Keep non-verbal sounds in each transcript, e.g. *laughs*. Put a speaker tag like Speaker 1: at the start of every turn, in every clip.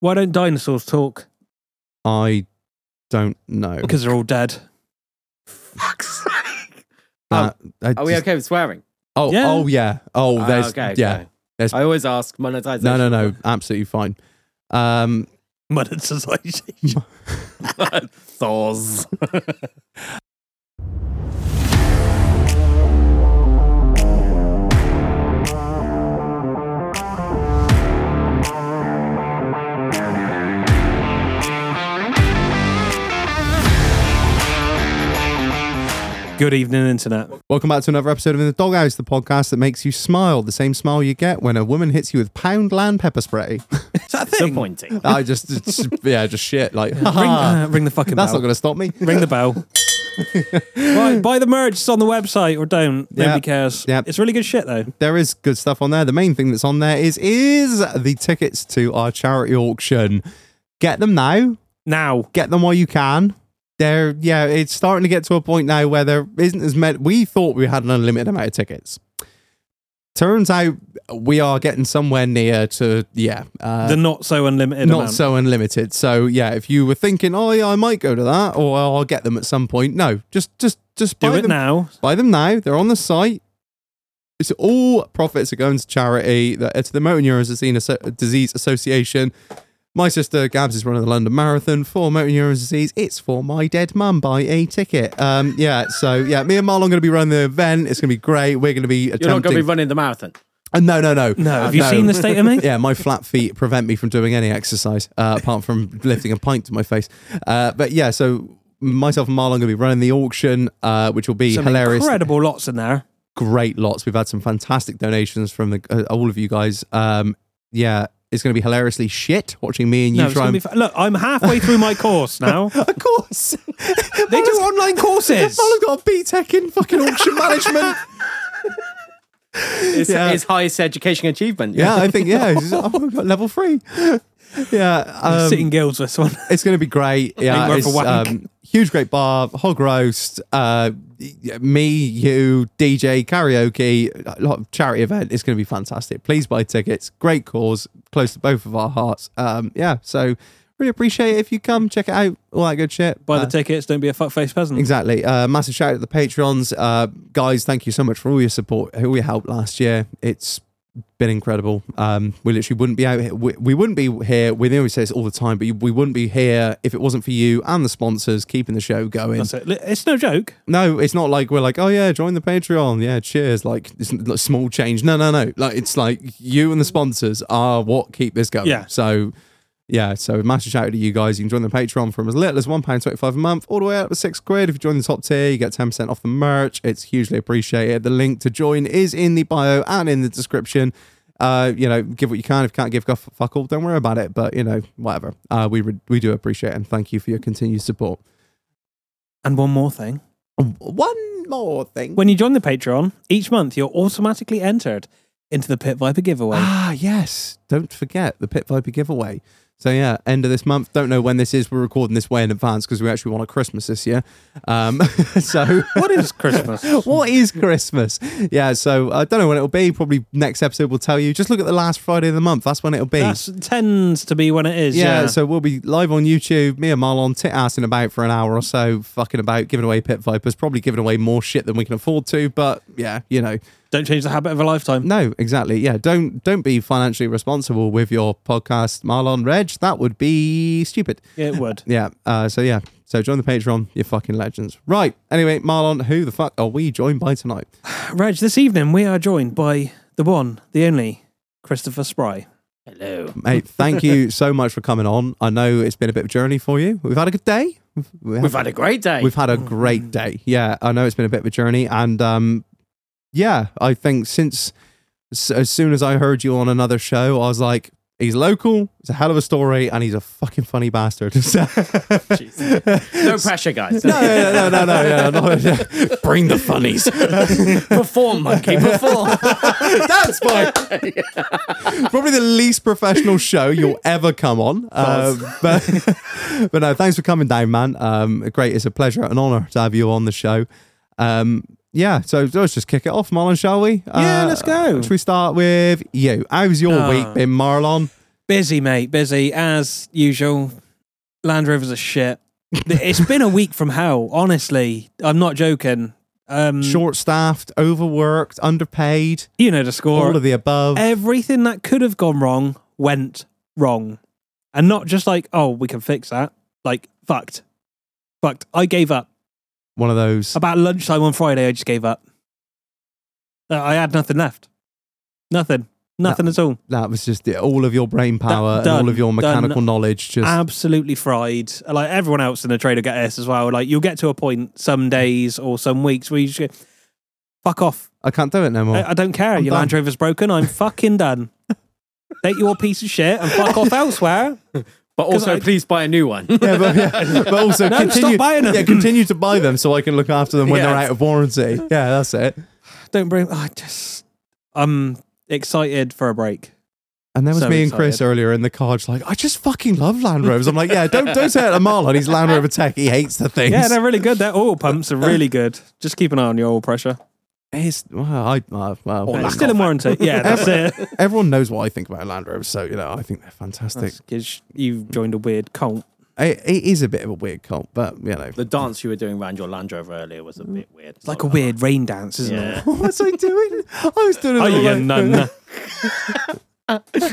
Speaker 1: Why don't dinosaurs talk?
Speaker 2: I don't know.
Speaker 1: Because they're all dead. *laughs*
Speaker 3: Fuck's sake.
Speaker 2: That- Uh, I
Speaker 3: *laughs* Are we
Speaker 2: just-
Speaker 3: okay with swearing?
Speaker 2: Oh,
Speaker 1: Yeah.
Speaker 2: oh yeah. Oh,
Speaker 3: Ah,
Speaker 2: there's
Speaker 3: okay,
Speaker 2: yeah.
Speaker 3: okay.
Speaker 2: there's-
Speaker 3: I always ask monetization.
Speaker 2: No, no, no. Absolutely fine. Um,
Speaker 1: Monetization.
Speaker 2: *laughs*
Speaker 3: Thors.
Speaker 1: Good evening, internet.
Speaker 2: welcome back to another episode of In the Doghouse, the podcast that makes you smile, the same smile you get when a woman hits you with Poundland pepper spray.
Speaker 1: Is that a thing? Ring,
Speaker 3: Disappointing.
Speaker 2: I just, it's- yeah, just shit. Like, *laughs*
Speaker 1: uh, *laughs* ring the fucking
Speaker 2: Ah. that's not
Speaker 1: bell.
Speaker 2: going to stop me. *laughs*
Speaker 1: Ring the bell. right, buy the merch. It's on the website or don't. Nobody cares.
Speaker 2: Yep.
Speaker 1: It's really good shit though.
Speaker 2: There is good stuff on there. The main thing that's on there is is the tickets to our charity auction. Get them now.
Speaker 1: Now,
Speaker 2: Get them while you can. They're yeah, it's starting to get to a point now where there isn't as many. We thought we had an unlimited amount of tickets. Turns out we are getting somewhere near to yeah, uh,
Speaker 1: the not so unlimited
Speaker 2: not
Speaker 1: amount.
Speaker 2: so unlimited. So yeah, if you were thinking, oh yeah, I might go to that, or I'll get them at some point. No, just just just
Speaker 1: Do
Speaker 2: buy
Speaker 1: it
Speaker 2: them
Speaker 1: now.
Speaker 2: Buy them now. They're on the site. It's all profits are going to charity. The- It's the Motor Neurons Disease Association. My sister Gabs is running the London Marathon for motor neuron disease. It's for my dead mum. Buy a ticket. Um, yeah. So yeah, me and Marlon going to be running the event. It's going to be great. We're going to be
Speaker 3: You're not
Speaker 2: attempting.
Speaker 3: going to be running the marathon.
Speaker 2: Uh, no, no, no.
Speaker 1: No, have you seen the state of me?
Speaker 2: *laughs* Yeah, my flat feet prevent me from doing any exercise uh, apart from lifting a pint to my face. Uh, but yeah, so myself and Marlon going to be running the auction, uh, which will be
Speaker 1: Some
Speaker 2: hilarious
Speaker 1: Incredible lots in there.
Speaker 2: great lots. We've had some fantastic donations from the, uh, all of you guys. Um, yeah, it's going to be hilariously shit watching me and you
Speaker 1: No, it's
Speaker 2: try
Speaker 1: gonna
Speaker 2: and.
Speaker 1: be fa- look, I'm halfway through my course
Speaker 2: *laughs*
Speaker 1: now.
Speaker 2: of course,
Speaker 1: They do online *laughs* courses.
Speaker 2: I've got a B Tech in fucking
Speaker 1: *laughs*
Speaker 2: auction management.
Speaker 3: It's,
Speaker 2: Yeah.
Speaker 3: it's highest education achievement.
Speaker 2: Yeah, I think yeah, it's- I've got level three. *laughs* Yeah, um,
Speaker 1: Sitting guilds with someone.
Speaker 2: *laughs* it's going to be great. Yeah,
Speaker 1: Ain't worth
Speaker 2: it's,
Speaker 1: a wank.
Speaker 2: um, huge, great bar, hog roast, uh, y- me, you, DJ, karaoke, a lot of charity event. It's going to be fantastic. Please buy tickets. Great cause, close to both of our hearts. Um, yeah, so really appreciate it if you come check it out. All that good shit.
Speaker 1: *laughs* Buy
Speaker 2: Uh,
Speaker 1: the tickets. Don't be a fuckface peasant.
Speaker 2: Exactly. Uh, massive shout out to the Patreons. Uh, guys, thank you so much for all your support, all your help last year. It's been incredible. Um, we literally wouldn't be out here. We, we wouldn't be here. We always say this all the time, but we wouldn't be here if it wasn't for you and the sponsors keeping the show going.
Speaker 1: That's it. Li- It's no joke.
Speaker 2: No, it's not like we're like, oh yeah, join the Patreon. Yeah, cheers. Like, it's n- like small change. No, no, no. Like, it's like you and the sponsors are what keep this going.
Speaker 1: Yeah.
Speaker 2: So, yeah. So, massive shout out to you guys. You can join the Patreon from as little as £1.25 a month all the way up to six quid. If you join the top tier, you get 10% off the merch. It's hugely appreciated. The link to join is in the bio and in the description. Uh, you know, give what you can. If you can't give, go f- fuck all. Don't worry about it. But, you know, whatever. Uh, we, re- we do appreciate it and thank you for your continued support.
Speaker 1: And one more thing.
Speaker 2: One more thing.
Speaker 1: When you join the Patreon, each month you're automatically entered into the Pit Viper
Speaker 2: *gasps*
Speaker 1: giveaway.
Speaker 2: Ah, yes. Don't forget the Pit Viper giveaway. So yeah, end of this month. Don't know when this is. We're recording this way in advance because we actually want a Christmas this year. Um, *laughs* so
Speaker 1: what is *laughs* Christmas?
Speaker 2: what is Christmas? Yeah. So I don't know when it'll be. Probably next episode will tell you. Just look at the last Friday of the month. That's when it'll be.
Speaker 1: That tends to be when it is.
Speaker 2: yeah,
Speaker 1: Yeah.
Speaker 2: so we'll be live on YouTube. Me and Marlon tit assing about for an hour or so, fucking about, giving away pit vipers, probably giving away more shit than we can afford to. But yeah, you know,
Speaker 1: Don't change the habit of a lifetime.
Speaker 2: *laughs* No, exactly. Yeah, don't don't be financially responsible with your podcast, Marlon Reg. That would be stupid.
Speaker 1: It would.
Speaker 2: Yeah. Uh, so yeah. So join the Patreon. You're fucking legends. Right. Anyway, Marlon, who the fuck are we joined by tonight?
Speaker 1: Reg, this evening we are joined by the one, the only, Christopher Spry.
Speaker 3: Hello.
Speaker 2: Mate, thank you so much for coming on. I know it's been a bit of a journey for you. We've had a good day. We've, we have-
Speaker 3: We've had a great day.
Speaker 2: we've had a great day. Yeah, I know it's been a bit of a journey, and um, yeah, I think since s- as soon as I heard you on another show, I was like, he's local, it's a hell of a story, and he's a fucking funny bastard. *laughs* So-
Speaker 3: Jeez. no pressure, guys.
Speaker 2: no, no, no, no, no, yeah, no, yeah. Bring the funnies.
Speaker 3: *laughs* perform,
Speaker 2: *laughs*
Speaker 3: monkey, perform.
Speaker 2: That's fine. Probably the
Speaker 1: *laughs*
Speaker 2: least professional show you'll ever come on. Uh, but, *laughs* but no, thanks for coming down, man. Um, great. It's a pleasure, an honor to have you on the show. Um, yeah, so let's just kick it off, Marlon, shall we?
Speaker 1: Yeah, let's go.
Speaker 2: Should we start with you? How's your
Speaker 1: Uh,
Speaker 2: week been, Marlon?
Speaker 1: Busy, mate. Busy as usual. Land Rover's a shit.
Speaker 2: *laughs*
Speaker 1: it's been a week from hell, honestly. I'm not joking. Um,
Speaker 2: Short staffed, overworked, underpaid,
Speaker 1: You know the
Speaker 2: all
Speaker 1: score.
Speaker 2: of the above.
Speaker 1: eh, Everything that could have gone wrong went wrong. And not just like, oh, we can fix that. Like, fucked. Fucked. I gave up.
Speaker 2: One of those.
Speaker 1: About lunchtime on Friday, I just gave up. Uh, I had nothing left. Nothing. Nothing at all.
Speaker 2: That was just it. all of your brain power and
Speaker 1: done, Ah.
Speaker 2: all of your mechanical
Speaker 1: done.
Speaker 2: knowledge. Just
Speaker 1: absolutely fried. Like everyone else in the trade will get this as well. Like you'll get to a point some days or some weeks where you just go, fuck off.
Speaker 2: I can't do it no more.
Speaker 1: I, I don't care.
Speaker 2: Oh. I'm
Speaker 1: Your Land Rover's broken. I'm fucking done. Take your piece of shit and fuck off elsewhere.
Speaker 3: But also,
Speaker 1: I-
Speaker 3: please buy a new one.
Speaker 2: yeah, but, yeah, but
Speaker 1: *laughs*
Speaker 2: also
Speaker 1: No,
Speaker 2: continue,
Speaker 1: stop buying them.
Speaker 2: Yeah, continue to buy them so I can look after them when they're
Speaker 3: Yes.
Speaker 2: out of warranty. Yeah, that's it.
Speaker 1: Don't bring. I just. I'm excited for a break.
Speaker 2: And there was
Speaker 1: So
Speaker 2: me and Chris earlier in the car, just like I just fucking love Land Rovers. I'm like, yeah, don't don't say it to Marlon. He's Land Rover tech. He hates the things.
Speaker 1: Yeah, they're really good. Their oil pumps are really good. Just keep an eye on your oil pressure.
Speaker 2: It's- well, I, uh, well,
Speaker 3: Or
Speaker 1: It's
Speaker 3: lack
Speaker 1: still in warranty. Yeah, that's it.
Speaker 2: everyone knows what I think about Land Rovers, so you know I think they're fantastic.
Speaker 1: Because you've joined a weird cult.
Speaker 2: It, it is a bit of a weird cult, but you know,
Speaker 3: The dance you were doing around your Land Rover earlier was a bit weird.
Speaker 1: It's like a weird rain dance, isn't
Speaker 3: Oh. Yeah.
Speaker 1: it?
Speaker 2: *laughs* what was I doing? I was doing it
Speaker 1: Oh,
Speaker 2: all
Speaker 1: yeah,
Speaker 2: like-
Speaker 1: none.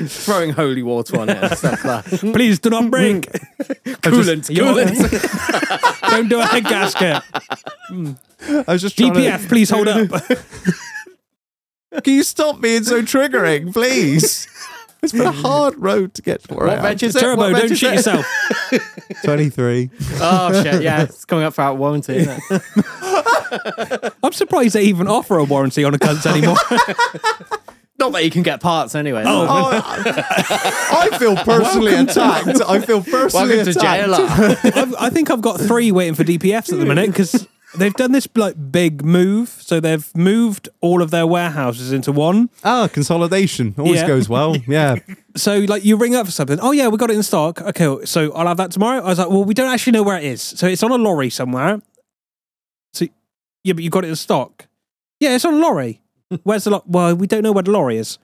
Speaker 3: throwing holy water on it
Speaker 2: *laughs*
Speaker 3: and stuff like
Speaker 1: Please do not break.
Speaker 3: coolant, coolant. *laughs*
Speaker 1: Don't do a head gasket.
Speaker 2: *laughs* I was just trying to-
Speaker 1: DPF, please hold
Speaker 2: *laughs*
Speaker 1: up.
Speaker 2: Can you stop being so
Speaker 1: *laughs*
Speaker 2: triggering, please? It's been a hard road to get to where
Speaker 3: What
Speaker 2: I am.
Speaker 3: veg is it?
Speaker 1: Turbo,
Speaker 3: What veg
Speaker 1: don't
Speaker 3: is
Speaker 1: shit
Speaker 3: it?
Speaker 1: yourself.
Speaker 2: 23.
Speaker 3: Oh shit! Yeah, it's coming up for out warranty. Isn't
Speaker 2: *laughs*
Speaker 3: it?
Speaker 1: I'm surprised they even offer a warranty on a cunt anymore.
Speaker 3: Not that you can get parts anyway.
Speaker 1: Oh,
Speaker 2: Oh, I I feel personally attacked. I feel personally
Speaker 3: welcome to
Speaker 2: attacked.
Speaker 3: JLR.
Speaker 1: I've, I think I've got three waiting for DPFs at the minute because they've done this like big move. So they've moved all of their warehouses into one.
Speaker 2: Ah, consolidation always
Speaker 1: Yeah. *laughs*
Speaker 2: goes well. Yeah.
Speaker 1: So like you ring up for something. Oh yeah, we got it in stock. Okay, so I'll have that tomorrow. I was like, well, we don't actually know where it is. So it's on a lorry somewhere. So yeah, but you got it in stock. Yeah, it's on a lorry. Where's the lorry? Well, we don't know where the lorry is.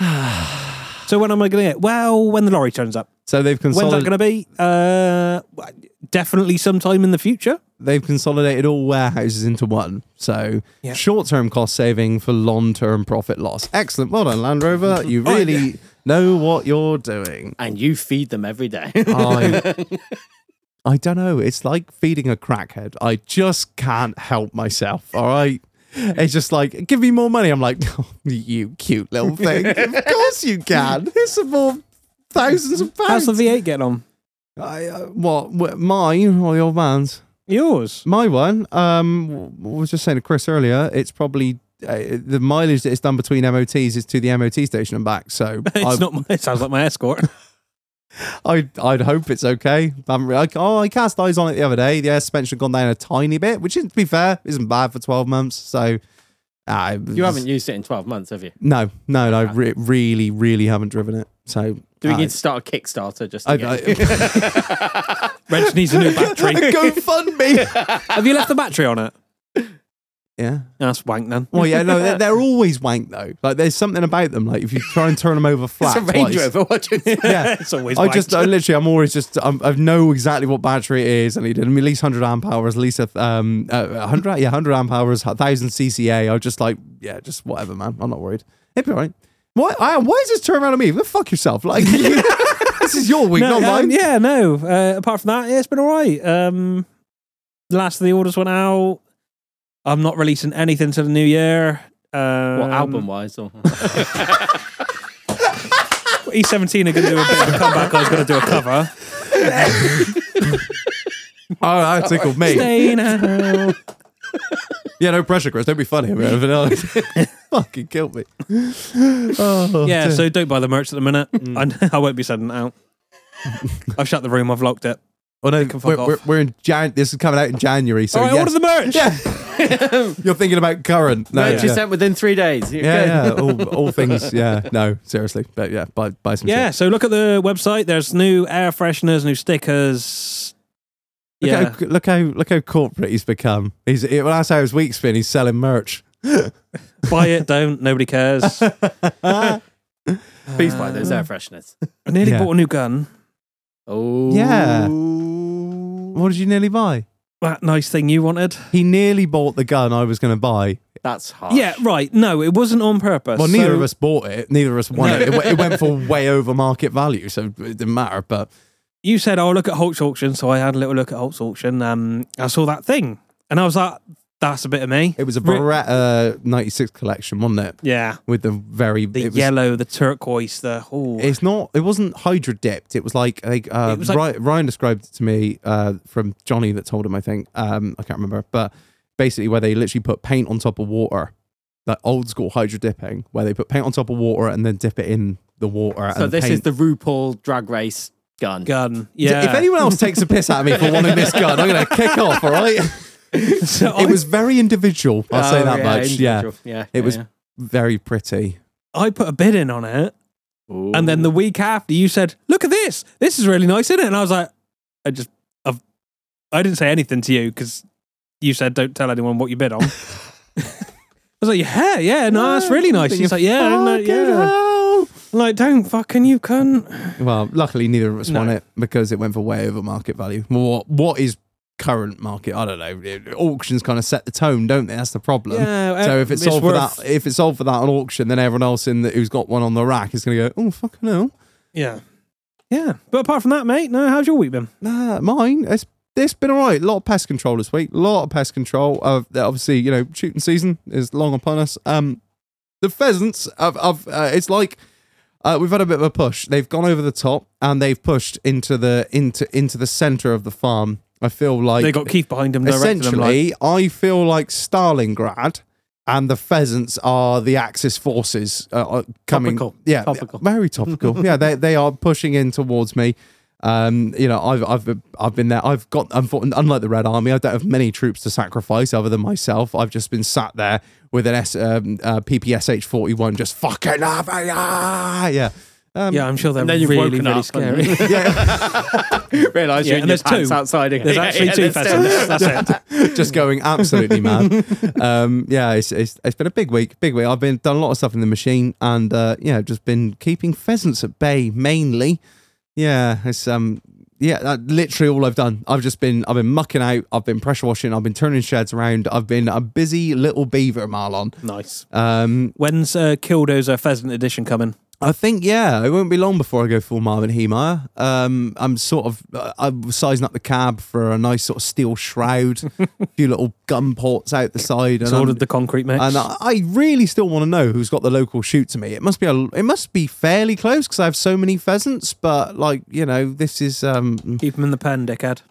Speaker 1: so when am I going to get? it? Well, when the lorry turns up.
Speaker 2: So they've
Speaker 1: When's that going
Speaker 2: consolidated.
Speaker 1: to be? Uh, definitely sometime in the future.
Speaker 2: they've consolidated all warehouses into one. So
Speaker 1: Yeah.
Speaker 2: short-term cost saving for long-term profit loss. Excellent. Well done, Land Rover. You
Speaker 1: Oh,
Speaker 2: really know what you're doing.
Speaker 3: *laughs* and you feed them every
Speaker 2: *laughs*
Speaker 3: day.
Speaker 2: Oh,
Speaker 1: *laughs*
Speaker 2: I, I don't know. It's like feeding a crackhead. I just can't help myself. All right. It's just like, give me more money. I'm like, *laughs* "Oh, you cute little
Speaker 1: *laughs*
Speaker 2: thing. of course you can. Here's some more thousands of
Speaker 1: How's
Speaker 2: pounds.
Speaker 1: the V8 getting on?
Speaker 2: I, uh, what, what? Mine or your man's?
Speaker 1: Yours.
Speaker 2: My one. Um, w- w- I was just saying to Chris earlier. It's probably uh, the mileage that it's done between MOTs is to the MOT station and back. So
Speaker 1: *laughs* It's
Speaker 2: I've-
Speaker 1: not. My, it sounds like my escort.
Speaker 2: I'd, I'd hope it's okay. I haven't really, oh, I cast eyes on it the other day. The air suspension had gone down a tiny bit, which, isn't, to be fair, isn't bad for 12 months. So, ah, it
Speaker 3: you
Speaker 2: was-
Speaker 3: haven't used it in twelve months, have you?
Speaker 2: No, no, no. I re- really, really haven't driven it. So,
Speaker 3: Do we
Speaker 2: ah,
Speaker 3: need to start a Kickstarter just to
Speaker 2: I,
Speaker 3: get
Speaker 2: I,
Speaker 3: it?
Speaker 1: Reg needs a new
Speaker 2: *laughs*
Speaker 1: battery.
Speaker 2: go fund
Speaker 1: *laughs*
Speaker 2: me.
Speaker 3: *laughs*
Speaker 1: have you left the battery on it?
Speaker 2: yeah.
Speaker 1: That's wank then.
Speaker 2: Well, yeah, no, they're, they're always wank, though. Like, there's something about them. Like, if you try and turn them over flat.
Speaker 3: It's a *laughs* Range
Speaker 2: twice-
Speaker 3: Rover. What you
Speaker 2: *laughs* *laughs* Yeah.
Speaker 1: *laughs* It's always.
Speaker 2: I
Speaker 1: wank.
Speaker 2: just, I literally, I'm always just, I'm, I know exactly what battery it is. I need at least 100 amp hours, at least a, um, uh, 100, yeah, 100 amp hours, 1000 CCA. I'm just like, yeah, just whatever, man. I'm not worried. It'd be all right. Why, I, why is this turn around on me? Well, fuck
Speaker 1: *laughs*
Speaker 2: yourself. Like, this is your week,
Speaker 1: no,
Speaker 2: not
Speaker 1: um,
Speaker 2: mine.
Speaker 1: yeah, no. Uh, apart from that, yeah, it's been all right. Um, the last of the orders went out. I'm not releasing anything till the new year. Um,
Speaker 3: What album wise?
Speaker 2: *laughs*
Speaker 3: Or *laughs*
Speaker 1: E17 E are going to do a bit of a comeback. I was going to do a *laughs* cover.
Speaker 2: Oh, that tickled me.
Speaker 1: Stay
Speaker 2: *laughs*
Speaker 1: now.
Speaker 2: Yeah, no pressure, Chris. Don't be funny. Man. *laughs* Fucking
Speaker 1: *laughs*
Speaker 2: killed me. Oh,
Speaker 1: Yeah,
Speaker 2: dear.
Speaker 1: so don't buy the merch at the minute. I,
Speaker 2: Mm.
Speaker 1: *laughs* I won't be sending it
Speaker 2: *laughs*
Speaker 1: out. I've shut the room. I've locked it.
Speaker 2: Oh, no,
Speaker 1: can fuck
Speaker 2: we're,
Speaker 1: off.
Speaker 2: we're, we're in Jan. This is coming out in January. So
Speaker 1: all right,
Speaker 2: yes.
Speaker 1: order the merch.
Speaker 2: *laughs* You're thinking about current. No,
Speaker 3: Merch
Speaker 2: yeah.
Speaker 3: is sent within three days. You're good. *laughs*
Speaker 2: yeah, yeah, all,
Speaker 1: *laughs*
Speaker 2: all things. Yeah, no, seriously, but yeah, buy buy some.
Speaker 1: Yeah,
Speaker 2: shit.
Speaker 1: so look at the website. There's new air fresheners, new stickers.
Speaker 2: Look,
Speaker 1: Yeah,
Speaker 2: how, look how look how corporate he's become. He's it, well, that's how his week's been. He's selling merch.
Speaker 1: buy it, don't. Nobody cares.
Speaker 3: *laughs* Please buy those
Speaker 2: Um,
Speaker 3: air fresheners.
Speaker 1: I nearly
Speaker 2: Yeah.
Speaker 1: bought a new gun.
Speaker 3: Oh.
Speaker 2: Yeah. *laughs* What did you nearly buy?
Speaker 1: That nice thing you wanted.
Speaker 2: He nearly bought the gun I was going to buy.
Speaker 3: That's harsh.
Speaker 1: Yeah, right. No, it wasn't on purpose.
Speaker 2: Well, neither
Speaker 1: Uh, So-
Speaker 2: of us bought it. Neither of us won it. It, w- it
Speaker 1: *laughs*
Speaker 2: went for way over market value, so it didn't matter. But
Speaker 1: you said, "Oh, look at Holt's auction." So I had a little look at Holt's auction. Um, I saw that thing, and I was like, "That's a bit of me."
Speaker 2: it was a
Speaker 1: Re-
Speaker 2: Beretta '96 collection, wasn't it?
Speaker 1: yeah,
Speaker 2: With the very
Speaker 1: the
Speaker 2: it was-
Speaker 1: yellow, the turquoise, the oh,
Speaker 2: It's not. It wasn't hydro dipped. It was like, like, uh,
Speaker 1: It was like-
Speaker 2: Ry- Ryan described it to me uh, from Johnny that told him. I think um, I can't remember, but basically where they literally put paint on top of water, that old school hydro dipping, where they put paint on top of water and then dip it in the water.
Speaker 3: So
Speaker 2: and
Speaker 3: this
Speaker 2: paint.
Speaker 3: is the RuPaul drag race gun.
Speaker 1: gun. Yeah,
Speaker 2: If anyone else takes a piss at me for wanting this gun, I'm going to kick off. All right.
Speaker 1: *laughs* So I,
Speaker 2: It was very individual. I'll say
Speaker 3: Oh,
Speaker 2: that much. Yeah,
Speaker 3: individual. Yeah.
Speaker 2: It
Speaker 3: yeah,
Speaker 2: was-
Speaker 3: yeah.
Speaker 2: very pretty.
Speaker 1: I put a bid in on it, and then the week after, you said, "Look at this. This is really nice, isn't it?" And I was like, "I just, I've, I didn't say anything to you because you said don't tell anyone what you bid on." I was like, "Yeah, yeah, no, that's really nice."
Speaker 2: But
Speaker 1: She's
Speaker 2: you
Speaker 1: like, "Yeah, no,
Speaker 2: fucking
Speaker 1: yeah."
Speaker 2: hell.
Speaker 1: I'm Like, don't fucking you cunt.
Speaker 2: Well, luckily neither of us
Speaker 1: No.
Speaker 2: won it because it went for way over market value. Well, What what is current market? I don't know. It- Auctions kind of set the tone, don't they? That's the problem.
Speaker 1: Yeah,
Speaker 2: so
Speaker 1: uh,
Speaker 2: if it's
Speaker 1: it's
Speaker 2: sold for
Speaker 1: worth-
Speaker 2: that, if it's sold for that on auction, then everyone else in the, who's got one on the rack is going to go, oh fucking hell.
Speaker 1: Yeah. Yeah. But apart from that, mate, no, how's your week been?
Speaker 2: Nah, mine. It's it's been all right. A lot of pest control this week. A lot of pest control. Uh, obviously, you know, shooting season is long upon us. Um, the pheasants. I've, I've uh, it's like uh, we've had a bit of a push. They've gone over the top and they've pushed into the into into the center of the farm. I feel like
Speaker 1: They got Keith behind them, directing them like,
Speaker 2: essentially. I feel like Stalingrad. And the pheasants are the Axis forces uh, are coming.
Speaker 3: Topical.
Speaker 2: Yeah,
Speaker 3: Topical.
Speaker 2: very
Speaker 3: *laughs*
Speaker 2: topical. yeah, they they are pushing in towards me. Um, you know, I've I've been- I've been there. I've got unfor- unlike the Red Army, I don't have many troops to sacrifice other than myself. I've just been sat there with an S um, uh, PPSH forty one, just fucking up. Yeah, yeah. Um,
Speaker 1: Yeah, I'm sure they're
Speaker 3: And then you've
Speaker 1: really,
Speaker 3: woken
Speaker 1: really
Speaker 3: up
Speaker 1: scary.
Speaker 3: and- *laughs* Realise
Speaker 1: Yeah,
Speaker 3: you're in
Speaker 1: and
Speaker 3: your
Speaker 1: there's
Speaker 3: pants
Speaker 1: two.
Speaker 3: outside again.
Speaker 1: There's
Speaker 3: *laughs*
Speaker 1: actually two pheasants. That's it.
Speaker 2: just going absolutely mad. Um, yeah, it's, it's it's been a big week, big week. I've been done a lot of stuff in the machine, and uh, yeah, just been keeping pheasants at bay mainly. Yeah, it's um, yeah, that, literally all I've done. I've just been I've been mucking out. I've been pressure washing. I've been turning sheds around. I've been a busy little beaver, Marlon.
Speaker 1: Nice.
Speaker 2: Um,
Speaker 1: *laughs* When's uh, Killdozer Pheasant Edition coming?
Speaker 2: I think yeah, it won't be long before I go full Marvin Hemeyer. Um, I'm sort of uh, I'm sizing up the cab for a nice sort of steel shroud, a few little gun ports out the side, and
Speaker 1: It's
Speaker 2: I'm-
Speaker 1: ordered the concrete mix.
Speaker 2: and Um, I, I really still want to know who's got the local shoot to me. It must be a, it must be fairly close because I have so many pheasants. But like you know, this is um,
Speaker 1: Keep him in the pen, dickhead.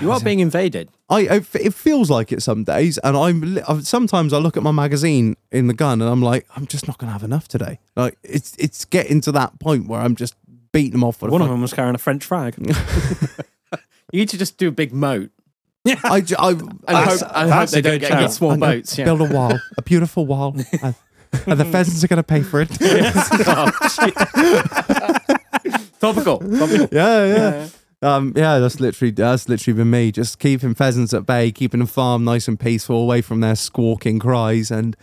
Speaker 3: You are being invaded.
Speaker 2: I it it feels like it some days, and I'm li- I- sometimes I look at my magazine in the gun and I'm like, I'm just not gonna have enough today. Like it's it's getting to that point where I'm just beating them off. With
Speaker 1: One
Speaker 2: a
Speaker 1: of them was carrying a French flag.
Speaker 3: You need to just do a big moat.
Speaker 2: fuck- I, j- I,
Speaker 3: *laughs* And
Speaker 2: I-
Speaker 3: hope, and hope
Speaker 1: that's
Speaker 3: they
Speaker 1: a
Speaker 3: don't
Speaker 1: good
Speaker 3: get
Speaker 1: shout.
Speaker 3: any small
Speaker 2: I'm gonna
Speaker 3: boats. Yeah.
Speaker 2: Build a wall, a beautiful
Speaker 3: *laughs*
Speaker 2: wall. and, and the pheasants are going to pay for it.
Speaker 3: Oh, *laughs* Topical. Topical.
Speaker 2: yeah, yeah. Um, yeah, that's literally that's literally been me. Just keeping pheasants at bay, keeping the farm nice and peaceful, away from their squawking cries, and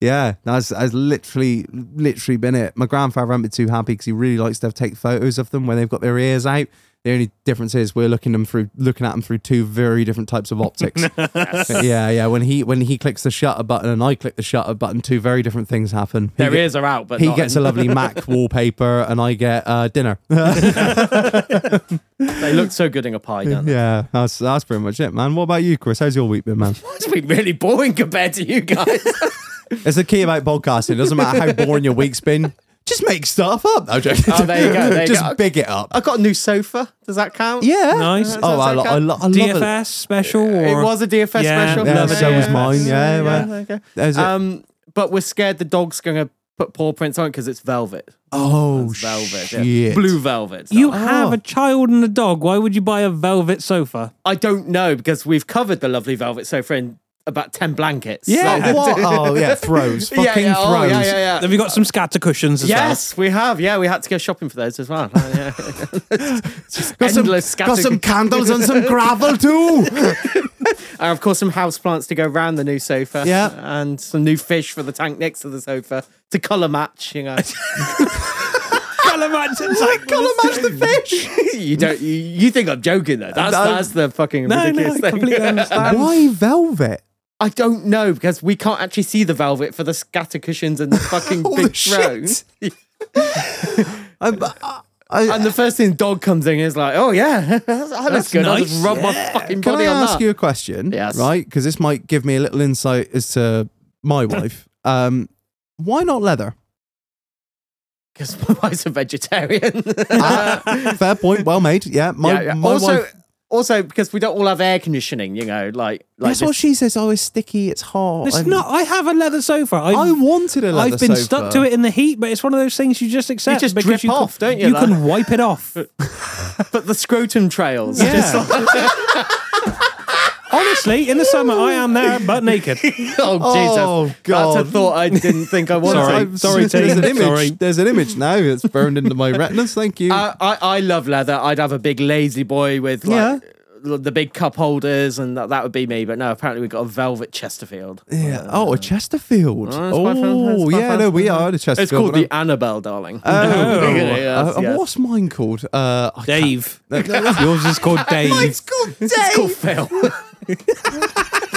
Speaker 2: yeah, that's that's literally literally been it. My grandfather hasn't been too happy because he really likes to take photos of them when they've got their ears out. The only difference is we're looking them through looking at them through two very different types of optics.
Speaker 3: *laughs*
Speaker 2: But yeah, yeah. When he when he clicks the shutter button and I click the shutter button, two very different things happen. He
Speaker 3: Their
Speaker 2: get-
Speaker 3: ears are out, but
Speaker 2: he
Speaker 3: not
Speaker 2: gets a
Speaker 3: in.
Speaker 2: lovely
Speaker 3: *laughs*
Speaker 2: Mac wallpaper, and I get uh, dinner.
Speaker 3: They look so good in a pie, *laughs* don't they?
Speaker 2: Yeah, that's that's pretty much it, man. What about you, Chris? How's your week been, man?
Speaker 3: It's been really boring compared to you guys.
Speaker 2: It's the key about podcasting. It doesn't matter how boring your week's been. Just make stuff up. No, joking.
Speaker 3: Oh, there you go, there you
Speaker 2: Just
Speaker 3: go.
Speaker 2: big it up.
Speaker 3: *laughs* I've got a new sofa. Does that count?
Speaker 2: Yeah.
Speaker 1: Nice.
Speaker 2: Oh, I, lo- I, lo- I love it.
Speaker 1: DFS special? Or...
Speaker 3: It was a DFS
Speaker 1: Yeah,
Speaker 3: special.
Speaker 1: yeah,
Speaker 3: Love
Speaker 1: so
Speaker 3: it.
Speaker 1: was
Speaker 2: mine, yeah, man.
Speaker 3: okay.
Speaker 2: There's it.
Speaker 3: Um, but we're scared the dog's going to put paw prints on because it's velvet.
Speaker 2: oh,
Speaker 3: It's velvet. yeah.
Speaker 2: shit.
Speaker 3: Blue velvet.
Speaker 2: Oh.
Speaker 1: You
Speaker 3: So
Speaker 1: have a child and a dog. Why would you buy a velvet sofa?
Speaker 3: I don't know because we've covered the lovely velvet sofa in about 10 blankets.
Speaker 2: Oh, what? Oh, yeah. Throws.
Speaker 3: So-
Speaker 2: Fucking
Speaker 3: *laughs* yeah, yeah,
Speaker 2: throws.
Speaker 3: oh, yeah, yeah, yeah.
Speaker 1: Have you got some scatter cushions as
Speaker 3: Yes, we have. Yeah, we had to go shopping for those as well. Oh,
Speaker 2: *laughs*
Speaker 3: yeah. *laughs* Just
Speaker 2: Got some,
Speaker 3: endless
Speaker 2: got
Speaker 3: scatter-
Speaker 2: some candles and some gravel
Speaker 3: *laughs*
Speaker 2: too.
Speaker 3: And uh, of course, some house plants to go around the new sofa.
Speaker 2: Yeah.
Speaker 3: And some new fish for the tank next to the sofa to colour match, you know.
Speaker 1: colour match. It's like
Speaker 2: *laughs* Colour match the fish.
Speaker 3: *laughs* you don't. You, you think I'm joking though? That's
Speaker 2: No.
Speaker 3: that's the fucking
Speaker 1: No, no,
Speaker 3: ridiculous
Speaker 1: I completely
Speaker 3: *laughs* thing.
Speaker 1: understand.
Speaker 2: Why velvet?
Speaker 3: I don't know because we can't actually see the velvet for the scatter
Speaker 2: *laughs*
Speaker 3: cushions and the fucking
Speaker 2: All
Speaker 3: big
Speaker 2: the
Speaker 3: throne.
Speaker 2: shit. I'm- I, I-
Speaker 3: And the first thing dog comes in and is like, "Oh yeah, *laughs* that looks good." I'll
Speaker 1: nice.
Speaker 3: just rub my fucking
Speaker 2: Can I
Speaker 3: body on
Speaker 2: ask
Speaker 3: that.
Speaker 2: you a question?
Speaker 3: Yes.
Speaker 2: Right? Because this might give me a little insight as to
Speaker 3: *laughs*
Speaker 2: my wife. Um, why not leather?
Speaker 3: Because *laughs* my wife's
Speaker 2: *laughs*
Speaker 3: a vegetarian.
Speaker 2: Ah, *laughs* fair point. Well made. Yeah. My,
Speaker 3: Uh, Yeah, yeah.
Speaker 2: my
Speaker 3: also,
Speaker 2: wife.
Speaker 3: also because we don't all have air conditioning, you know, like like
Speaker 2: that's what
Speaker 3: this-
Speaker 2: she says. Oh, it's sticky. It's hard.
Speaker 1: It's
Speaker 2: I'm-
Speaker 1: not. I have a leather sofa. I've,
Speaker 2: I wanted a leather
Speaker 1: I've been
Speaker 2: sofa.
Speaker 1: stuck to it in the heat, but it's one of those things you just accept.
Speaker 3: just
Speaker 1: because
Speaker 3: drip
Speaker 1: can-
Speaker 3: off, don't you,
Speaker 1: You
Speaker 3: like?
Speaker 1: can wipe it
Speaker 3: *laughs*
Speaker 1: off.
Speaker 3: but the scrotum trails.
Speaker 2: Yeah.
Speaker 3: Just like,
Speaker 1: *laughs* Honestly, in the summer, I am there but
Speaker 3: *laughs*
Speaker 1: naked.
Speaker 3: *laughs* oh,
Speaker 2: Oh,
Speaker 3: Jesus.
Speaker 2: God.
Speaker 3: That's a thought I didn't
Speaker 2: *laughs*
Speaker 3: think I wanted.
Speaker 1: Sorry.
Speaker 2: I've-
Speaker 1: Sorry,
Speaker 2: there's
Speaker 1: team.
Speaker 2: an image.
Speaker 1: Sorry.
Speaker 2: There's an image now that's burned into my retinas. Thank you.
Speaker 3: I, I, I love leather. I'd have a big lazy boy with like the big cup holders, and that, that would be me. But no, apparently we've got a velvet Chesterfield.
Speaker 2: yeah. Oh,
Speaker 3: uh,
Speaker 2: a Chesterfield.
Speaker 3: that's
Speaker 2: Oh,
Speaker 3: quite fun- that's quite
Speaker 2: yeah.
Speaker 3: fun.
Speaker 2: No, we are the Chesterfield.
Speaker 3: It's called
Speaker 2: but
Speaker 3: the Annabelle, darling.
Speaker 2: I'm-
Speaker 1: Oh.
Speaker 2: Oh,
Speaker 3: Yes,
Speaker 2: uh,
Speaker 3: yes.
Speaker 2: what's mine called? Uh, I can't-
Speaker 1: Dave. Yours is
Speaker 3: *laughs*
Speaker 1: called Dave.
Speaker 2: called
Speaker 3: *laughs* It's called Phil.
Speaker 2: *laughs*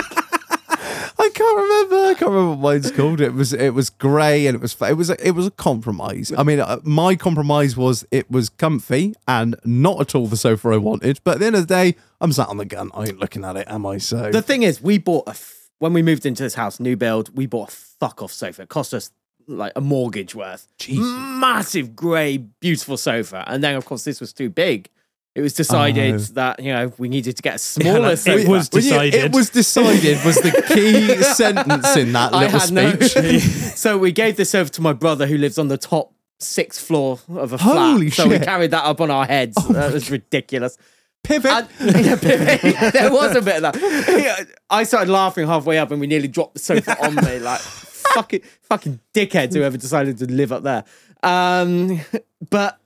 Speaker 2: I can't remember. I can't remember what mine's called. It was it was grey and it was it was a, it was a compromise. I mean, uh, my compromise was it was comfy and not at all the sofa I wanted. But at the end of the day, I'm sat on the gun. I ain't looking at it, am I? So
Speaker 3: the thing is, we bought a f- when we moved into this house, new build. We bought a fuck off sofa. It cost us like a mortgage worth.
Speaker 2: Jesus.
Speaker 3: Massive grey, beautiful sofa. And then, of course, this was too big. It was decided
Speaker 2: Oh.
Speaker 3: that you know we needed
Speaker 2: *laughs*
Speaker 3: to get a smaller
Speaker 1: that-
Speaker 3: sofa.
Speaker 1: it was
Speaker 2: When you-
Speaker 1: decided.
Speaker 2: it was decided was the
Speaker 3: *laughs*
Speaker 2: key sentence in that
Speaker 3: I
Speaker 2: little
Speaker 3: had *laughs*
Speaker 2: speech. *laughs*
Speaker 3: No, so we gave this over to my brother who lives on the top sixth floor of a flat.
Speaker 2: Holy
Speaker 3: so we
Speaker 2: shit. Oh
Speaker 3: carried that up on our heads. that was ridiculous.
Speaker 2: Pivot.
Speaker 3: *laughs* And there was a bit of that. I started laughing halfway up and we nearly dropped the sofa on me. *laughs* Like fucking fucking dickheads whoever decided to live up there. Um, but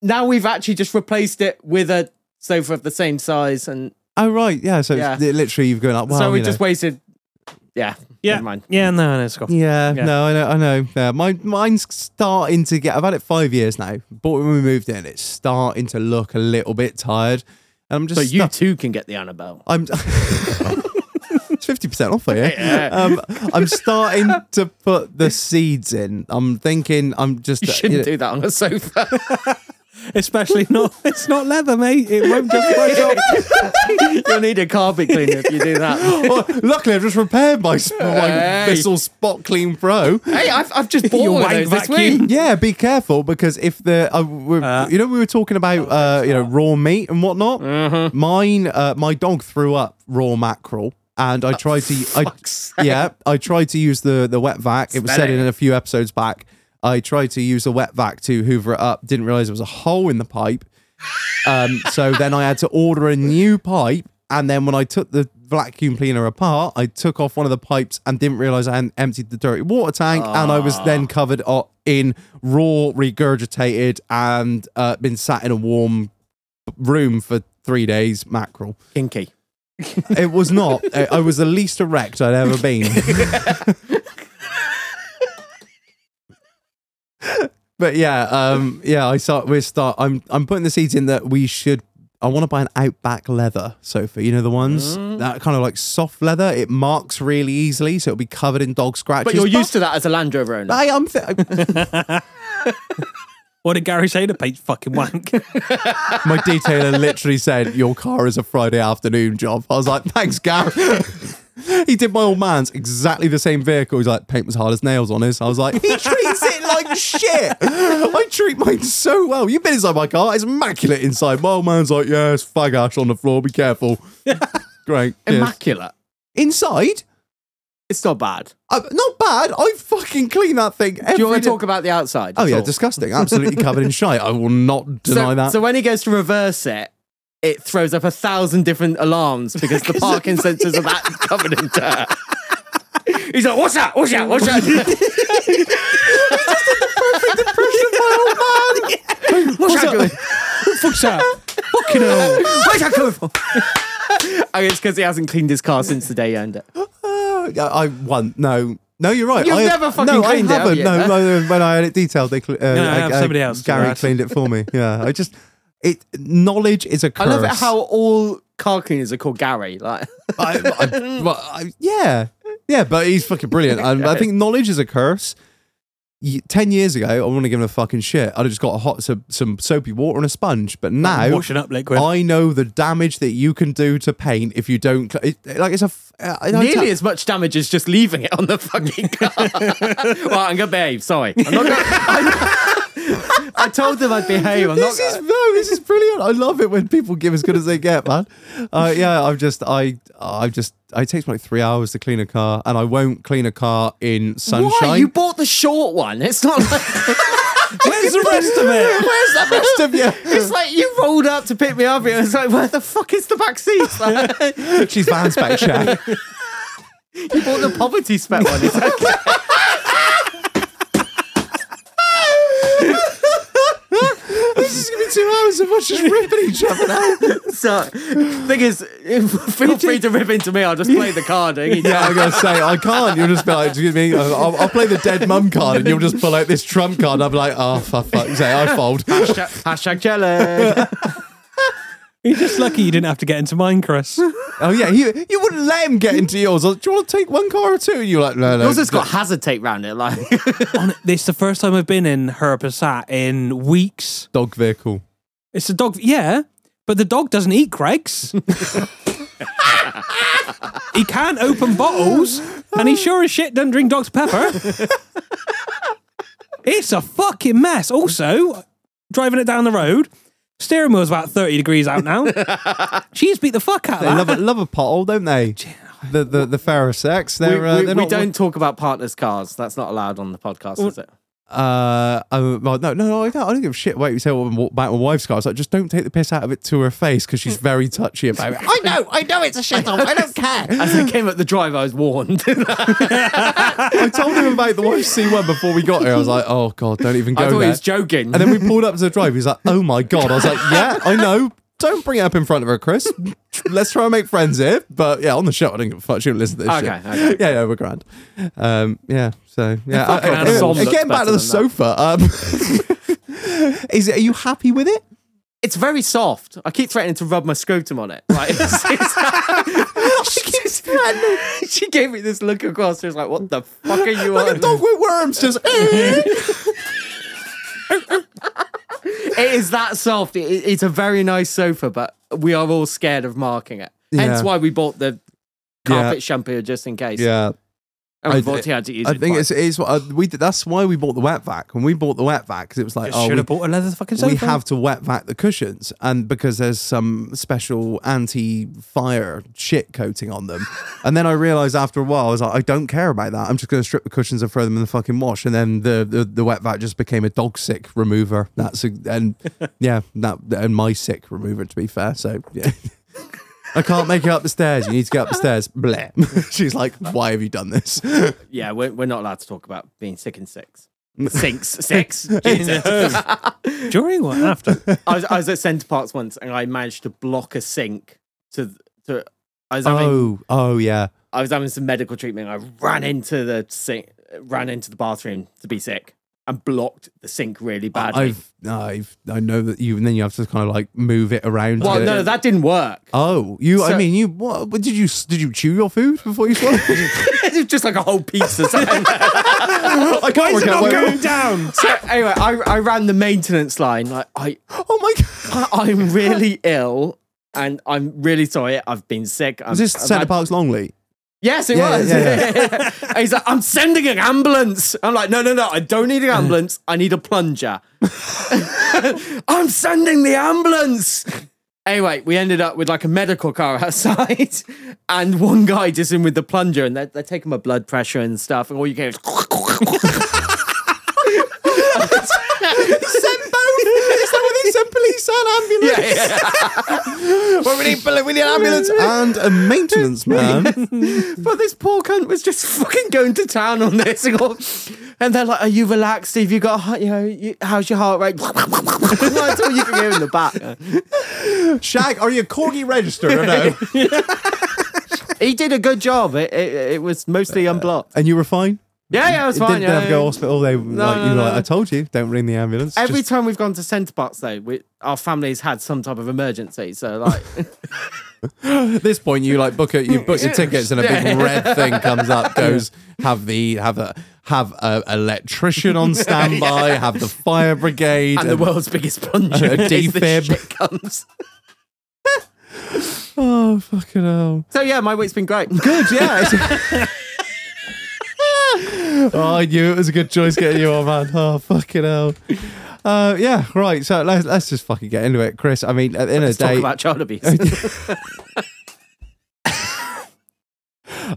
Speaker 3: now we've actually just replaced it with a sofa of the same size and
Speaker 2: oh right, yeah. So it's- literally, you've gone up. Well,
Speaker 3: so we
Speaker 2: you know.
Speaker 3: just wasted Oh, yeah,
Speaker 1: Yeah.
Speaker 3: never mind.
Speaker 1: Yeah, no, no, it's gone.
Speaker 2: Yeah,
Speaker 1: Yeah.
Speaker 2: no, I know, I know. Yeah, mine, mine's starting to get. I've had it five years now, but when we moved in, it's starting to look a little bit tired, and I'm just.
Speaker 3: So you
Speaker 2: stuck-
Speaker 3: too can get the Annabelle.
Speaker 2: I'm. *laughs* It's fifty percent off here.
Speaker 3: Yeah.
Speaker 2: Um, I'm starting to put the seeds in. I'm thinking. I'm just. uh,
Speaker 3: You shouldn't do that on a sofa.
Speaker 1: Especially not. *laughs* It's not leather, mate. It won't just break off.
Speaker 3: *laughs* You'll need a carpet cleaner if you do that.
Speaker 2: Well, luckily, I've just repaired my sp- my
Speaker 3: Hey.
Speaker 2: Bissell Spot Clean Pro.
Speaker 3: *laughs* hey, I've, I've just bought
Speaker 1: Your
Speaker 3: one of
Speaker 1: wank
Speaker 3: those this
Speaker 1: vacuum.
Speaker 3: week.
Speaker 2: Yeah, be careful because if the uh, we're, you know we were talking about uh, you know raw meat and whatnot. Mine, uh, my dog threw up raw mackerel, and I tried to.
Speaker 3: fuck's
Speaker 2: I, yeah, I tried to use the the wet vac. It was
Speaker 3: Smell
Speaker 2: said
Speaker 3: it.
Speaker 2: in a few episodes back. I tried to use the wet vac to hoover it up. Didn't realize there was a hole in the pipe. Um, so then I had to order a new pipe. And then when I took the vacuum cleaner apart, I took off one of the pipes and didn't realize I hadn't emptied the dirty water tank. And I was then covered o- in raw, regurgitated, and uh, been sat in a warm room for three days mackerel.
Speaker 3: Kinky.
Speaker 2: It was
Speaker 3: *laughs*
Speaker 2: not. I I was the least erect I'd ever been. but yeah, um, yeah. I start. We start. I'm. I'm putting the seeds in that we should. I want to buy an Outback leather sofa. You know the ones
Speaker 3: Mm.
Speaker 2: that kind of like soft leather. It marks really easily, so it'll be covered in dog scratches.
Speaker 3: But you're used to that as a Land Rover owner.
Speaker 2: I am. Th-
Speaker 1: What did Gary say? The paint's fucking wank. *laughs*
Speaker 2: my detailer literally said, "Your car is a Friday afternoon job." I was like, "Thanks, Gav." *laughs* he did my old man's exactly the same vehicle. He's like, "Paint was hard as nails on his." I was like, "He treats it like shit." I treat mine so well. You've been inside my car; it's immaculate inside. My old man's like, "Yeah, it's fag ash on the floor. Be
Speaker 3: *laughs*
Speaker 2: careful." Great. cheers.
Speaker 3: Immaculate.
Speaker 2: Inside,
Speaker 3: It's not bad.
Speaker 2: uh, not bad. I fucking clean that thing.
Speaker 3: Do
Speaker 2: every
Speaker 3: you want
Speaker 2: day.
Speaker 3: to talk about the outside?
Speaker 2: Oh
Speaker 3: at
Speaker 2: yeah,
Speaker 3: all?
Speaker 2: disgusting. Absolutely covered in shite. I will not
Speaker 3: so,
Speaker 2: deny that.
Speaker 3: So when he goes to reverse it, it throws up a thousand different alarms because *laughs* the parking sensors are *laughs* that covered in dirt. *laughs* He's like, what's that? What's that? What's that? *laughs*
Speaker 1: What's that? Fuck's that? Fucking hell.
Speaker 3: Where's that coming *laughs* from? *laughs* I mean, it's because he hasn't cleaned his car since the day he owned it.
Speaker 2: Uh, I I want no. No, you're right.
Speaker 3: You've
Speaker 2: I,
Speaker 3: never fucking
Speaker 2: no,
Speaker 3: cleaned it,
Speaker 2: I
Speaker 3: have
Speaker 2: haven't.
Speaker 3: you?
Speaker 2: No, no, no, when I had it detailed, they cle- uh,
Speaker 1: no,
Speaker 2: I-
Speaker 1: have
Speaker 2: I-
Speaker 1: somebody else do
Speaker 2: Gary
Speaker 1: that.
Speaker 2: cleaned it
Speaker 1: *laughs*
Speaker 2: for me. Yeah, I just it knowledge is a
Speaker 3: I
Speaker 2: curse.
Speaker 3: love it how all car cleaners are called Gary. *laughs* Like,
Speaker 2: I, I- well, I- yeah, yeah, but he's fucking brilliant. And I think knowledge is a curse. Y- Ten years ago, I wouldn't have given a fucking shit. I'd have just got a hot some, some soapy water and a sponge. But now,
Speaker 1: Washing up liquid.
Speaker 2: I know the damage that you can do to paint if you don't. cl- It, like it's a f- uh, I don't
Speaker 3: nearly
Speaker 2: tell-
Speaker 3: as much damage as just leaving it on the *laughs* fucking car. well, I'm gonna behave. Sorry, I'm not gonna, *laughs* I, I told them I'd behave. I'm not.
Speaker 2: This is no, this is brilliant. I love it when people give as good as they get, man. *laughs* Uh, yeah, I've just I I've just I takes me like three hours to clean a car, and I won't clean a car in sunshine.
Speaker 3: Why you bought the short one? It's not like *laughs*
Speaker 1: Where's the rest of it?
Speaker 3: where's the rest of
Speaker 2: you?
Speaker 3: It's like you rolled up to pick me up, and it's like, where the fuck is the
Speaker 2: *laughs*
Speaker 3: back seat?
Speaker 2: *laughs*
Speaker 3: Like,
Speaker 2: She's Van's back check.
Speaker 3: you bought the poverty spec one. It's like,
Speaker 2: *laughs* this is gonna be two hours of us just ripping each other now.
Speaker 3: so, thing is, feel free to rip into me. I'll just play the card.
Speaker 2: *laughs*
Speaker 3: eh?
Speaker 2: *laughs* Yeah, I'm gonna say I can't. You'll just be like, excuse me, I'll, I'll play the dead mum card, and you'll just pull out this trump card. And I'll be like, oh for fuck's sake, I *laughs* fold.
Speaker 3: Hashtag, hashtag jealous.
Speaker 1: You're just lucky you didn't have to get into mine, Chris.
Speaker 2: Oh yeah, you you wouldn't let him get into yours. I was like, Do you want to take one car or two? And you're like, no, no.
Speaker 3: Yours has got hazard tape round it. Like,
Speaker 1: On, it's the first time I've been in her Passat in weeks.
Speaker 2: dog vehicle.
Speaker 1: It's a dog. Yeah, but the dog doesn't eat
Speaker 2: *laughs*
Speaker 1: Greg's. he can't open bottles, and he sure as shit doesn't drink Dr Pepper. it's a fucking mess. Also, driving it down the road, steering wheel's about thirty degrees out
Speaker 2: *laughs*
Speaker 1: now. She's beat the fuck out
Speaker 2: They
Speaker 1: of
Speaker 3: *laughs*
Speaker 2: love a,
Speaker 1: that.
Speaker 2: love a pothole, don't they? The the the fairer sex.
Speaker 3: *laughs* we,
Speaker 2: They're, uh,
Speaker 3: we-
Speaker 2: they're
Speaker 3: we
Speaker 2: not,
Speaker 3: don't talk about partners' cars. That's not allowed on the podcast, is it?
Speaker 2: Uh, um, well, no, no, no, I don't, I don't give a shit. Wait, you say well, what about my wife's car? It's like just don't take the piss out of it to her face because she's very touchy about
Speaker 3: *laughs*
Speaker 2: it. I know, I know, it's a *laughs* shit off. I don't care.
Speaker 3: As I came up the drive, I was warned. *laughs*
Speaker 2: I told him about the wife's C1 before we got here. I was like, oh god, don't even go
Speaker 3: I thought
Speaker 2: there.
Speaker 3: he was joking.
Speaker 2: and then we pulled up to the drive. He's like, oh my god. I was like, yeah, I know. Don't bring it up in front of her, Chris. Let's try and make friends here. But yeah, on the show, I don't give a fuck. She don't listen to this
Speaker 3: Okay,
Speaker 2: shit.
Speaker 3: okay.
Speaker 2: Yeah, yeah, we're grand. Um, yeah, so yeah. I-
Speaker 3: fucking
Speaker 2: I-
Speaker 3: Amazon
Speaker 2: anyway,
Speaker 3: looks
Speaker 2: getting back
Speaker 3: better
Speaker 2: to the
Speaker 3: than that.
Speaker 2: sofa. Um, *laughs* is it? Are you happy with
Speaker 3: *laughs*
Speaker 2: it?
Speaker 3: it's very soft. I keep threatening to rub my scrotum on it. Like, *laughs* it's- it's- *laughs* she gave me this look across. She was like, "What the fuck are
Speaker 2: *laughs*
Speaker 3: you
Speaker 2: Like a
Speaker 3: on?"
Speaker 2: dog with worms, just.
Speaker 3: *laughs*
Speaker 2: eh?
Speaker 3: It is that soft. It, it- it's a very nice sofa, but we are all scared of marking it.
Speaker 2: Yeah.
Speaker 3: Hence why we bought the
Speaker 2: Yeah.
Speaker 3: carpet shampoo just in case.
Speaker 2: yeah.
Speaker 3: and
Speaker 2: I-
Speaker 3: we've already had to use
Speaker 2: I
Speaker 3: it
Speaker 2: think
Speaker 3: twice.
Speaker 2: it's, it's what uh, we did. That's why we bought the wet vac. When we bought the wet vac, 'cause it was like, oh,
Speaker 1: Should
Speaker 2: we,
Speaker 1: have bought a leather fucking sofa.
Speaker 2: we have to wet vac the cushions, and because there's some special anti-fire shit coating on
Speaker 3: *laughs*
Speaker 2: them. and then I realized after a while, I was like, I don't care about that. I'm just going to strip the cushions and throw them in the fucking wash. And then the the, the wet vac just became a dog sick remover. That's a,
Speaker 3: *laughs*
Speaker 2: and yeah, that and my sick remover to be fair. So yeah. *laughs* I can't make it up the stairs. You need to go up the stairs. Bleh. *laughs* She's like, why have you done this?
Speaker 3: Yeah, we're, we're not allowed to talk about being sick
Speaker 2: *laughs*
Speaker 3: in six. Sinks, six. Jesus. I,
Speaker 1: *laughs*
Speaker 2: *laughs*
Speaker 1: during or after.
Speaker 3: was, I was at Centre Parks once and I managed to block a sink to to I was having
Speaker 2: Oh, oh yeah.
Speaker 3: I was having some medical treatment. and I ran into the sink ran into the bathroom to be sick and blocked the sink really badly.
Speaker 2: I've, I've, I know that you, and then you have to kind of like move it around. to
Speaker 3: well,
Speaker 2: get
Speaker 3: no,
Speaker 2: it.
Speaker 3: that didn't work.
Speaker 2: Oh, you, I
Speaker 3: So-
Speaker 2: mean, you, what, what did you, did you chew your food before *laughs* you swallowed it?
Speaker 3: *laughs* It was just like a whole piece of something.
Speaker 2: I can't work out. where- *laughs*
Speaker 1: down?
Speaker 3: *laughs* so anyway, I, I ran the maintenance line. Like I,
Speaker 2: Oh my God.
Speaker 3: I I'm *laughs* really ill and I'm really sorry. I've been sick. I'm,
Speaker 2: Was this
Speaker 3: I've
Speaker 2: Centre
Speaker 3: had-
Speaker 2: Parks *laughs* Longley?
Speaker 3: Yes, it
Speaker 2: Yeah,
Speaker 3: was.
Speaker 2: yeah,
Speaker 3: *laughs* And he's like, I'm sending an ambulance. I'm like, no, no, no, I don't need an ambulance. I need a plunger. *laughs* I'm sending the ambulance. Anyway, we ended up with like a medical car *laughs* outside, and one guy just in with the plunger, and they're, they're taking my blood pressure and stuff, and all you get is.
Speaker 2: Send both. Is that what they send police and ambulance?
Speaker 3: *laughs* Yeah, yeah.
Speaker 2: Well, we need, poli- *laughs* we need an ambulance and a *laughs* maintenance man.
Speaker 3: But this poor cunt was just *laughs* fucking going to town on this. And, all- and they're like, Are you relaxed? Have you got, a heart- you know, you, how's your heart rate? *laughs* That's all you can hear in the back.
Speaker 2: Shag, are you corgi registered or no?
Speaker 3: He did a good job. It, it, it was mostly unblocked.
Speaker 2: *laughs* and you were fine?
Speaker 3: Yeah, yeah, it was
Speaker 2: It
Speaker 3: fine.
Speaker 2: didn't
Speaker 3: Yeah,
Speaker 2: have to
Speaker 3: yeah.
Speaker 2: go to hospital. They like, you
Speaker 3: no,
Speaker 2: were like,
Speaker 3: no.
Speaker 2: I told you, don't ring the ambulance.
Speaker 3: Every
Speaker 2: Just-
Speaker 3: time we've gone to centre parts, though, we, our families had some type of emergency.
Speaker 2: *laughs*
Speaker 3: So, like,
Speaker 2: at this point, you like book it, you book your tickets, and a big red thing comes up. Goes have the have a have a electrician on
Speaker 3: *laughs*
Speaker 2: standby. Have the fire brigade.
Speaker 3: and the world's biggest plunger.
Speaker 2: *laughs* A
Speaker 3: in case
Speaker 2: defib.
Speaker 3: this shit comes.
Speaker 2: oh fucking hell!
Speaker 3: So, yeah, my week's been great.
Speaker 2: Good, yeah. it's- oh, I knew it was a good choice getting you on, man. Oh fucking hell! Uh, yeah, right. So let's let's just fucking get into it, Chris. I mean, at the end *laughs*
Speaker 3: *laughs* Let's
Speaker 2: of the
Speaker 3: talk
Speaker 2: day,
Speaker 3: about child abuse.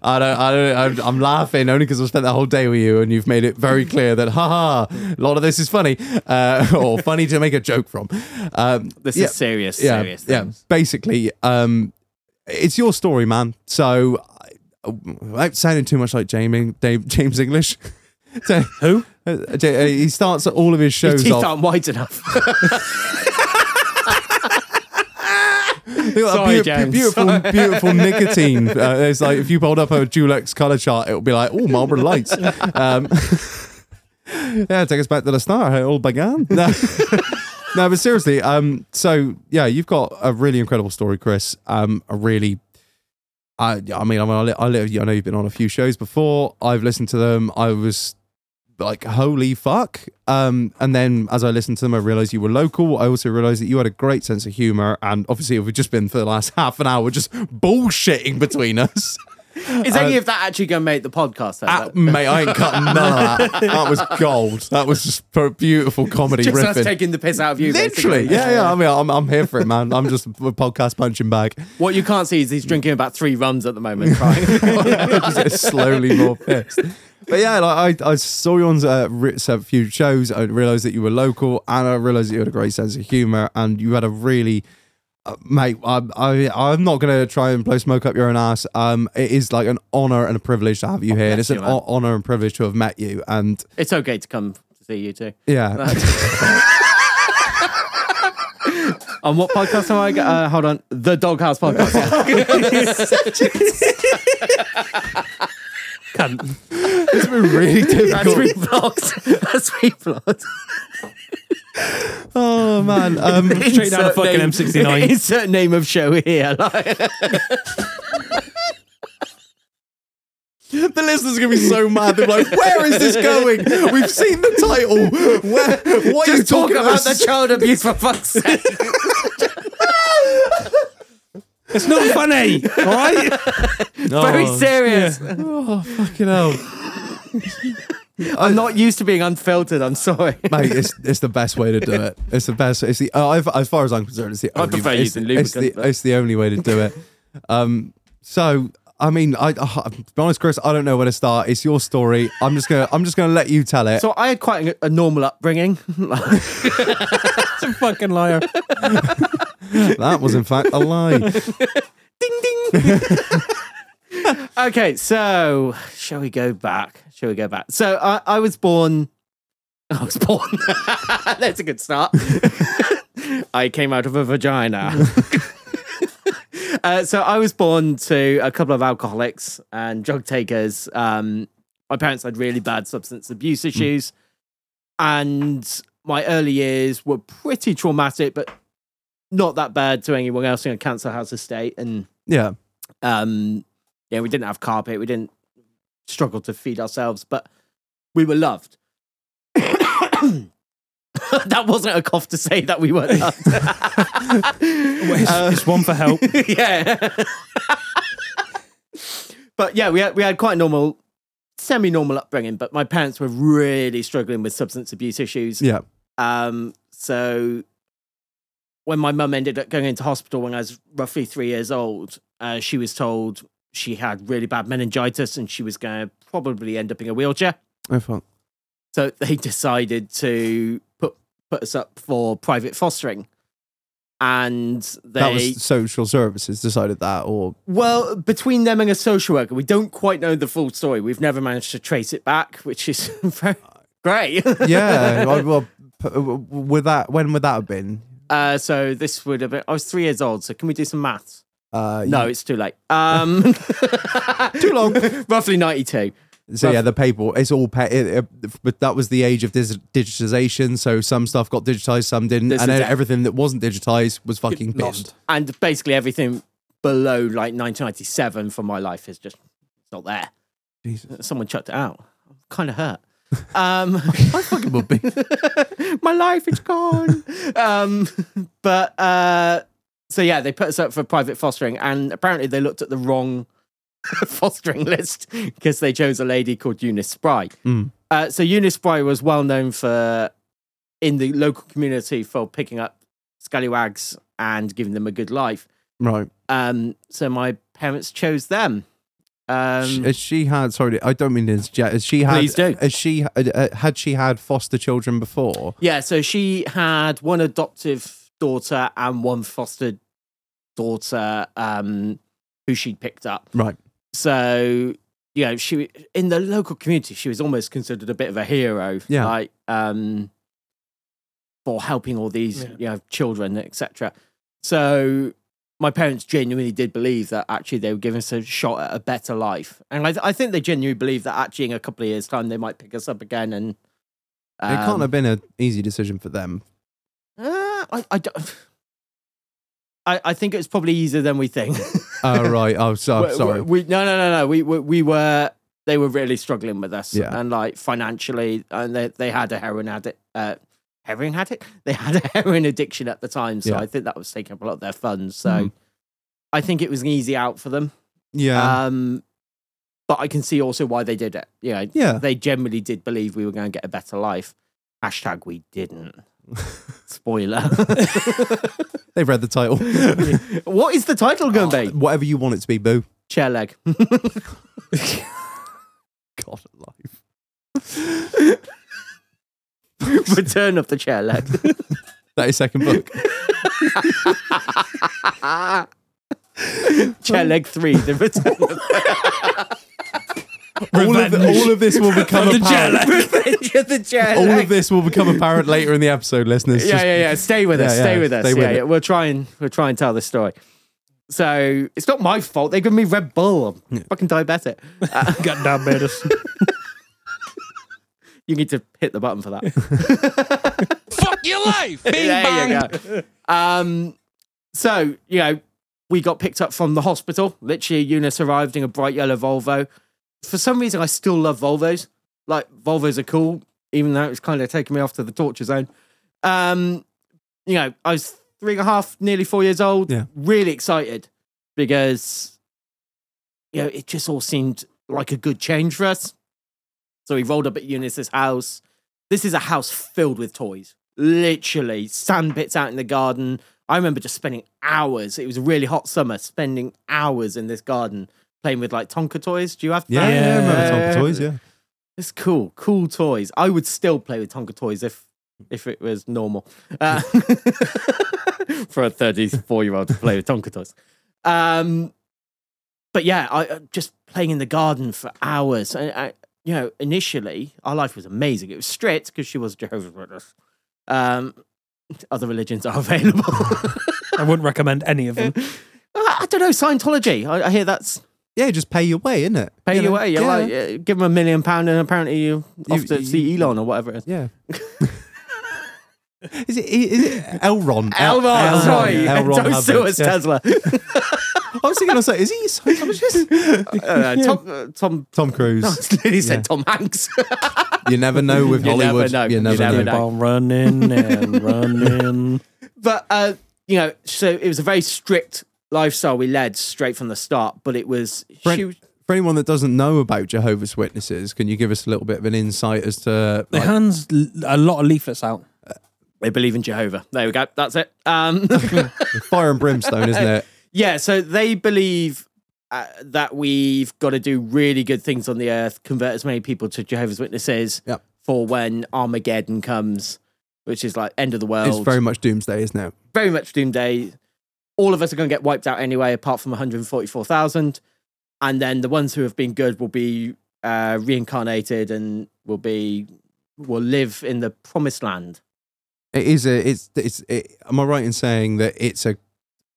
Speaker 2: I don't, I don't, I'm, I'm laughing only because I spent the whole day with you and you've made it very clear that, haha, a lot of this is funny uh, *laughs* or funny to make a joke from. Um,
Speaker 3: This
Speaker 2: yeah,
Speaker 3: is serious,
Speaker 2: yeah,
Speaker 3: serious.
Speaker 2: yeah.
Speaker 3: things.
Speaker 2: Basically, um, it's your story, man. So, I- without sounding too much like Jamie, Dave, *laughs* James English. so, *laughs*
Speaker 1: Who?
Speaker 2: uh, J- uh, he starts all of his
Speaker 3: His
Speaker 2: shows
Speaker 3: teeth
Speaker 2: off.
Speaker 3: aren't wide enough.
Speaker 2: *laughs* They got a
Speaker 3: Sorry,
Speaker 2: beau-
Speaker 3: James.
Speaker 2: Beautiful,
Speaker 3: *laughs*
Speaker 2: beautiful nicotine. Uh, it's like if you hold up a Dulux color chart, it'll be like, oh, Marlboro Lights. Um, *laughs* yeah, take us back to the start. how It all began. *laughs* No, no but seriously. Um, so yeah, you've got a really incredible story, Chris. Um, a really. I, I mean, I mean, I, li- I, li- I know you've been on a few shows before. I've listened to them. I was like, holy fuck. Um, and then as I listened to them, I realized you were local. I also realized that you had a great sense of humor. And obviously, we've just been for the last *laughs* half an hour just bullshitting between us. *laughs*
Speaker 3: Is any of that actually going to make the podcast? Though,
Speaker 2: Ah,
Speaker 3: though?
Speaker 2: mate, I ain't cutting none of
Speaker 3: *laughs*
Speaker 2: that. That was gold. That was just pure- beautiful comedy
Speaker 3: Just us
Speaker 2: riffing.
Speaker 3: taking the piss out of you.
Speaker 2: Literally,
Speaker 3: basically.
Speaker 2: yeah, yeah. I mean, I'm, I'm here for it, man. I'm just a podcast punching bag.
Speaker 3: What you can't see is he's drinking about three rums at the moment. *laughs* Crying.
Speaker 2: just get slowly more pissed. But yeah, like I, I saw you on uh, re- so a few shows. I realised that you were local, and I realised that you had a great sense of humour, and you had a really, uh, mate. I, I, I'm not gonna try and blow smoke up your own ass. Um, it is like an honour and a privilege to have you here. And it's
Speaker 3: Oh,
Speaker 2: an
Speaker 3: bless you, man.
Speaker 2: o- honour and privilege to have met you, and
Speaker 3: it's okay to come to see you too.
Speaker 2: *laughs* yeah,
Speaker 3: On what podcast am I? Uh, hold on, the Doghouse podcast.
Speaker 1: Cunt.
Speaker 2: it's been really
Speaker 3: *laughs* That's
Speaker 2: difficult.
Speaker 3: three vlogs. That's three vlogs.
Speaker 2: oh man,
Speaker 3: *laughs*
Speaker 2: um, *laughs*
Speaker 1: Straight down a
Speaker 3: Insert
Speaker 1: fucking
Speaker 3: name- *laughs*
Speaker 1: M69.
Speaker 3: Insert name of show here. Like,
Speaker 2: The listeners are gonna be so mad. They're like, "Where is this going? We've seen the title. Where? What are you
Speaker 3: just talk
Speaker 2: talking
Speaker 3: about
Speaker 2: about?
Speaker 3: the child abuse for fuck's sake.
Speaker 1: It's not *laughs* funny, all right?
Speaker 3: Very serious.
Speaker 2: *laughs* Oh fucking hell,
Speaker 3: I'm not used to being unfiltered. I'm sorry.
Speaker 2: mate! It's it's the best way to do it. It's the best. It's the. Uh, I've, as far as I'm concerned, it's the. Only,
Speaker 3: prefer
Speaker 2: it's,
Speaker 3: using
Speaker 2: it's the,
Speaker 3: lubricant, but-
Speaker 2: it's the only way to do
Speaker 3: *laughs*
Speaker 2: it. Um. So I mean, I, I to be honest, Chris, I don't know where to start. It's your story. I'm just gonna I'm just gonna let you tell it.
Speaker 3: So I had quite a, a normal upbringing. *laughs*
Speaker 1: It's a fucking liar.
Speaker 2: that was in fact a
Speaker 3: *laughs*
Speaker 2: lie.
Speaker 3: okay, so shall we go back? Shall we go back? So I, I was born. I was born. *laughs* That's a good start. I came out of a vagina. uh, so I was born to a couple of alcoholics and drug takers. Um, my parents had really bad substance abuse issues, and my early years were pretty traumatic, but not that bad to anyone else in a council house estate. And
Speaker 2: Yeah.
Speaker 3: um yeah we didn't have carpet we didn't struggle to feed ourselves but we were loved *coughs* that wasn't a cough to say that we were loved
Speaker 1: It's,
Speaker 2: Uh,
Speaker 1: it's one for
Speaker 2: *laughs*
Speaker 1: help.
Speaker 3: yeah but yeah we had, we had quite a normal semi-normal upbringing but my parents were really struggling with substance abuse issues
Speaker 2: Yeah.
Speaker 3: um, so when my mum ended up going into hospital when I was roughly three years old, uh, she was told she had really bad meningitis and she was going to probably end up in a wheelchair.
Speaker 2: I thought.
Speaker 3: So *laughs* they decided to put put us up for private fostering, and they
Speaker 2: That was social services decided that, or
Speaker 3: well, between them and a social worker, we don't quite know the full story. We've never managed to trace it back, which is *laughs* very
Speaker 2: Uh,
Speaker 3: great. *laughs*
Speaker 2: yeah. I- well, p- would that when would that have been?
Speaker 3: Uh, so this would have been, I was three years old. So can we do some maths?
Speaker 2: Uh,
Speaker 3: No, it's too late. Um,
Speaker 2: too long.
Speaker 3: *laughs* roughly 92.
Speaker 2: So yeah, the paper, it's all pa- it, it- but that was the age of dis- digitization. So some stuff got digitized, some didn't,
Speaker 3: This
Speaker 2: and
Speaker 3: is
Speaker 2: then
Speaker 3: it.
Speaker 2: everything that wasn't digitized was fucking binned.
Speaker 1: Lost.
Speaker 3: and basically everything below like 1997 for my life is just it's not there. Someone chucked it out. I'm kind of hurt. Um, *laughs* I fucking
Speaker 2: Would be.
Speaker 3: my life is gone. *laughs* um, but uh, so yeah, they put us up for private fostering, and apparently they looked at the wrong *laughs* fostering list because they chose a lady called Eunice Spry.
Speaker 2: Mm.
Speaker 3: Uh, so Eunice Spry was well known for in the local community for picking up scallywags and giving them a good life.
Speaker 2: Right.
Speaker 3: Um, so my parents chose them. Um,
Speaker 2: As she had, sorry, I don't mean to interject. As she had,
Speaker 3: Please do.
Speaker 2: As she uh, had, she had foster children before.
Speaker 3: yeah, so she had one adoptive daughter and one foster daughter um, who she picked up.
Speaker 2: Right.
Speaker 3: So you know, she in the local community, she was almost considered a bit of a hero.
Speaker 2: Yeah.
Speaker 3: like um, for helping all these
Speaker 1: Yeah.
Speaker 3: you know children, etc. So my parents genuinely did believe that actually they were giving us a shot at a better life, and I, I think they genuinely believe that actually in a couple of years' time they might pick us up again. And
Speaker 2: it can't
Speaker 3: um,
Speaker 2: have been an easy decision for them.
Speaker 3: uh, I, I don't. *sighs* I, I think it was probably easier than we *laughs* think.
Speaker 2: Oh right. Oh, so
Speaker 3: we,
Speaker 2: sorry.
Speaker 3: We, we- no, no, no, no. We, we we were they were really struggling with us,
Speaker 2: Yeah.
Speaker 3: and like financially, and they they had a heroin addict. Uh, heroin addict. *laughs* They had a heroin addiction at the time, so
Speaker 2: Yeah.
Speaker 3: I think that was taking up a lot of their funds. So
Speaker 2: Mm.
Speaker 3: I think it was an easy out for them.
Speaker 2: yeah.
Speaker 3: Um, but I can see also why they did it. You know,
Speaker 2: yeah. *laughs*
Speaker 3: they generally did believe we were going to get a better life. Hashtag we didn't.
Speaker 2: *laughs*
Speaker 3: Spoiler.
Speaker 2: They've read the title.
Speaker 3: what is the title going to be?
Speaker 2: Whatever you want it to be, boo.
Speaker 3: *laughs* Chair leg. *laughs*
Speaker 2: God alive.
Speaker 3: Return of the chair leg.
Speaker 2: That is second book.
Speaker 3: Chair leg three, the return of
Speaker 2: all, of the- all of this will become
Speaker 1: the
Speaker 2: apparent.
Speaker 1: jet
Speaker 3: Revenge of the *laughs* chair
Speaker 2: All
Speaker 3: leg.
Speaker 2: of this will become apparent later in the episode, listeners.
Speaker 3: yeah,
Speaker 2: Just-
Speaker 3: yeah, yeah. Stay with us.
Speaker 2: Yeah,
Speaker 3: stay
Speaker 2: yeah,
Speaker 3: with us.
Speaker 2: stay
Speaker 3: yeah,
Speaker 2: with
Speaker 3: yeah.
Speaker 2: it.
Speaker 3: We'll try and we'll try and tell the story. So it's not my fault. They give me Red Bull. I'm fucking diabetic. Uh,
Speaker 2: *laughs*
Speaker 1: got diabetes.
Speaker 3: you need to hit the button for that.
Speaker 4: Fuck your
Speaker 2: *laughs*
Speaker 4: life. *laughs* Bing
Speaker 3: there
Speaker 4: bang.
Speaker 3: you go. Um, so you know, we got picked up from the hospital. Literally, Eunice arrived in a bright yellow Volvo. For some reason, I still love Volvos. Like Volvos are cool, even though it's kind of taking me off to the torture zone. Um, you know, I was three and a half, nearly four years old.
Speaker 2: Yeah.
Speaker 3: Really excited because you know it just all seemed like a good change for us. So we rolled up at Eunice's house this is a house filled with toys. Literally, sand pits out in the garden. I remember just spending hours. It was a really hot summer, spending hours in this garden playing with like Tonka toys. Do you have
Speaker 2: Yeah,
Speaker 3: that?
Speaker 2: yeah, I remember Tom
Speaker 3: Yeah.
Speaker 2: Toys, yeah.
Speaker 3: It's cool, cool toys. I would still play with Tonka toys if if it was normal uh, *laughs* for a thirty-four year old to play with Tonka toys. Um, but yeah, I I- just playing in the garden for hours. I, I, you know, initially our life was amazing. It was strict because she was *laughs* a Jehovah's Witness. Um, other religions are *laughs* available.
Speaker 1: I wouldn't recommend any of them.
Speaker 3: I I don't know Scientology. I, I hear that's
Speaker 2: Yeah, just pay your way, innit?
Speaker 3: pay
Speaker 2: You
Speaker 3: you
Speaker 2: know,
Speaker 3: away. You're like, uh, give them a million pound, and apparently you off
Speaker 2: You-
Speaker 3: to
Speaker 2: you-
Speaker 3: see Elon or whatever it is.
Speaker 2: Yeah. *laughs* is it is it Elron? El-
Speaker 3: Elron, sorry. *laughs*
Speaker 2: Elron
Speaker 3: Don't
Speaker 2: Hubbard,
Speaker 3: sue us,
Speaker 2: yeah.
Speaker 3: Tesla.
Speaker 2: I was thinking, I was like, is he a
Speaker 3: *laughs*
Speaker 2: Scientologist?
Speaker 3: Uh, Tom, uh, Tom,
Speaker 2: Tom Cruise.
Speaker 3: he said
Speaker 2: Yeah.
Speaker 3: Tom Hanks. *laughs*
Speaker 2: You never know with
Speaker 3: You never
Speaker 2: Hollywood.
Speaker 3: know. You
Speaker 2: You never, know.
Speaker 3: never know.
Speaker 1: Keep on running and running.
Speaker 3: *laughs* but, uh, you know, so it was a very strict lifestyle we led straight from the start, but it was.
Speaker 2: Brent,
Speaker 3: she was-
Speaker 2: for anyone that doesn't know about Jehovah's Witnesses, can you give us a little bit of an insight as to
Speaker 1: The
Speaker 2: like,
Speaker 3: *laughs*
Speaker 1: hands l- a lot of leaflets out.
Speaker 3: they believe in Jehovah. There we go. That's it. Um,
Speaker 2: fire and brimstone, isn't it?
Speaker 3: yeah, so they believe. Uh, that we've got to do really good things on the earth, convert as many people to Jehovah's Witnesses
Speaker 2: Yep.
Speaker 3: for when Armageddon comes, which is like end of the world.
Speaker 2: It's very much doomsday, isn't it?
Speaker 3: very much Doomsday. All of us are going to get wiped out anyway, apart from 144,000. And then the ones who have been good will be uh, reincarnated and will be will live in the promised land.
Speaker 2: It is a. It's. It's. It, am I right in saying that it's a,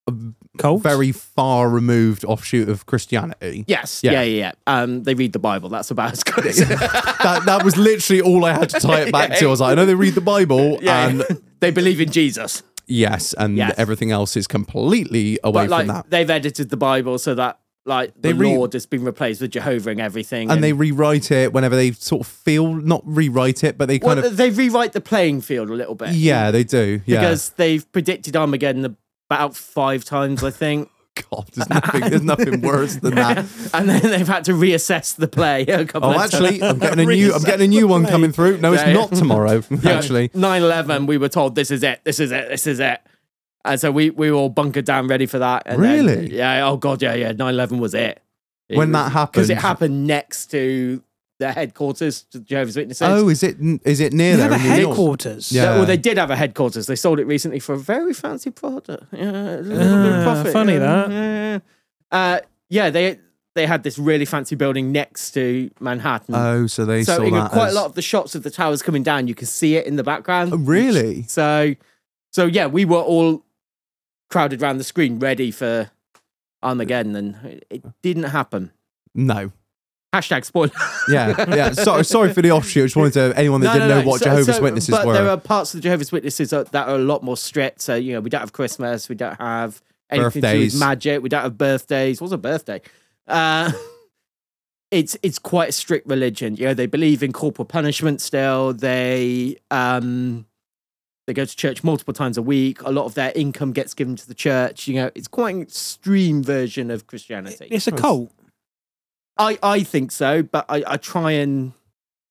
Speaker 2: a
Speaker 1: Cult?
Speaker 2: very far removed offshoot of Christianity.
Speaker 3: Yes.
Speaker 2: Yeah.
Speaker 3: Yeah. yeah, yeah, Um, they read the Bible. That's about as good. as-
Speaker 2: *laughs*
Speaker 3: *laughs*
Speaker 2: That, that was literally all I had to tie it back to. I was like, I know they read the Bible,
Speaker 3: *laughs* yeah.
Speaker 2: and
Speaker 3: they believe in Jesus,
Speaker 2: yes, and
Speaker 3: Yes.
Speaker 2: everything else is completely away
Speaker 3: but
Speaker 2: from
Speaker 3: like
Speaker 2: that.
Speaker 3: they've edited the Bible so that like the
Speaker 2: They re-
Speaker 3: Lord has been replaced with Jehovah and everything.
Speaker 2: and they rewrite it whenever they sort of feel not rewrite it, but they
Speaker 3: well,
Speaker 2: kind of
Speaker 3: they rewrite the playing field a little bit.
Speaker 2: yeah, they do. Yeah,
Speaker 3: because they've predicted Armageddon about five times, I think.
Speaker 2: *laughs*
Speaker 3: *laughs*
Speaker 2: God, there's nothing, there's nothing worse than that.
Speaker 3: and then they've had to reassess the play a couple
Speaker 2: Oh,
Speaker 3: of
Speaker 2: actually,
Speaker 3: times.
Speaker 2: I'm getting a new, I'm getting a new one coming through. No, it's
Speaker 3: *laughs* Yeah.
Speaker 2: not tomorrow. Actually,
Speaker 3: 9 11, we were told this is it, this is it, this is it. And so we, we were all bunkered down ready for that. And then-
Speaker 2: Really?
Speaker 3: yeah, oh God, yeah, yeah, 9 11 was it.
Speaker 2: When that
Speaker 3: Because it
Speaker 2: happened-
Speaker 3: happened next to their headquarters, to Jehovah's Witnesses.
Speaker 2: oh, is it is it near
Speaker 1: They
Speaker 2: there?
Speaker 1: have a
Speaker 2: in New York?
Speaker 1: headquarters.
Speaker 2: Yeah.
Speaker 3: Well, they did have a headquarters. They sold it recently for a very fancy product. Yeah, a little
Speaker 2: Uh,
Speaker 3: bit of
Speaker 1: Ah,
Speaker 3: profit.
Speaker 1: funny
Speaker 3: yeah,
Speaker 1: that.
Speaker 3: Yeah, yeah. Uh, yeah, they they had this really fancy building next to Manhattan.
Speaker 2: Oh, so they
Speaker 3: so
Speaker 2: saw
Speaker 3: in
Speaker 2: that.
Speaker 3: quite
Speaker 2: as-
Speaker 3: a lot of the shots of the towers coming down, you can see it in the background.
Speaker 2: Oh, really?
Speaker 3: So, so yeah, we were all crowded around the screen, ready for Armageddon, and it didn't happen.
Speaker 2: No.
Speaker 3: Hashtag spoiler.
Speaker 2: Yeah,
Speaker 3: *laughs*
Speaker 2: yeah. Sorry, sorry for the offshoot. I just wanted to anyone that didn't know what
Speaker 3: So-
Speaker 2: Jehovah's
Speaker 3: so-
Speaker 2: Witnesses
Speaker 3: but
Speaker 2: were.
Speaker 3: there are parts of the Jehovah's Witnesses that that are a lot more strict. So you know, we don't have Christmas, we don't have anything to do
Speaker 2: Birthdays.
Speaker 3: with magic, we don't have birthdays. What's a birthday? Uh, *laughs* it's it's quite a strict religion. You know, they believe in corporal punishment still. They um they go to church multiple times a week. A lot of their income gets given to the church. You know, it's quite an extreme version of Christianity.
Speaker 1: It's a cult.
Speaker 3: I, I think so, but I, I try and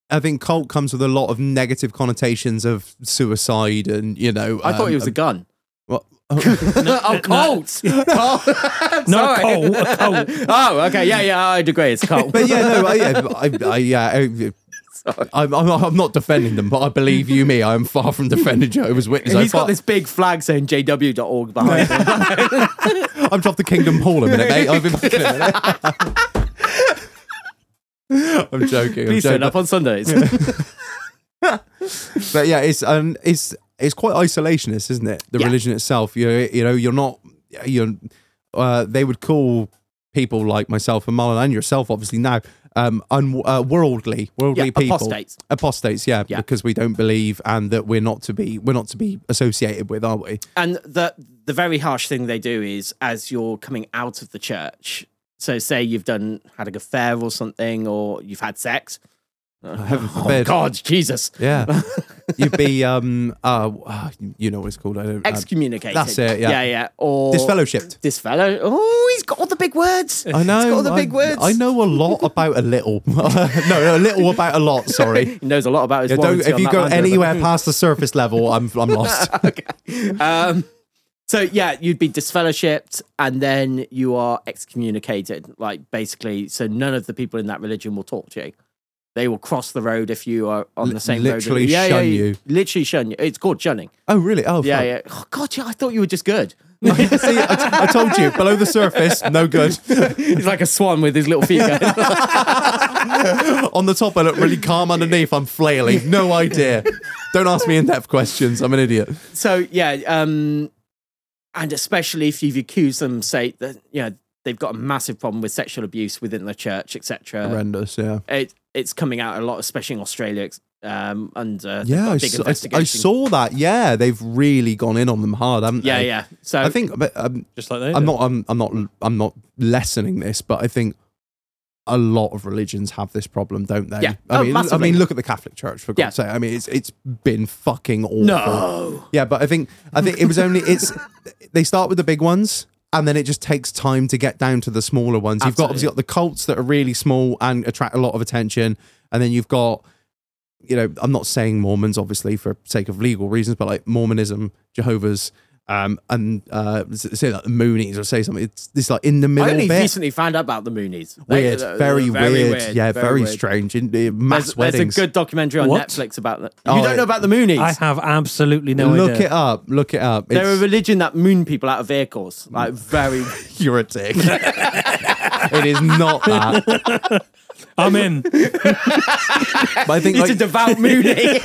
Speaker 2: I think cult comes with a lot of negative connotations of suicide and you know.
Speaker 3: I thought
Speaker 2: um,
Speaker 3: it was a gun.
Speaker 2: well, *laughs* oh,
Speaker 3: *laughs* oh, cult. Cult.
Speaker 1: Not a
Speaker 3: Sorry.
Speaker 1: cult, a cult.
Speaker 3: Oh, okay. Yeah, yeah. I agree. It's *laughs* cult.
Speaker 2: but yeah, no, I, yeah, I, I,
Speaker 3: *laughs*
Speaker 2: yeah. I, I'm, I'm, I'm not defending them, but I believe you me. I am far from defending Jehovah's Witnesses.
Speaker 3: He's
Speaker 2: I
Speaker 3: got this big flag saying JW.org behind him.
Speaker 2: I've dropped the Kingdom Hall a minute, mate. I've been back in a minute. *laughs* I'm joking.
Speaker 3: Please
Speaker 2: I'm joking.
Speaker 3: turn up on Sundays.
Speaker 2: But yeah, it's um, it's it's quite isolationist, isn't it? The
Speaker 3: Yeah.
Speaker 2: religion itself, you know, you know, you're not, you're, uh, they would call people like myself and Marlon and yourself, obviously now, um, un- uh, worldly, worldly
Speaker 3: Yeah,
Speaker 2: people,
Speaker 3: apostates.
Speaker 2: apostates, yeah,
Speaker 3: Yeah.
Speaker 2: because we don't believe and that we're not to be, we're not to be associated with, are we?
Speaker 3: *laughs* and the the very harsh thing they do is as you're coming out of the church. So say you've done had an affair or something, or you've had
Speaker 2: *laughs*
Speaker 3: sex.
Speaker 2: Heaven
Speaker 3: Oh
Speaker 2: forbid.
Speaker 3: God, Jesus. *laughs*
Speaker 2: Yeah, you'd be, um, uh, uh, you know what it's called, I don't. uh,
Speaker 3: Excommunicated.
Speaker 2: That's it, yeah.
Speaker 3: Yeah, yeah. Or
Speaker 2: Disfellowshipped.
Speaker 3: This fellow. Oh, he's got all the big words.
Speaker 2: I know.
Speaker 3: He's got all the
Speaker 2: I-
Speaker 3: big words.
Speaker 2: I know a lot about a little. *laughs* no, no, a little about a lot.
Speaker 3: *laughs*
Speaker 2: Sorry.
Speaker 3: He knows a lot about his
Speaker 2: Yeah, don't,
Speaker 3: warranty
Speaker 2: if
Speaker 3: on
Speaker 2: you
Speaker 3: that
Speaker 2: go
Speaker 3: Land Rover.
Speaker 2: anywhere past the surface level, I'm I'm
Speaker 3: *laughs*
Speaker 2: lost.
Speaker 3: Um, so yeah, you'd be disfellowshipped, and then you are excommunicated. Like basically, so none of the people in that religion will talk to you. They will cross the road if you are on the same road.
Speaker 2: literally
Speaker 3: yeah,
Speaker 2: shun
Speaker 3: yeah,
Speaker 2: you.
Speaker 3: Literally shun you. It's called shunning.
Speaker 2: oh, really? Oh,
Speaker 3: Yeah,
Speaker 2: fuck.
Speaker 3: yeah. Oh, God, yeah. I thought you were just good.
Speaker 2: See, I, t- I told you, below the surface, no good. *laughs*
Speaker 3: He's like a swan with his little feet going.
Speaker 2: On the top, I look really calm. Underneath, I'm flailing. No idea. Don't ask me in-depth questions. I'm an idiot.
Speaker 3: so yeah, um, and especially if you've accused them, say that you know they've got a massive problem with sexual abuse within the church, etc.
Speaker 2: Horrendous. Yeah.
Speaker 3: it it's coming out a lot, especially in Australia. ex- Um, under
Speaker 2: Yeah, I, s-
Speaker 3: big
Speaker 2: I s- I
Speaker 3: investigation.
Speaker 2: saw that. Yeah, they've really gone in on them hard, haven't
Speaker 3: Yeah,
Speaker 2: they?
Speaker 3: yeah. So
Speaker 2: I think but, um,
Speaker 1: *laughs* Just like they
Speaker 2: I'm
Speaker 1: do.
Speaker 2: not. I'm, I'm not. I'm not lessening this, but I think a lot of religions have this problem, don't they?
Speaker 3: Yeah.
Speaker 2: I
Speaker 3: Oh,
Speaker 2: mean, I
Speaker 3: massively.
Speaker 2: mean, look at the Catholic Church for
Speaker 3: Yeah.
Speaker 2: God's sake. I mean, it's it's been fucking awful.
Speaker 3: no.
Speaker 2: Yeah, but I think I think it was only it's they start with the big ones. And then it just takes time to get down to the smaller ones. You've got obviously
Speaker 3: Absolutely.
Speaker 2: got the cults that are really small and attract a lot of attention, and then you've got, you know, I'm not saying Mormons obviously for sake of legal reasons, but like Mormonism, Jehovah's, um, and uh, s- say like the Moonies or say something. It's this like in the middle
Speaker 3: I only
Speaker 2: bit.
Speaker 3: recently found out about the Moonies. They-
Speaker 2: weird,
Speaker 3: they're-
Speaker 2: very,
Speaker 3: they're
Speaker 2: weird. yeah, very,
Speaker 3: weird.
Speaker 2: strange. In, uh, mass
Speaker 3: There's, there's a
Speaker 2: weddings.
Speaker 3: good documentary on
Speaker 1: What?
Speaker 3: Netflix about that.
Speaker 2: Oh,
Speaker 3: you don't
Speaker 2: it-
Speaker 3: know about the Moonies?
Speaker 1: I have absolutely no
Speaker 2: look
Speaker 1: idea.
Speaker 2: it up. Look it Mm. up.
Speaker 3: They're a
Speaker 2: It's-
Speaker 3: religion that moon people out of vehicles.
Speaker 2: *laughs*
Speaker 3: Like very.
Speaker 2: You're a dick. it is not that.
Speaker 1: I'm in.
Speaker 2: But I think
Speaker 3: He's
Speaker 2: like, *laughs*
Speaker 3: a devout Mooney.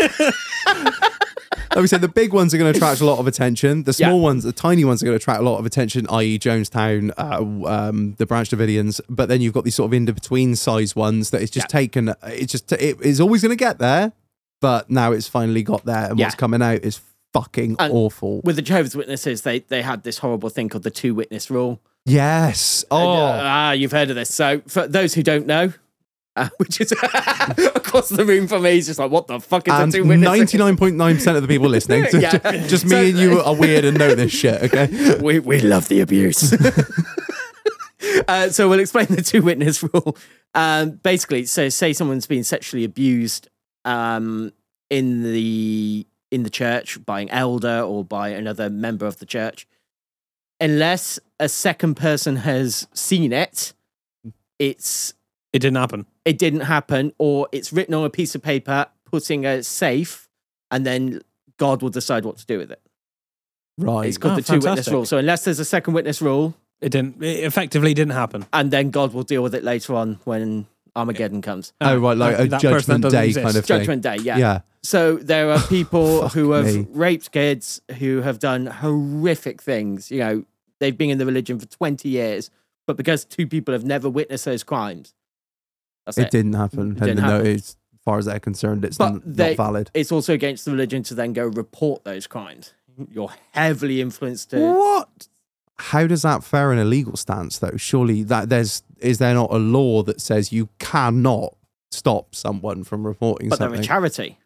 Speaker 2: Like we said, the big ones are going to attract a lot of attention. The small
Speaker 3: Yeah.
Speaker 2: ones, the tiny ones, are going to attract a lot of attention, i.e., Jonestown, uh, um, the Branch Davidians. But then you've got these sort of in between size ones that it's just taken. It's just it is always going to get there, but now it's finally got there, and what's
Speaker 3: Yeah.
Speaker 2: coming out is fucking
Speaker 3: And-
Speaker 2: awful.
Speaker 3: With the Jehovah's Witnesses, they they had this horrible thing called the two witness rule.
Speaker 2: Yes.
Speaker 3: And,
Speaker 2: Oh.
Speaker 3: uh, ah, you've heard of this. So for those who don't know, *laughs* uh, which is *laughs* across the room from me, he's just like, what the fuck is
Speaker 2: and
Speaker 3: a two witness? rule?"
Speaker 2: 99.9% of the people listening, so
Speaker 3: *laughs* Yeah.
Speaker 2: ju- *laughs* just me
Speaker 3: So-
Speaker 2: and you are weird and know this shit, okay?
Speaker 3: *laughs* we, we love the abuse. *laughs* uh, so we'll explain the two witness *laughs* rule. Um, basically, so say someone's been sexually abused um, in the in the church by an elder or by another member of the church, unless a second person has seen it, it's
Speaker 1: It didn't happen.
Speaker 3: it didn't happen, or it's written on a piece of paper, putting a safe, and then God will decide what to do with it.
Speaker 2: Right. Ah,
Speaker 3: It's called
Speaker 1: Oh,
Speaker 3: the two witness
Speaker 1: fantastic.
Speaker 3: rule. So unless there's a second witness rule,
Speaker 1: It didn't. It effectively didn't happen.
Speaker 3: and then God will deal with it later on when Armageddon comes.
Speaker 2: Oh, right, like
Speaker 1: That-
Speaker 2: a
Speaker 1: that person that
Speaker 2: judgment
Speaker 1: doesn't
Speaker 2: day
Speaker 1: exist.
Speaker 2: kind of thing.
Speaker 3: Judgment Day, *laughs* yeah.
Speaker 2: Yeah.
Speaker 3: So there
Speaker 2: *laughs*
Speaker 3: are people
Speaker 2: Fuck
Speaker 3: who have
Speaker 2: me.
Speaker 3: raped kids, who have done horrific things. You know, they've been in the religion for 20 years, but because two people have never witnessed those crimes, that's it.
Speaker 2: It didn't happen.
Speaker 3: It didn't
Speaker 2: and
Speaker 3: happen.
Speaker 2: No, it's, as far as they're concerned, it's
Speaker 3: But
Speaker 2: n-
Speaker 3: they-
Speaker 2: not valid.
Speaker 3: It's also against the religion to then go report those crimes. You're heavily influenced to.
Speaker 2: What? How does that fare in a legal stance, though? Surely that there's is there not a law that says you cannot stop someone from reporting
Speaker 3: But they're a
Speaker 2: something?
Speaker 3: charity.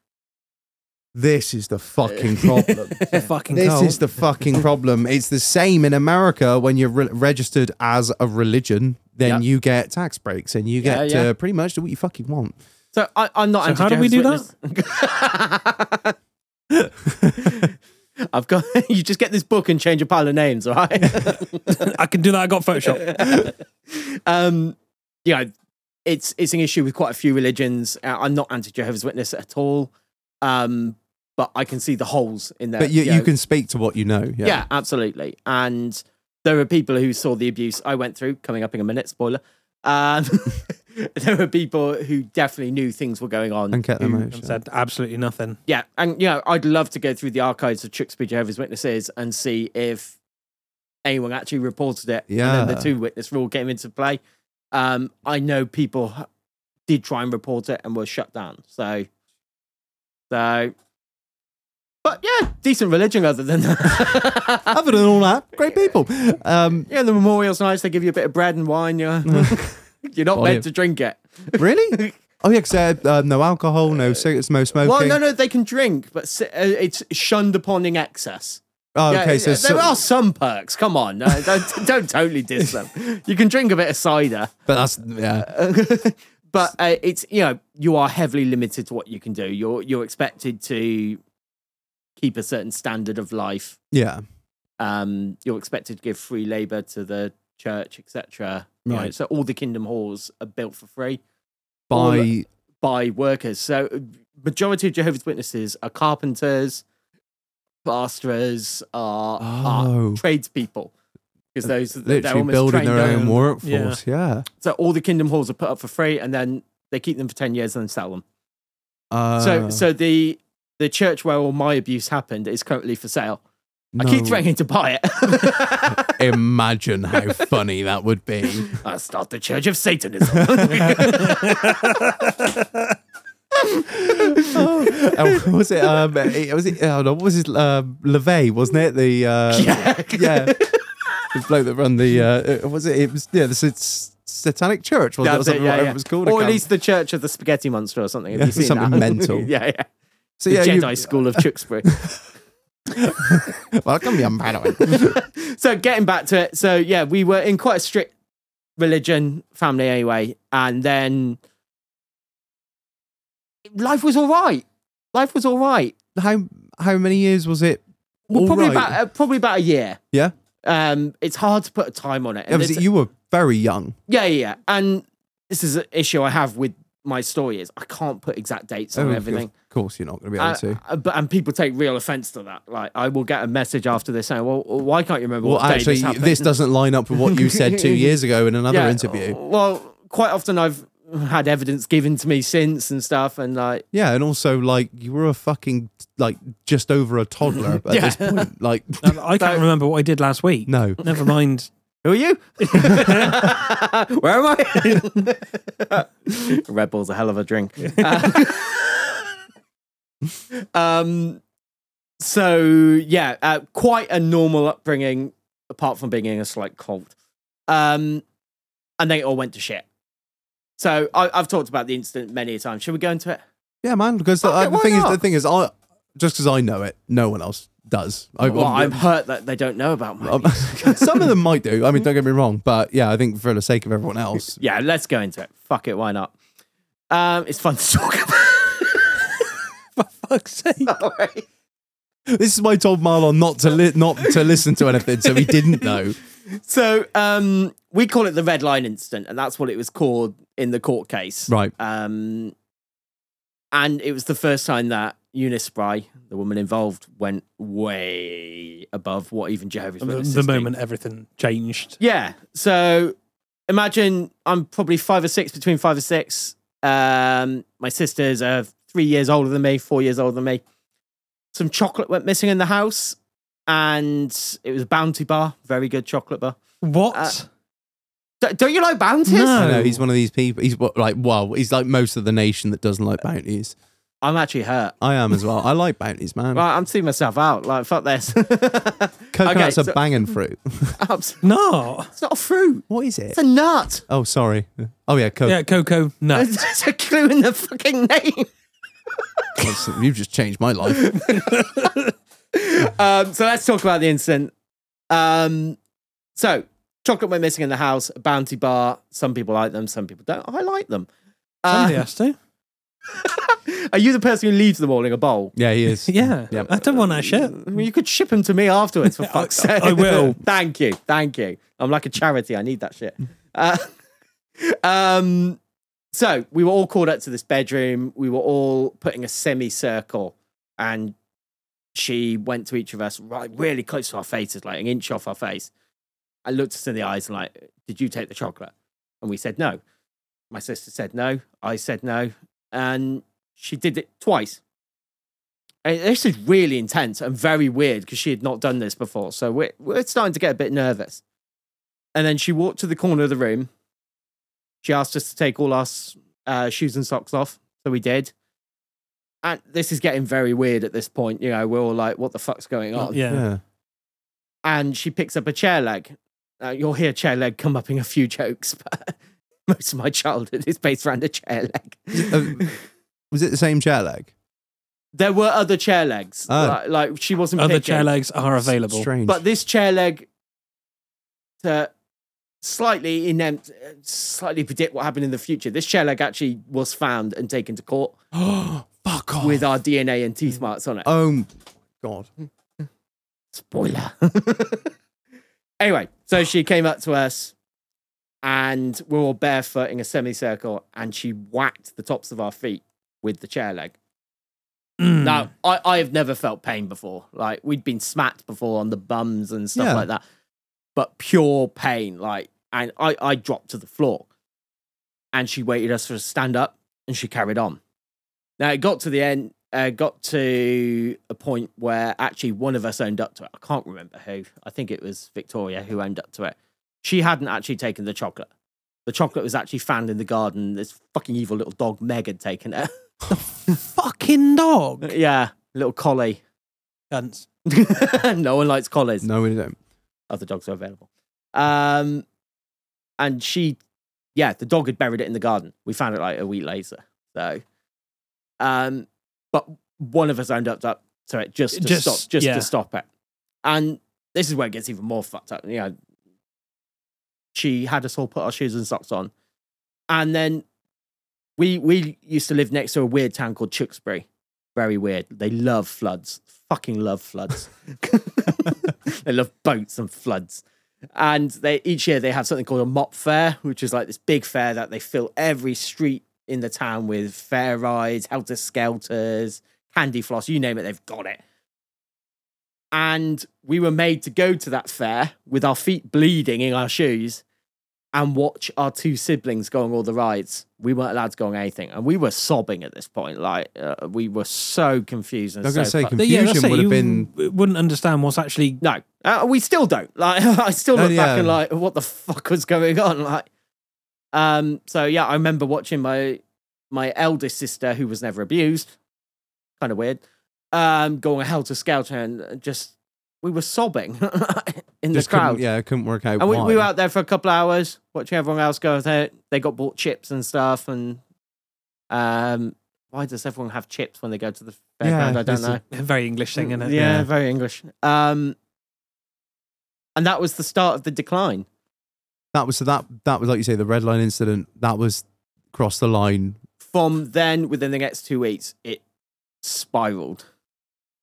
Speaker 2: this is the fucking
Speaker 3: *laughs*
Speaker 2: problem.
Speaker 1: fucking
Speaker 2: This is the fucking problem. It's the same in America when you're re- registered as a religion, then
Speaker 3: Yeah.
Speaker 2: you get tax breaks and you
Speaker 3: Yeah,
Speaker 2: get
Speaker 3: yeah.
Speaker 2: Uh, pretty much do what you fucking want.
Speaker 3: So I, I'm not.
Speaker 1: So how do we
Speaker 3: anti-Jehovah's Witness. *laughs* I've got. *laughs* You just get this book and change a pile of names, all right? *laughs*
Speaker 1: I can do that. I got
Speaker 2: *laughs*
Speaker 1: Photoshop.
Speaker 3: um, you know, it's it's an issue with quite a few religions. Uh, I'm not anti-Jehovah's Witness at all, um, but I can see the holes in there.
Speaker 2: But you, you
Speaker 3: know.
Speaker 2: can speak to what you know. Yeah.
Speaker 3: Yeah. absolutely. And there are people who saw the abuse I went through, coming up in a minute, spoiler. Um, *laughs* there were people who definitely knew things were going on.
Speaker 2: And get them
Speaker 3: who-
Speaker 2: out.
Speaker 1: And
Speaker 2: yeah.
Speaker 1: said absolutely nothing.
Speaker 3: yeah, and you know, I'd love to go through the archives of Chixby Jehovah's Witnesses and see if anyone actually reported it. And then
Speaker 2: Yeah.
Speaker 3: the two witness rule came into play. Um, I know people h- did try and report it and were shut down. So, so, but yeah, decent religion other than that. *laughs*
Speaker 2: Other than all that, great people. Um,
Speaker 3: yeah, the memorial's nice. They give you a bit of bread and
Speaker 2: *laughs*
Speaker 3: wine. You're, you're not
Speaker 2: Oh, yeah.
Speaker 3: meant to drink it.
Speaker 2: really? Oh yeah, 'cause, uh, uh, no alcohol, no cigarettes, no smoking.
Speaker 3: *laughs* Well, no, no, they can drink, but s- uh, it's shunned upon in excess.
Speaker 2: Oh,
Speaker 3: Yeah,
Speaker 2: okay, so,
Speaker 3: there
Speaker 2: so-
Speaker 3: are some perks. Come on, no,
Speaker 2: *laughs*
Speaker 3: don't, *laughs* don't totally diss them. You can drink a bit of cider, *laughs*
Speaker 2: but that's yeah.
Speaker 3: but uh, it's you know you are heavily limited to what you can do. You're you're expected to keep a certain standard of life.
Speaker 2: Yeah.
Speaker 3: Um, you're expected to give free labor to the church, etc. You know,
Speaker 2: Right.
Speaker 3: so all the kingdom halls are built for free All-
Speaker 2: By
Speaker 3: by workers. So uh, majority of Jehovah's Witnesses are carpenters, plasterers, are,
Speaker 2: Oh.
Speaker 3: are tradespeople. Because those they're
Speaker 2: literally
Speaker 3: almost
Speaker 2: building
Speaker 3: trained
Speaker 2: their own
Speaker 3: work.
Speaker 2: workforce. Yeah.
Speaker 3: So all the kingdom halls are put up for free, and then they keep them for ten years and then sell them.
Speaker 2: Uh,
Speaker 3: so so the the church where all my abuse happened is currently for sale. I keep
Speaker 2: Uh, no.
Speaker 3: *laughs* threatening to buy it. *laughs*
Speaker 2: Imagine how funny that would be.
Speaker 3: I start the Church of Satanism.
Speaker 2: *laughs* oh, was it? Um, it- was it? Oh, no, what was his? Um, Levay, wasn't it? The uh,
Speaker 3: yeah.
Speaker 2: yeah, the bloke that run the. Uh, uh, was it? It was yeah, the sat- Satanic Church, wasn't it? Or
Speaker 3: That's it,
Speaker 2: something,
Speaker 3: yeah,
Speaker 2: whatever
Speaker 3: yeah.
Speaker 2: it was called. I
Speaker 3: or at
Speaker 2: can't-
Speaker 3: least the Church of the Spaghetti Monster or something. Have
Speaker 2: Yeah,
Speaker 3: you seen
Speaker 2: something
Speaker 3: *laughs* that?
Speaker 2: mental.
Speaker 3: yeah, yeah.
Speaker 2: so,
Speaker 3: The
Speaker 2: yeah,
Speaker 3: Jedi School
Speaker 2: *laughs*
Speaker 3: of Tewkesbury.
Speaker 2: You, welcome, young Padawan.
Speaker 3: so getting back to it. So yeah, we were in quite a strict religion family anyway, and then life was all right. Life was all right.
Speaker 2: *laughs* how how many years was it?
Speaker 3: Well,
Speaker 2: all
Speaker 3: probably
Speaker 2: right?
Speaker 3: about uh, probably about a year.
Speaker 2: yeah.
Speaker 3: Um, it's hard to put a time on it.
Speaker 2: Yeah,
Speaker 3: And
Speaker 2: was
Speaker 3: it's-
Speaker 2: it- you were very young.
Speaker 3: yeah, yeah, yeah. And this is an issue I have with my story is I can't put exact dates on
Speaker 2: Oh,
Speaker 3: everything.
Speaker 2: Of course, you're not going to be able
Speaker 3: Uh,
Speaker 2: to.
Speaker 3: uh, but and people take real offense to that. Like I will get a message after this saying, "Well, why can't you remember?"
Speaker 2: Well,
Speaker 3: what day
Speaker 2: actually,
Speaker 3: this, happened?" *laughs*
Speaker 2: this doesn't line up with what you said two years ago in another
Speaker 3: Yeah,
Speaker 2: interview.
Speaker 3: Well, quite often I've had evidence given to me since and stuff, and like
Speaker 2: Yeah, and also like you were a fucking like just over a toddler at this
Speaker 3: *laughs*
Speaker 2: point. Like, *laughs*
Speaker 1: *laughs* And I can't remember what I did last week.
Speaker 2: no,
Speaker 1: Never mind.
Speaker 2: who are you?
Speaker 3: where am I? *laughs* Red Bull's a hell of a drink. *laughs* Uh, um, so yeah, uh, quite a normal upbringing, apart from being in a slight cult. Um, and they all went to shit. So I, I've talked about the incident many a time. Should we go into it?
Speaker 2: Yeah, man. Because the,
Speaker 3: Okay,
Speaker 2: uh, the
Speaker 3: why
Speaker 2: thing is,
Speaker 3: not?
Speaker 2: the thing is, I just because I know it, no one else does. I,
Speaker 3: Well, I'm
Speaker 2: I'm-
Speaker 3: hurt that they don't know about mine.
Speaker 2: I'm- *laughs* some of them might do. I mean, don't get me wrong, but yeah, I think for the sake of everyone else,
Speaker 3: yeah, let's go into it. Fuck it, why not? Um, it's fun to *laughs* talk
Speaker 1: For fuck's sake.
Speaker 3: about.
Speaker 2: this is why I told Marlon not to li- not to listen to anything, so he *laughs* didn't know.
Speaker 3: so um, we call it the red line incident, and that's what it was called in the court case.
Speaker 2: Right.
Speaker 3: Um, and it was the first time that Eunice Spry, the woman involved, went way above what even Jehovah's
Speaker 1: The,
Speaker 3: Witnesses
Speaker 1: the
Speaker 3: do.
Speaker 1: moment everything changed.
Speaker 3: Yeah. So imagine I'm probably five or six, between five or six. Um, my sisters are three years older than me, four years older than me. Some chocolate went missing in the house, and it was a bounty bar, very good chocolate bar.
Speaker 1: What?
Speaker 3: Uh, D- don't you like bounties?
Speaker 1: No.
Speaker 2: I know he's one of these people. He's what- like, well, he's like most of the nation that doesn't like bounties.
Speaker 3: I'm actually hurt.
Speaker 2: I am as well. I like bounties, man.
Speaker 3: Right, I'm seeing myself out. Like fuck this. *laughs*
Speaker 2: Coconuts
Speaker 3: okay,
Speaker 2: are
Speaker 3: so-
Speaker 2: banging fruit. *laughs*
Speaker 3: Abs-
Speaker 1: no.
Speaker 3: it's not a fruit.
Speaker 2: what is it?
Speaker 3: It's a nut. *laughs*
Speaker 2: Oh, sorry. Oh yeah, coconuts.
Speaker 1: Yeah, Coco. No.
Speaker 3: There's a clue in the fucking name.
Speaker 2: *laughs* You've just changed my life.
Speaker 3: Um, so let's talk about the incident. Um, so chocolate went missing in the house, a bounty bar. Some people like them, some people don't. I like them.
Speaker 1: Somebody
Speaker 3: Uh,
Speaker 1: has to.
Speaker 3: are you the person who leaves them all in a bowl?
Speaker 2: Yeah, he
Speaker 3: *laughs*
Speaker 2: is.
Speaker 1: Yeah.
Speaker 2: Yep.
Speaker 1: I don't want that shit.
Speaker 3: I mean, you could ship them to me afterwards, for fuck's
Speaker 1: *laughs*
Speaker 3: sake.
Speaker 1: I will.
Speaker 3: *laughs* thank you, thank you. I'm like a charity. I need that shit. Uh, *laughs* um, so we were all called up to this bedroom. We were all putting a semicircle, and she went to each of us right, really close to our faces, like an inch off our face. I looked us in the eyes and like, "Did you take the chocolate?" And we said no. My sister said no. I said no, and she did it twice. And this is really intense and very weird because she had not done this before. So we're, we're starting to get a bit nervous. And then she walked to the corner of the room. She asked us to take all our s- uh, shoes and socks off. So we did. And this is getting very weird at this point. You know, we're all like, what the fuck's going on?
Speaker 1: Yeah.
Speaker 2: Yeah.
Speaker 3: And she picks up a chair leg. Now, you'll hear chair leg come up in a few jokes, *laughs* but most of my childhood is based around a chair leg.
Speaker 2: Uh, was it the same chair leg?
Speaker 3: There were other chair legs.
Speaker 2: Oh.
Speaker 3: Like, like she wasn't
Speaker 1: Other
Speaker 3: picking.
Speaker 1: chair legs are available.
Speaker 2: Strange.
Speaker 3: But this chair leg, to slightly inept, slightly predict what happened in the future, this chair leg actually was found and taken to court
Speaker 2: fuck off.
Speaker 1: Oh.
Speaker 3: with our DNA and teeth marks on it.
Speaker 2: oh my god.
Speaker 3: Spoiler. *laughs* anyway, so she came up to us and we're all barefoot in a semicircle and she whacked the tops of our feet with the chair leg.
Speaker 1: Hmm.
Speaker 3: Now, I, I have never felt pain before. Like, we'd been smacked before on the bums and stuff
Speaker 2: Yeah.
Speaker 3: like that, but pure pain. Like, and I, I dropped to the floor and she waited us for a stand up and she carried on. Now, it got to the end, uh, got to a point where actually one of us owned up to it. I can't remember who. I think it was Victoria who owned up to it. She hadn't actually taken the chocolate. The chocolate was actually found in the garden. This fucking evil little dog, Meg, had taken it. *laughs*
Speaker 1: Fucking dog.
Speaker 3: yeah, little collie.
Speaker 1: Cunts.
Speaker 3: *laughs* no one likes collars.
Speaker 2: No, we don't.
Speaker 3: Other dogs are available. Um, and she, yeah, the dog had buried it in the garden. We found it like a week later. So, um, but one of us owned up to, to it just to
Speaker 1: Just-
Speaker 3: stop, just
Speaker 1: yeah.
Speaker 3: to stop it. And this is where it gets even more fucked up. You know, she had us all put our shoes and socks on, and then we we used to live next to a weird town called Tewkesbury. Very weird. They love floods. Fucking
Speaker 1: *laughs*
Speaker 3: love floods. *laughs* they love boats and floods. And they each year they have something called a mop fair, which is like this big fair that they fill every street in the town with fair rides, helter skelters, candy floss, you name it, they've got it. And we were made to go to that fair with our feet bleeding in our shoes and watch our two siblings go on all the rides. We weren't allowed to go on anything, and we were sobbing at this point. Like uh, we were so confused. And
Speaker 2: I was going to
Speaker 3: so
Speaker 2: say
Speaker 3: fu-
Speaker 1: But yeah, that's it.
Speaker 2: confusion would
Speaker 1: You
Speaker 2: have been.
Speaker 1: w- wouldn't understand what's actually.
Speaker 3: no, uh, we still don't. Like *laughs* I still
Speaker 2: No,
Speaker 3: look
Speaker 2: yeah.
Speaker 3: back and like, what the fuck was going on? *laughs* Like, um. So yeah, I remember watching my my eldest sister, who was never abused, kind of weird, um, go on helter skelter and just we were sobbing *laughs* in the
Speaker 2: Just
Speaker 3: crowd.
Speaker 2: couldn't, yeah, couldn't work out.
Speaker 3: And we,
Speaker 2: why.
Speaker 3: we were out there for a couple hours watching everyone else go. They they got bought chips and stuff. And um, why does everyone have chips when they go to the fairground?
Speaker 2: Yeah,
Speaker 3: I don't
Speaker 2: it's a-
Speaker 3: know.
Speaker 1: Very English thing, isn't
Speaker 3: yeah,
Speaker 1: it?
Speaker 2: Yeah.
Speaker 3: very English. Um, and that was the start of the decline.
Speaker 2: That was so that that was like you say the red line incident. That was crossed the line.
Speaker 3: From then, within the next two weeks, it spiraled.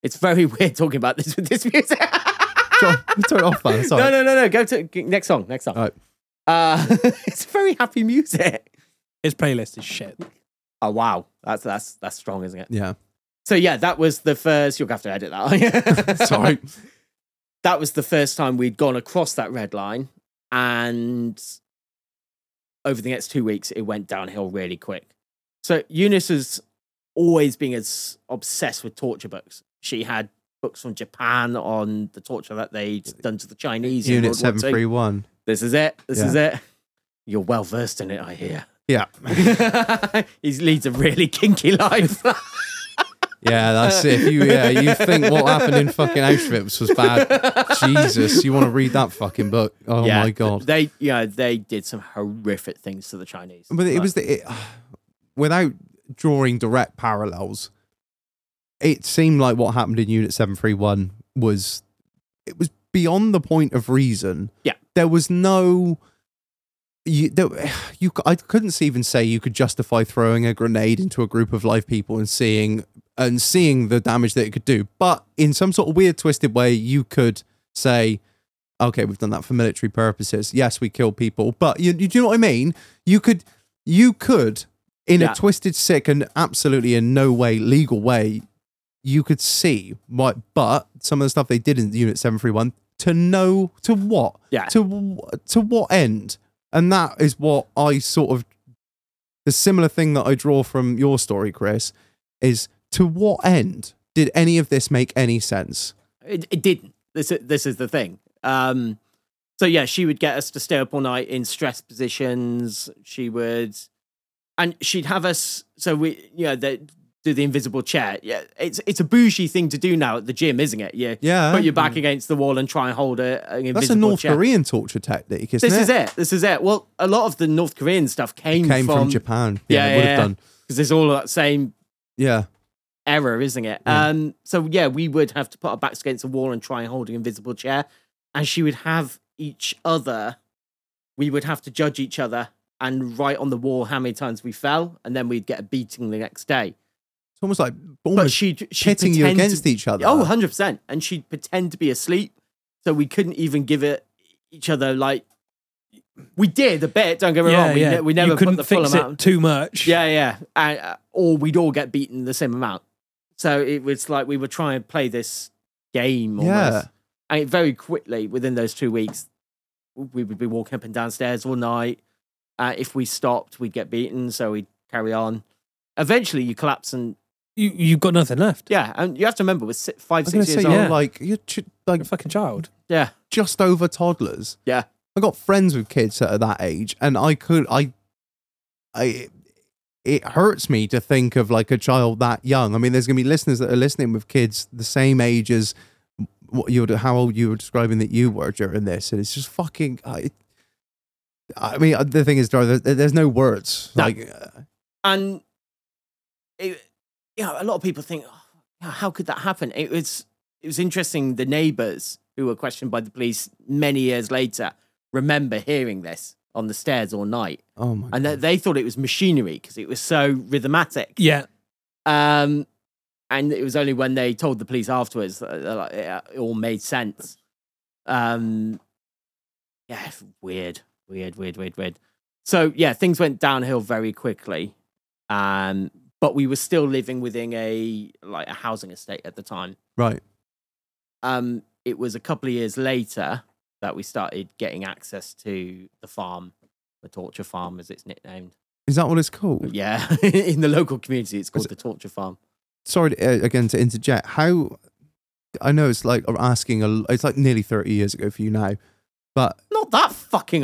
Speaker 3: It's very *laughs* weird talking about this with this music. *laughs*
Speaker 2: John, turn it off, man. Sorry.
Speaker 3: No, no, no, no. Go to g- next song. Next song.
Speaker 2: All right.
Speaker 3: Uh, *laughs* it's very happy music.
Speaker 1: His playlist is shit.
Speaker 3: Oh wow, that's that's that's strong, isn't it?
Speaker 2: Yeah,
Speaker 3: So yeah, that was the first. You'll have to edit that. *laughs*
Speaker 2: sorry.
Speaker 3: That was the first time we'd gone across that red line, and over the next two weeks, it went downhill really quick. So Eunice has always been as obsessed with torture books. She had books from Japan on the torture that they'd done to the Chinese. in
Speaker 2: Unit
Speaker 3: World War
Speaker 2: seven
Speaker 3: Two.
Speaker 2: three one.
Speaker 3: This is it. This
Speaker 2: Yeah.
Speaker 3: is it. You're well versed in it, I
Speaker 2: *laughs*
Speaker 3: hear. *laughs*
Speaker 2: Yeah,
Speaker 3: he leads a really kinky
Speaker 2: *laughs*
Speaker 3: life.
Speaker 2: Oh yeah, that's it. If you yeah, you think what happened in fucking Auschwitz was
Speaker 3: *laughs*
Speaker 2: bad? Jesus, you want to read that fucking book? Oh my god.
Speaker 3: They yeah, they did some horrific things to the Chinese.
Speaker 2: But it
Speaker 3: Like,
Speaker 2: was the it, *sighs* without drawing direct parallels, it seemed like what happened in Unit Seven Three One was it was beyond the point of reason.
Speaker 3: Yeah.
Speaker 2: there was no. You, there, *sighs* you, c- I couldn't s- even say you could justify throwing a grenade into a group of live people and seeing and seeing the damage that it could do. But in some sort of weird, twisted way, you could say, okay, we've done that for military purposes. Yes, we kill people, but you, you do you know what I mean? You could, you could, in
Speaker 3: Yeah.
Speaker 2: a twisted, sick, and absolutely in no way legal way, you could see why. But some of the stuff they did in Unit Seven Three One to no to what
Speaker 3: Yeah.
Speaker 2: to wh- to what end, and that is what I sort of the similar thing that I draw from your story, Chris, is to what end did any of this make any sense?
Speaker 3: it, it didn't. This is this is the thing. Um so yeah, she would get us to stay up all night in stress positions. She would and she'd have us so we you know they do the invisible chair. Yeah, it's it's a bougie thing to do now at the gym, isn't it? Yeah.
Speaker 2: Yeah.
Speaker 3: Put your back against the wall and try and hold a, an invisible
Speaker 2: That's a North
Speaker 3: chair.
Speaker 2: Korean torture tactic, isn't
Speaker 3: This
Speaker 2: it?
Speaker 3: is it. This is it. Well, a lot of the North Korean stuff came,
Speaker 2: Came from, Japan. Yeah, it would have done.
Speaker 3: Because there's all that same
Speaker 2: Yeah,
Speaker 3: error, isn't it?
Speaker 2: Yeah.
Speaker 3: Um, so yeah, we would have to put our backs against the wall and try and hold an invisible chair, and she would have each other. We would have to judge each other and write on the wall how many times we fell, and then we'd get a beating the next day.
Speaker 2: it's almost like
Speaker 3: But
Speaker 2: almost
Speaker 3: she she
Speaker 2: pitting you against each other.
Speaker 3: Oh, 100 percent. And she'd pretend to be asleep, so we couldn't even give it each other like. We did a bit. Don't get me wrong. We, ne- we never
Speaker 1: you
Speaker 3: put
Speaker 1: couldn't
Speaker 3: the full
Speaker 1: fix
Speaker 3: amount.
Speaker 1: it too much.
Speaker 3: Yeah, yeah. And, uh, or we'd all get beaten the same amount. So it was like we were trying to play this game almost.
Speaker 2: Yeah.
Speaker 3: And it very quickly, within those two weeks, we would be walking up and downstairs all night. Uh, if we stopped, we'd get beaten. So we'd carry on. Eventually, you collapse and
Speaker 1: you you've got nothing left.
Speaker 3: yeah. And you have to remember, we're si-
Speaker 2: I
Speaker 3: five,
Speaker 2: was going
Speaker 3: six
Speaker 2: to
Speaker 3: years
Speaker 2: say,
Speaker 3: old.
Speaker 2: yeah,
Speaker 1: yeah.
Speaker 2: like you're ch- like
Speaker 1: You're a fucking child.
Speaker 3: Yeah.
Speaker 2: just over toddlers.
Speaker 3: Yeah.
Speaker 2: I got friends with kids that are that age, and I could, I, I, it hurts me to think of like a child that young. I mean, there's gonna be listeners that are listening with kids the same age as what you would, how old you were describing that you were during this, and it's just fucking. I, I mean, uh, the thing is, Dar, there, there's no words.
Speaker 3: No.
Speaker 2: Like, uh,
Speaker 3: and it, you know, a lot of people think, oh, you know, how could that happen? It was it was interesting. The neighbors who were questioned by the police many years later remember hearing this on the stairs all night,
Speaker 2: oh my.
Speaker 3: and they, they thought it was machinery because it was so rhythmatic.
Speaker 1: Yeah.
Speaker 3: Um, and it was only when they told the police afterwards that they're like, yeah, it all made sense. Um, yeah, it's weird, weird, weird, weird, weird. So yeah, things went downhill very quickly. Um, but we were still living within a like a housing estate at the time.
Speaker 2: right.
Speaker 3: Um, it was a couple of years later that we started getting access to the farm The torture farm, as it's nicknamed.
Speaker 2: Is that what it's called?
Speaker 3: Yeah, *laughs* in the local community, it's called
Speaker 2: Is
Speaker 3: the torture farm.
Speaker 2: Sorry uh, again to interject. How I know it's like I'm asking. A, it's like nearly thirty years ago for you now, but
Speaker 3: Not that fucking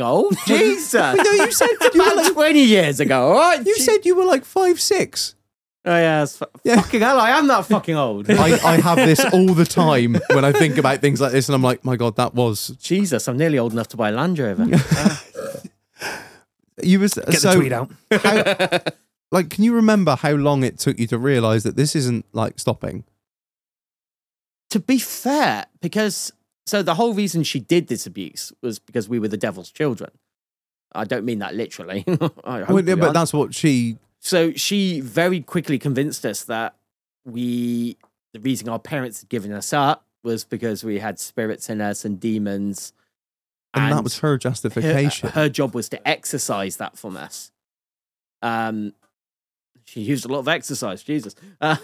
Speaker 2: *laughs*
Speaker 3: old, Jesus! no,
Speaker 2: you said you were
Speaker 3: *laughs* about
Speaker 2: like-
Speaker 3: twenty years ago. All right,
Speaker 2: you
Speaker 3: Gee-
Speaker 2: said you were like five six.
Speaker 3: oh yeah, it's fu-
Speaker 2: Yeah.
Speaker 3: fucking hell, I am that fucking
Speaker 2: *laughs*
Speaker 3: old.
Speaker 2: I, I have this all the time when I think about things like this, and I'm like, my god, that was
Speaker 3: Jesus, I'm nearly old enough to buy a Land Rover.
Speaker 2: you was
Speaker 1: Get
Speaker 2: so
Speaker 1: the tweet out.
Speaker 2: how- like, can you remember how long it took you to realize that this isn't like stopping?
Speaker 3: to be fair, because so the whole reason she did this abuse was because we were the devil's children. I don't mean that literally. *laughs* I
Speaker 2: Well,
Speaker 3: hope
Speaker 2: yeah,
Speaker 3: we
Speaker 2: but
Speaker 3: aren't.
Speaker 2: that's what she.
Speaker 3: so she very quickly convinced us that we, the reason our parents had given us up was because we had spirits in us and demons.
Speaker 2: And, that was her
Speaker 3: her- *laughs*
Speaker 2: justification. *laughs*
Speaker 3: Her, job was to exercise that from us. Um, she used a lot of exercise. Jesus. Uh,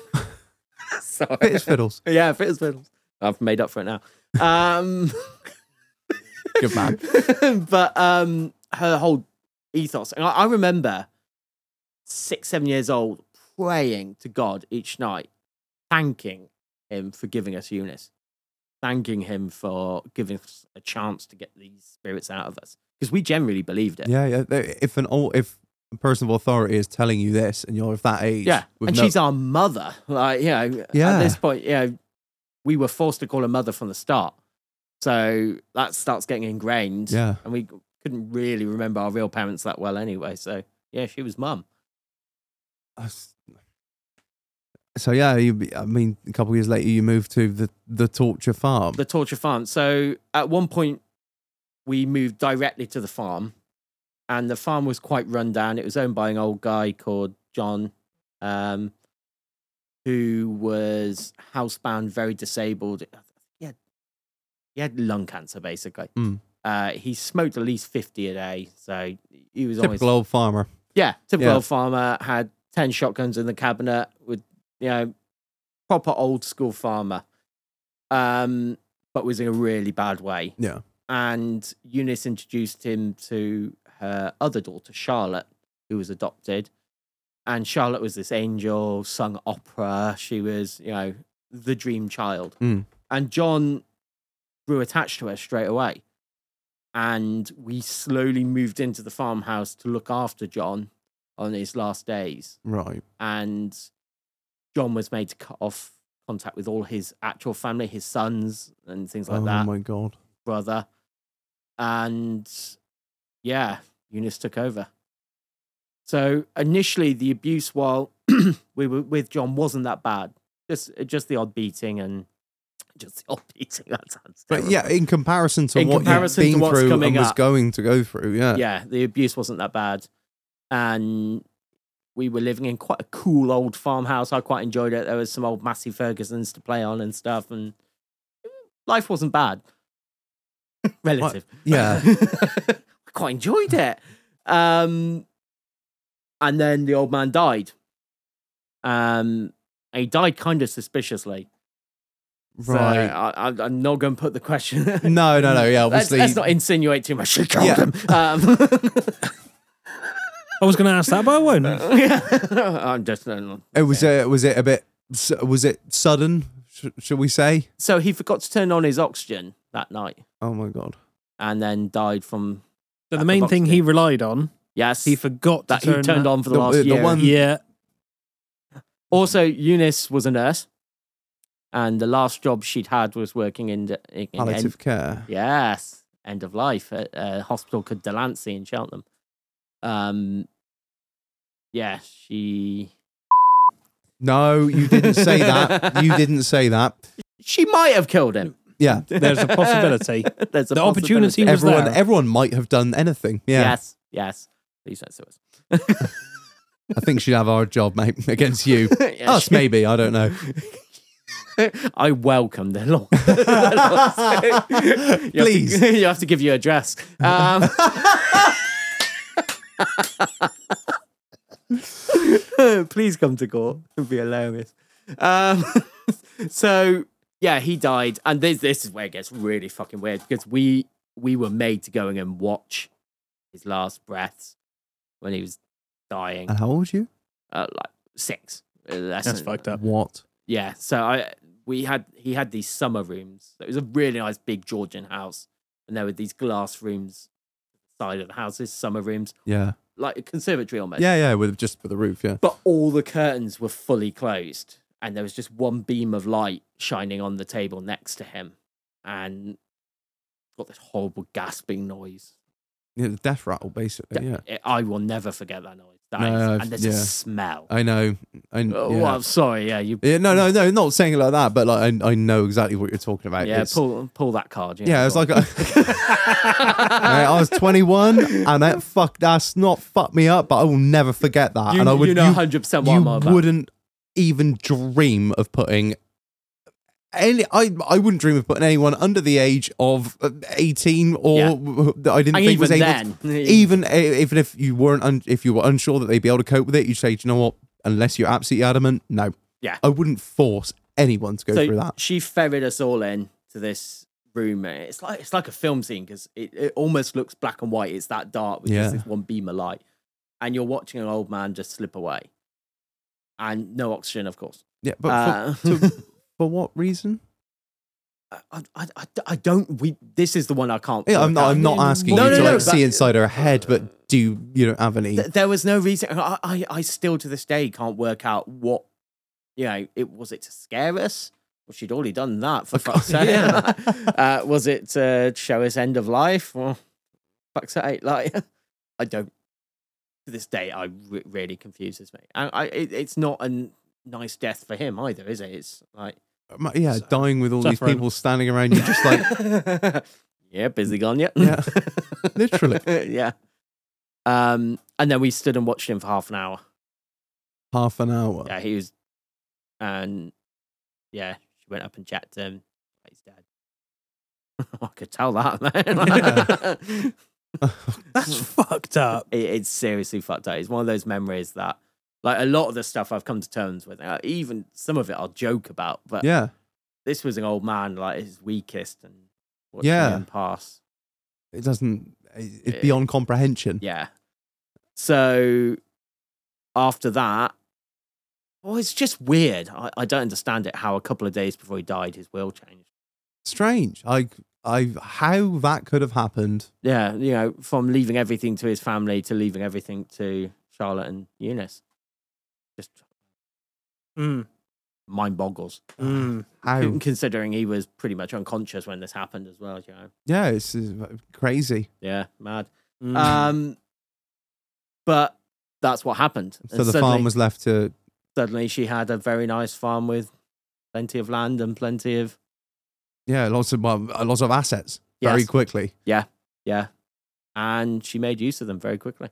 Speaker 3: *laughs* sorry.
Speaker 2: Bit as fiddles.
Speaker 3: Yeah, fit as fiddles. I've made up for it now. Um, *laughs*
Speaker 2: Good man.
Speaker 3: but um, her whole ethos, and I, I remember six, seven years old praying to God each night, thanking Him for giving us Eunice, thanking Him for giving us a chance to get these spirits out of us because we generally believed it.
Speaker 2: Yeah, yeah. They- If an old, if a person of authority is telling you this, and you're of that age,
Speaker 3: Yeah,
Speaker 2: with
Speaker 3: and
Speaker 2: no-
Speaker 3: she's our mother. Like, you know,
Speaker 2: Yeah.
Speaker 3: at this point, yeah, we were forced to call her mother from the start, so that starts getting ingrained.
Speaker 2: Yeah.
Speaker 3: and we couldn't really remember our real parents that well anyway. So yeah, she was mum.
Speaker 2: So yeah, you, I mean, a couple of years later, you moved to the the torture farm.
Speaker 3: The torture farm. So at one point, we moved directly to the farm, and the farm was quite run down. It was owned by an old guy called John, um, who was housebound, very disabled. He had, he had lung cancer, basically.
Speaker 2: Mm.
Speaker 3: Uh, he smoked at least 50 a day. So he was always
Speaker 2: Typical old farmer.
Speaker 3: Yeah, typical
Speaker 2: Yeah.
Speaker 3: old farmer had ten shotguns in the cabinet with you know proper old school farmer, um, but was in a really bad way.
Speaker 2: Yeah.
Speaker 3: And Eunice introduced him to her other daughter Charlotte, who was adopted, and Charlotte was this angel, sung opera. She was you know the dream child,
Speaker 2: Mm.
Speaker 3: and John grew attached to her straight away and we slowly moved into the farmhouse to look after John on his last days.
Speaker 2: Right.
Speaker 3: And John was made to cut off contact with all his actual family, his sons and things like
Speaker 2: oh
Speaker 3: that,
Speaker 2: my god.
Speaker 3: brother. And yeah, Eunice took over. So initially, the abuse while *clears throat* we were with John wasn't that bad. Just just the odd beating and just the odd *laughs* beating. That sounds
Speaker 2: But
Speaker 3: terrible.
Speaker 2: yeah, in comparison to
Speaker 3: In
Speaker 2: what
Speaker 3: comparison to
Speaker 2: you've been
Speaker 3: what's
Speaker 2: through
Speaker 3: coming
Speaker 2: and was
Speaker 3: up.
Speaker 2: going to go through, yeah.
Speaker 3: yeah, the abuse wasn't that bad. And we were living in quite a cool old farmhouse. I quite enjoyed it. There was some old Massey Fergusons to play on and stuff, and life
Speaker 2: *laughs*
Speaker 3: wasn't bad. Relative.
Speaker 2: yeah.
Speaker 3: *laughs* I quite enjoyed it. Um, and then the old man died. Um, and he died kind of suspiciously.
Speaker 2: *laughs*
Speaker 3: So
Speaker 2: Right.
Speaker 3: I, I, I'm not going to put the question.
Speaker 2: no, no, no.
Speaker 3: *laughs*
Speaker 2: Yeah,
Speaker 3: Let's,
Speaker 2: *laughs* obviously.
Speaker 3: let's not insinuate too much. She killed
Speaker 2: Yeah. *laughs*
Speaker 3: him. Um,
Speaker 1: I was going to ask that, but I
Speaker 3: *laughs*
Speaker 1: won't.
Speaker 3: Uh, I'm just.
Speaker 2: it was uh, was it a bit s- was it sudden? Sh- shall we say?
Speaker 3: So he forgot to turn on his oxygen that night,
Speaker 2: Oh my god.
Speaker 3: and then died from
Speaker 1: So the main thing he relied on,
Speaker 3: yes.
Speaker 1: he forgot
Speaker 3: that
Speaker 1: to turn
Speaker 3: he turned
Speaker 1: that-
Speaker 3: on for the,
Speaker 2: The-
Speaker 3: last
Speaker 2: the
Speaker 3: year.
Speaker 2: one-
Speaker 3: *laughs*
Speaker 1: Yeah,
Speaker 3: Also, Eunice was a nurse, and the last job she'd had was working in, the- in, in
Speaker 2: Palliative
Speaker 3: end,
Speaker 2: care.
Speaker 3: yes, end of life at a hospital called Delancey in Cheltenham. Um, yeah, she
Speaker 2: No, you didn't say
Speaker 3: *laughs*
Speaker 2: that. You didn't say that.
Speaker 3: she might have killed him. *laughs*
Speaker 2: Yeah.
Speaker 1: there's a possibility.
Speaker 3: There's a
Speaker 1: The opportunity
Speaker 3: possibility.
Speaker 1: was
Speaker 2: Everyone
Speaker 1: there.
Speaker 2: everyone might have done anything. Yeah.
Speaker 3: Yes, yes. Please don't sue us.
Speaker 2: I think she'd have our job, mate, *laughs* against you.
Speaker 3: *laughs*
Speaker 1: Oh,
Speaker 3: Yeah,
Speaker 2: Us
Speaker 3: she-
Speaker 2: maybe, I don't
Speaker 3: *laughs*
Speaker 2: know.
Speaker 3: I welcome the law. *laughs* You have to-
Speaker 2: Please.
Speaker 3: *laughs* you have to give your address. Um, *laughs* please come to court. It'd be hilarious. Um, *laughs* so yeah, he died, and this this is where it gets really fucking weird because we we were made to go in and watch his last breaths when he was dying,
Speaker 2: And how old are you?
Speaker 3: uh, like six. uh, less *laughs*
Speaker 1: That's
Speaker 3: than-
Speaker 1: fucked up.
Speaker 2: What?
Speaker 3: yeah so i we had he had these summer rooms it was a really nice big georgian house and there were these glass rooms side of the houses summer rooms
Speaker 2: Yeah.
Speaker 3: like a conservatory almost
Speaker 2: Yeah, yeah, with just for the roof, yeah.
Speaker 3: but all the curtains were fully closed and there was just one beam of light shining on the table next to him and got this horrible gasping noise
Speaker 2: yeah the death rattle, basically, yeah.
Speaker 3: It- i will never forget that noise That is
Speaker 2: No, I've-
Speaker 3: and there's a
Speaker 2: yeah.
Speaker 3: smell
Speaker 2: I know. I know.
Speaker 3: oh
Speaker 2: yeah.
Speaker 3: i'm sorry yeah you
Speaker 2: Yeah, no, no, no, not saying it like that, but like I, I know exactly what you're talking about.
Speaker 3: yeah
Speaker 2: It's-
Speaker 3: pull pull that card
Speaker 2: Yeah, it's
Speaker 3: go on.
Speaker 2: like
Speaker 3: *laughs*
Speaker 2: a- Mate, I was 21, and that fuck that's not fucked me up, but I will never forget that.
Speaker 3: You,
Speaker 2: and I would
Speaker 3: you know
Speaker 2: you-
Speaker 3: 100% what
Speaker 2: you
Speaker 3: I'm on about.
Speaker 2: wouldn't even dream of putting any. I I wouldn't dream of putting anyone under the age of uh, eighteen or
Speaker 3: Yeah.
Speaker 2: w- that I didn't
Speaker 3: And
Speaker 2: think was
Speaker 3: even
Speaker 2: able.
Speaker 3: then,
Speaker 2: to- even i- even if you weren't un, if you were unsure that they'd be able to cope with it, you'd say, Do you know what? Unless you're absolutely adamant, no.
Speaker 3: Yeah.
Speaker 2: I wouldn't force anyone to go
Speaker 3: so
Speaker 2: through that.
Speaker 3: she ferried us all in to this room. and It's like it's like a film scene because it, it almost looks black and white. It's that dark with
Speaker 2: Yeah.
Speaker 3: just this one beam of light, and you're watching an old man just slip away, and no oxygen, of course.
Speaker 2: Yeah, but
Speaker 3: Uh,
Speaker 2: for, to- for what reason?
Speaker 3: I, *laughs* I, I, I don't. We this is the one I can't.
Speaker 2: Yeah, I'm
Speaker 3: work
Speaker 2: not. I'm
Speaker 3: out.
Speaker 2: not asking
Speaker 3: No,
Speaker 2: you
Speaker 3: no,
Speaker 2: to
Speaker 3: no,
Speaker 2: like
Speaker 3: but-
Speaker 2: see inside her head, but do you, you don't have any?
Speaker 3: Th- *laughs* there was no reason. I, I, I still to this day can't work out what you know. It was it to scare us. Well, she'd already done that for fuck's
Speaker 2: *laughs*
Speaker 3: sake.
Speaker 2: yeah.
Speaker 3: *laughs* uh, was it to show us end of life? Well, fuck's sake, like *laughs* I don't. To this day, I re- really confuses me, and I it, it's not a nice death for him either, is it? It's like *laughs*
Speaker 2: Ma- Yeah, dying with all these
Speaker 1: Suffering.
Speaker 2: people standing around you, just like
Speaker 3: yeah, busy gone yet.
Speaker 2: yeah, literally
Speaker 3: *laughs*
Speaker 2: *laughs*
Speaker 3: yeah. Um, and then we stood and watched him for half an hour.
Speaker 2: half an hour.
Speaker 3: yeah, he was, and yeah, she went up and checked him. He's dead. *laughs* I could tell that, man.
Speaker 2: *laughs*
Speaker 1: That's fucked up.
Speaker 3: *laughs* it, it's seriously fucked up. It's one of those memories that, like, a lot of the stuff I've come to terms with. uh, even some of it I'll joke about, but
Speaker 2: Yeah,
Speaker 3: this was an old man, like his weakest, and watching
Speaker 2: Yeah.
Speaker 3: him pass.
Speaker 2: it doesn't. it- It's
Speaker 3: Yeah.
Speaker 2: beyond comprehension.
Speaker 3: Yeah. So after that, well, it's just weird. I, I don't understand it. How a couple of days before he died, his will changed.
Speaker 2: Strange. I, I, how that could have happened.
Speaker 3: yeah, you know, from leaving everything to his family to leaving everything to Charlotte and Eunice. Just
Speaker 1: Mm,
Speaker 3: mind boggles.
Speaker 1: mm.
Speaker 2: How?
Speaker 3: *laughs* Considering he was pretty much unconscious when this happened as well, you know.
Speaker 2: Yeah, it's, uh, crazy.
Speaker 3: Yeah, mad.
Speaker 1: mm.
Speaker 2: Hmm.
Speaker 3: Um but that's what happened.
Speaker 2: So
Speaker 3: And
Speaker 2: the
Speaker 3: suddenly,
Speaker 2: farm was left to.
Speaker 3: suddenly she had a very nice farm with plenty of land and plenty of
Speaker 2: Yeah, lots of well, lots of assets very
Speaker 3: Yes.
Speaker 2: quickly.
Speaker 3: yeah. And she made use of them very quickly.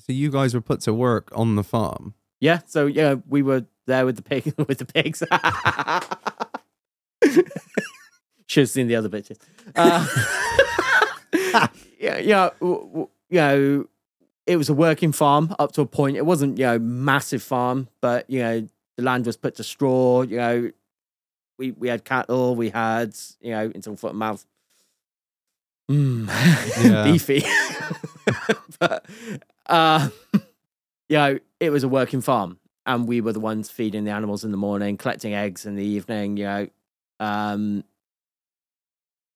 Speaker 2: So you guys were put to work on the farm.
Speaker 3: Yeah, so yeah, we were there with the pig *laughs* with the pigs. Should have seen the other bitches. Uh, *laughs* yeah, yeah, w- w- you know, it was a working farm up to a point. It wasn't you know massive farm, but you know the land was put to straw. You know, we we had cattle, we had you know until foot and mouth. *laughs* Mm.
Speaker 2: Yeah.
Speaker 3: beefy, *laughs* but uh, *laughs* you know, it was a working farm, and we were the ones feeding the animals in the morning, collecting eggs in the evening. You know, um,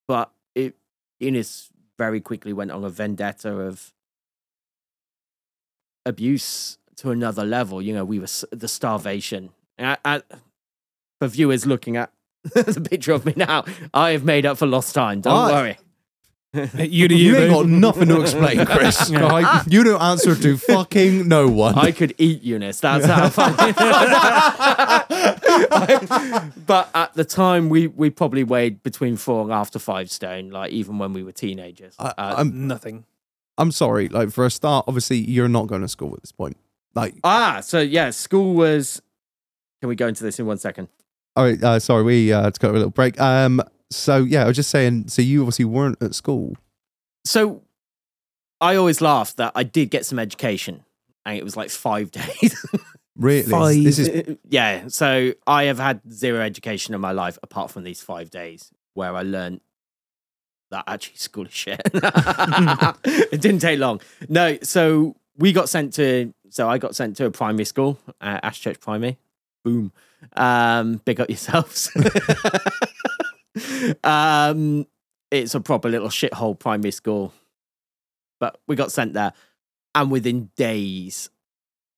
Speaker 3: but it Eunice very quickly went on a vendetta of abuse to another level. You know, we were s- the starvation. And I, I, for viewers looking at *laughs* the picture of me now, I have made up for lost time. Don't
Speaker 2: What?
Speaker 3: worry.
Speaker 1: *laughs* you to
Speaker 2: You
Speaker 1: you,
Speaker 2: ain't
Speaker 1: boo.
Speaker 2: got nothing to explain, Chris. Like, you don't answer to fucking no one.
Speaker 3: Ah. I could eat Eunice.
Speaker 2: *laughs*
Speaker 3: That's how *laughs* fun. but at the time, we we probably weighed between four and after five stone. Like even when we were teenagers.
Speaker 2: I,
Speaker 3: Uh,
Speaker 2: I'm
Speaker 1: nothing.
Speaker 2: I'm sorry. Like for a start, obviously you're not going to school at this point. Like,
Speaker 3: ah, so yeah, school was. Can we go into this in one second?
Speaker 2: all right, uh, sorry, we uh, had to go a little break. Um, so yeah, I was just saying. So you obviously weren't at school.
Speaker 3: So, I always laugh that I did get some education, and it was like five *laughs* days.
Speaker 2: Really,
Speaker 1: Five.
Speaker 2: this is
Speaker 3: yeah. So I have had zero education in my life apart from these five days where I learned that actually is cool
Speaker 2: *laughs*
Speaker 3: as shit. *laughs* it didn't take long. No, so we got sent to, so I got sent to a primary school, uh, Ashchurch Primary. Boom. Um, big up yourselves. *laughs* um, it's a proper little shithole primary school. But we got sent there. And within days,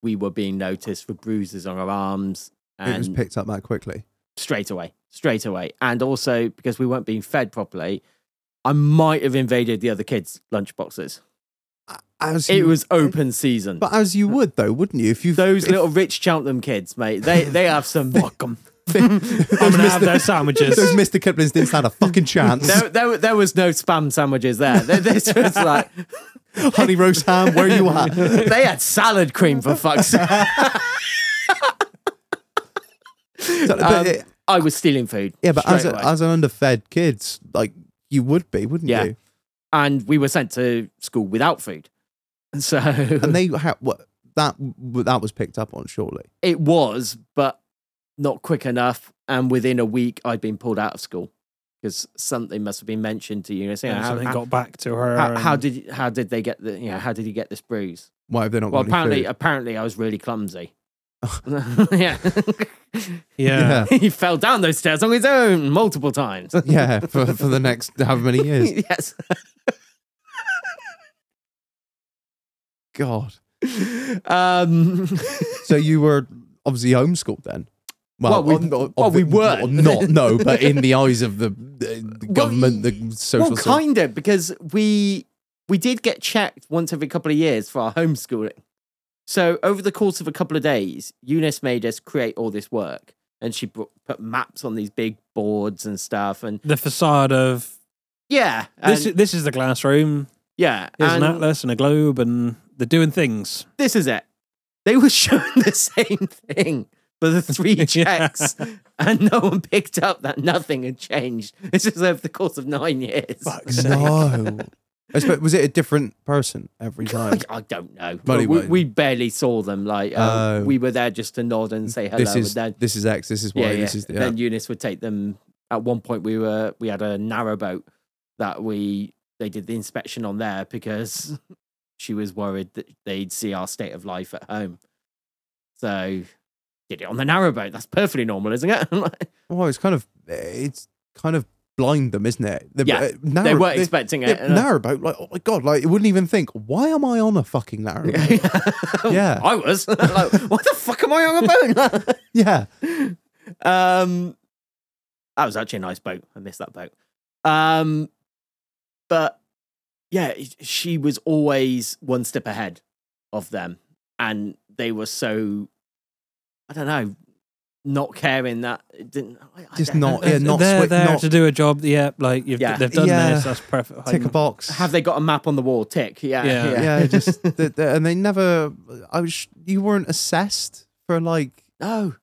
Speaker 3: we were being noticed for bruises on our arms. And
Speaker 2: it was picked up that quickly.
Speaker 3: straight away, straight away. And also because we weren't being fed properly, I might have invaded the other kids' lunchboxes.
Speaker 2: As
Speaker 3: It
Speaker 2: you-
Speaker 3: was open season.
Speaker 2: Mm. but as you would though, wouldn't you? If you
Speaker 3: Those
Speaker 2: if
Speaker 3: little rich Cheltenham kids, mate, they they
Speaker 2: *laughs*
Speaker 3: have some. Fuck 'em.
Speaker 1: *laughs* I'm gonna have those
Speaker 3: *laughs*
Speaker 1: sandwiches.
Speaker 2: those Mr. Kiplings didn't stand a fucking chance.
Speaker 3: There, there, there was no spam sandwiches there. They, they just like
Speaker 2: *laughs* Honey roast ham, where you
Speaker 3: *laughs*
Speaker 2: at?
Speaker 3: they had salad cream for fuck's sake.
Speaker 2: But
Speaker 3: Um,
Speaker 2: it-
Speaker 3: I was stealing food.
Speaker 2: yeah, but as,
Speaker 3: straight
Speaker 2: a,
Speaker 3: away.
Speaker 2: as an underfed kid, like you would be, wouldn't
Speaker 3: Yeah.
Speaker 2: you?
Speaker 3: and we were sent to school without food. So
Speaker 2: And they ha- what that that was picked up on surely.
Speaker 3: it was, but not quick enough. And within a week, I'd been pulled out of school because something must have been mentioned to you. You say,
Speaker 1: Yeah,
Speaker 3: how,
Speaker 1: something
Speaker 3: how,
Speaker 1: got back to her.
Speaker 3: how, how
Speaker 1: and-
Speaker 3: did you- how did they get the you know, how did you get this bruise?
Speaker 2: Why have they not?
Speaker 3: Well,
Speaker 2: got any
Speaker 3: apparently,
Speaker 2: food?
Speaker 3: apparently, I was
Speaker 1: *laughs*
Speaker 3: really clumsy. *laughs* yeah,
Speaker 1: yeah.
Speaker 3: *laughs*
Speaker 2: yeah, *laughs*
Speaker 3: he fell down those stairs on his own multiple times. *laughs*
Speaker 2: yeah, for, for the next however many years.
Speaker 3: yes.
Speaker 2: God.
Speaker 3: Um,
Speaker 2: So you were obviously homeschooled then.
Speaker 3: Well, we-
Speaker 2: on- on-
Speaker 3: well, we were.
Speaker 2: well, not
Speaker 3: *laughs*
Speaker 2: no, but in the eyes of the, the the government, the social.
Speaker 3: well,
Speaker 2: sort-
Speaker 3: kind of, because we we did get checked once every couple of years for our homeschooling. So over the course of a couple of days, Eunice made us create all this work, and she brought, put maps on these big boards and stuff, and
Speaker 1: The facade of
Speaker 3: yeah, and,
Speaker 1: this. is- This is the glass room.
Speaker 3: yeah,
Speaker 1: Here's
Speaker 3: and
Speaker 1: an atlas and a globe, and they're doing things.
Speaker 3: this is it. They were *laughs* shown the same thing for
Speaker 1: *laughs*
Speaker 3: the three checks, and no one picked up that nothing had changed. This is over the course of nine years.
Speaker 2: no. I suppose- was it a different person every time?
Speaker 3: I don't know.
Speaker 2: But
Speaker 3: But we,
Speaker 2: anyway.
Speaker 3: we barely saw them. Like uh,
Speaker 2: Oh.
Speaker 3: we were there just to nod and say hello.
Speaker 2: this is
Speaker 3: and then,
Speaker 2: this is X. This is Y.
Speaker 3: yeah, yeah.
Speaker 2: This is the,
Speaker 3: then Eunice would take them. At one point, we were we had a narrow boat that we they did the inspection on there
Speaker 2: *laughs*
Speaker 3: because she was worried that they'd see our state of life at home. So did it on the narrow boat. That's perfectly normal, isn't it? *laughs*
Speaker 2: Well, it's kind of it's kind of blind them, isn't it? The, uh,
Speaker 3: Yeah,
Speaker 2: narrow,
Speaker 3: they weren't
Speaker 2: the-
Speaker 3: expecting
Speaker 2: the
Speaker 3: it. *laughs* and, uh,
Speaker 2: narrowboat, like oh my god, like it wouldn't even think. Why am I on a fucking
Speaker 3: *laughs*
Speaker 2: narrowboat? Yeah.
Speaker 3: I was *laughs* like, what the fuck am I on a boat?
Speaker 2: *laughs* yeah,
Speaker 3: *laughs* Um, that was actually a nice boat. I missed that boat. Um, but yeah, she was always one step ahead of them, and they were so I don't know, not caring that it didn't I- I
Speaker 2: Just
Speaker 3: don't know.
Speaker 2: not- yeah, not
Speaker 1: they're
Speaker 2: swi-
Speaker 1: there
Speaker 2: not-
Speaker 1: to do a job. Yeah, like you've,
Speaker 3: Yeah.
Speaker 1: they've done
Speaker 2: Yeah.
Speaker 1: this. That's perfect.
Speaker 2: tick a box.
Speaker 3: Have they got a map on the wall? Tick. *laughs* Yeah.
Speaker 1: Yeah.
Speaker 2: yeah, it just the, the, and they never. I was. You weren't assessed for like
Speaker 3: no.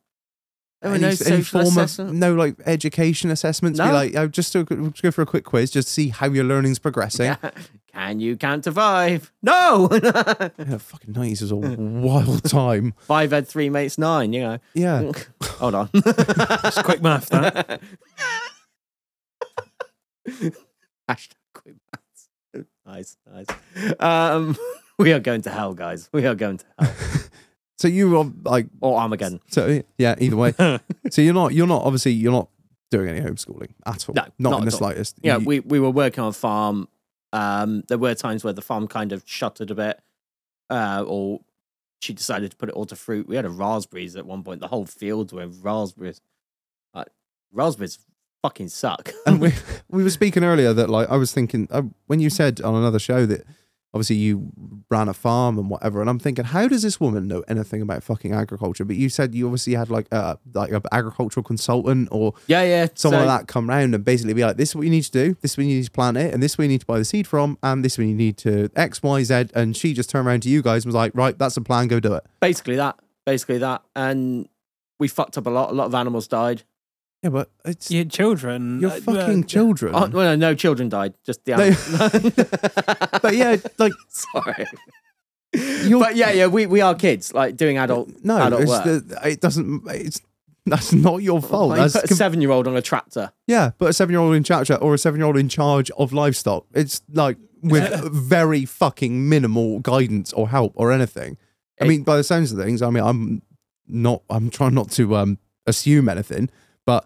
Speaker 3: There were
Speaker 2: any,
Speaker 3: Oh, no
Speaker 2: any
Speaker 3: social
Speaker 2: form of
Speaker 3: assessment.
Speaker 2: no like education assessments. Be
Speaker 3: No.
Speaker 2: like, oh, just to, we'll just go for a quick quiz, just to see how your learning's progressing. Yeah.
Speaker 3: *laughs* Yeah. Can you count to five? No. *laughs*
Speaker 2: fucking nineties was a wild *laughs* time.
Speaker 3: five had three mates nine. You know. *laughs*
Speaker 2: Yeah,
Speaker 3: Hold on.
Speaker 1: It's quick math. That
Speaker 3: *laughs* Hashtag quick maths. Nice, nice. Um, *laughs* we are going to hell, guys. We are going to hell.
Speaker 2: so you were like
Speaker 3: Or Armageddon.
Speaker 2: So yeah, either
Speaker 3: *laughs*
Speaker 2: way. so you're not you're not obviously you're not doing any homeschooling at all.
Speaker 3: No,
Speaker 2: not,
Speaker 3: not
Speaker 2: in the
Speaker 3: at all.
Speaker 2: slightest.
Speaker 3: Yeah,
Speaker 2: You-
Speaker 3: we, we were working on farm. Um, there were times where the farm kind of shuttered a bit, uh, or she decided to put it all to fruit. We had a raspberries at one point. The whole fields were raspberries. Uh, raspberries fucking suck. *laughs*
Speaker 2: and *laughs* we we were speaking earlier that like I was thinking uh, when you said on another show that obviously you ran a farm and whatever, and I'm thinking how does this woman know anything about fucking agriculture? But you said you obviously had like a like an agricultural consultant or
Speaker 3: yeah, yeah.
Speaker 2: someone
Speaker 3: so-
Speaker 2: like that come round and basically be like, this is what you need to do, this is when you need to plant it, and this is where you need to buy the seed from, and this is when you need to X Y Z, and she just turned around to you guys and was like, right, that's a plan, go do it.
Speaker 3: basically that basically that and we fucked up a lot a lot of animals died
Speaker 2: Yeah, but it's
Speaker 1: your children.
Speaker 2: Your
Speaker 1: uh,
Speaker 2: fucking
Speaker 1: uh,
Speaker 2: children.
Speaker 3: oh, well, no, no children died just the
Speaker 2: No. *laughs*
Speaker 3: animals
Speaker 2: but yeah, like
Speaker 3: *laughs* sorry
Speaker 2: you're,
Speaker 3: but yeah yeah we, we are kids like doing adult
Speaker 2: no,
Speaker 3: adult
Speaker 2: it's
Speaker 3: work
Speaker 2: the, it doesn't. It's That's not your fault.
Speaker 3: Like, you
Speaker 2: That's
Speaker 3: put a
Speaker 2: com-
Speaker 3: seven year old on a tractor.
Speaker 2: yeah, but a seven-year-old in charge or a seven-year-old in charge of livestock. It's like
Speaker 3: *laughs*
Speaker 2: with very fucking minimal guidance or help or anything. I
Speaker 3: It-
Speaker 2: mean, by the sounds of things, I mean I'm not. I'm trying not to um assume anything, but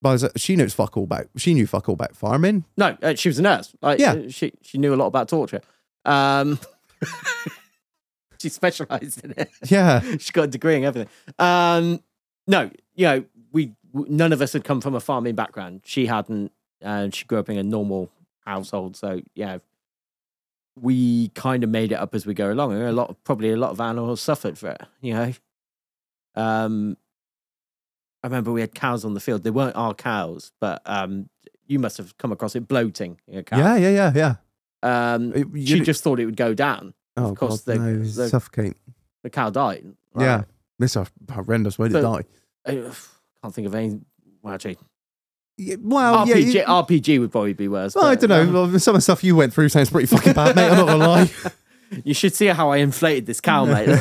Speaker 2: by the, she knows fuck all about. She knew fuck all about farming.
Speaker 3: No, uh, she was a nurse. Like,
Speaker 2: Yeah.
Speaker 3: uh, she she knew a lot about torture. Um, *laughs* she specialised in it. *laughs*
Speaker 2: Yeah,
Speaker 3: she got a degree and everything. Um, no, you know, we w- none of us had come from a farming background. She hadn't, and she grew up in a normal household. So yeah, we kind of made it up as we go along. And a lot, of, probably a lot of animals suffered for it. You know, um, I remember we had cows on the field. They weren't our cows, but um, you must have come across it bloating. Your cow.
Speaker 2: yeah, yeah, yeah, yeah.
Speaker 3: Um,
Speaker 2: It- you
Speaker 3: she
Speaker 2: d-
Speaker 3: just thought it would go down.
Speaker 2: oh,
Speaker 3: of course
Speaker 2: God,
Speaker 3: the-
Speaker 2: no,
Speaker 3: the-
Speaker 2: suffocate.
Speaker 3: The cow died. right?
Speaker 2: Yeah, this a horrendous way to
Speaker 3: So-
Speaker 2: die.
Speaker 3: I can't think of any. Well, actually,
Speaker 2: Yeah, Well, Oh, yeah,
Speaker 3: RPG,
Speaker 2: you-
Speaker 3: RPG would probably be worse.
Speaker 2: Well, I
Speaker 3: but,
Speaker 2: don't know.
Speaker 3: um,
Speaker 2: Well, some of the stuff you went through sounds pretty fucking bad, mate. I'm not gonna lie.
Speaker 3: um, you should see how I inflated this
Speaker 2: *laughs*
Speaker 3: cow, mate. *laughs*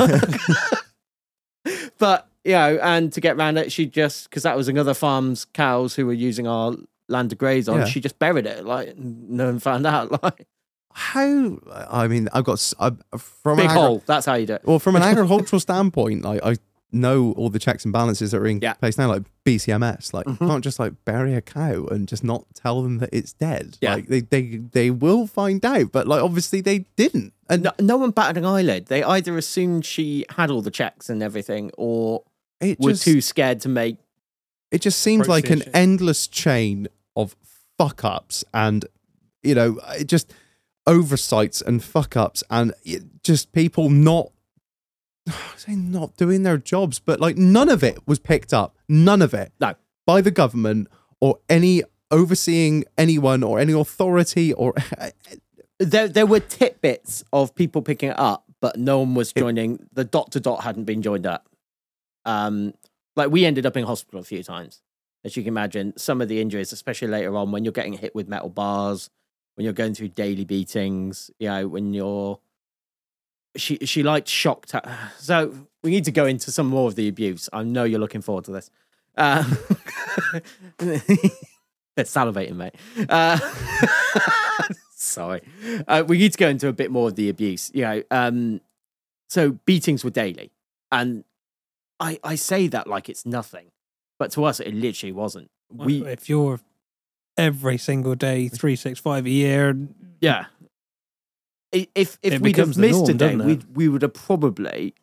Speaker 3: but you know, and to get round it, she just because that was another farm's cows who were using our land to graze on.
Speaker 2: Yeah.
Speaker 3: She just buried it, like no one found out. *laughs* Like
Speaker 2: *laughs* How? I mean, I've got s- I- from
Speaker 3: big
Speaker 2: an agri-
Speaker 3: hole. That's how you do it.
Speaker 2: well from
Speaker 3: *laughs*
Speaker 2: an agricultural standpoint. Like I know all the checks and balances that are in
Speaker 3: Yeah. Mm-hmm.
Speaker 2: place now, like BCMS. Like you can't just like bury a cow and just not tell them that it's dead.
Speaker 3: Yeah.
Speaker 2: Like they they they will find out, but like obviously they didn't. And
Speaker 3: No, no one batted an eyelid. They either assumed she had all the checks and everything, or
Speaker 2: it
Speaker 3: were
Speaker 2: just
Speaker 3: too scared to make.
Speaker 2: it just seems like an
Speaker 1: Process.
Speaker 2: endless chain of fuck ups and you know it just oversights and fuck ups and it, just people not *sighs* I say not doing their jobs but like none of it was picked up none of it
Speaker 3: No.
Speaker 2: by the government or any overseeing anyone or any authority or *laughs*
Speaker 3: There, there were tidbits of people picking it up, but no one was joining. the dot to dot hadn't been joined up. Um, like we ended up in hospital a few times, as you can imagine. Some of the injuries, especially later on, when you're getting hit with metal bars, when you're going through daily beatings, you know, when you're she she like shocked. Her. *sighs* So we need to go into some more of the abuse. I know you're looking forward to this. Uh, *laughs* they're salivating, mate. Uh, *laughs* sorry. Uh, we need to go into a bit more of the abuse. You know, um, so beatings were daily, and I I say that like it's nothing, but to us it literally wasn't. We
Speaker 1: if you're every single day, three six five a year,
Speaker 3: Yeah. I- If if
Speaker 1: It
Speaker 3: we'd
Speaker 1: becomes
Speaker 3: have
Speaker 1: the
Speaker 3: missed a
Speaker 1: norm,
Speaker 3: day,
Speaker 1: doesn't it?
Speaker 3: we we would have probably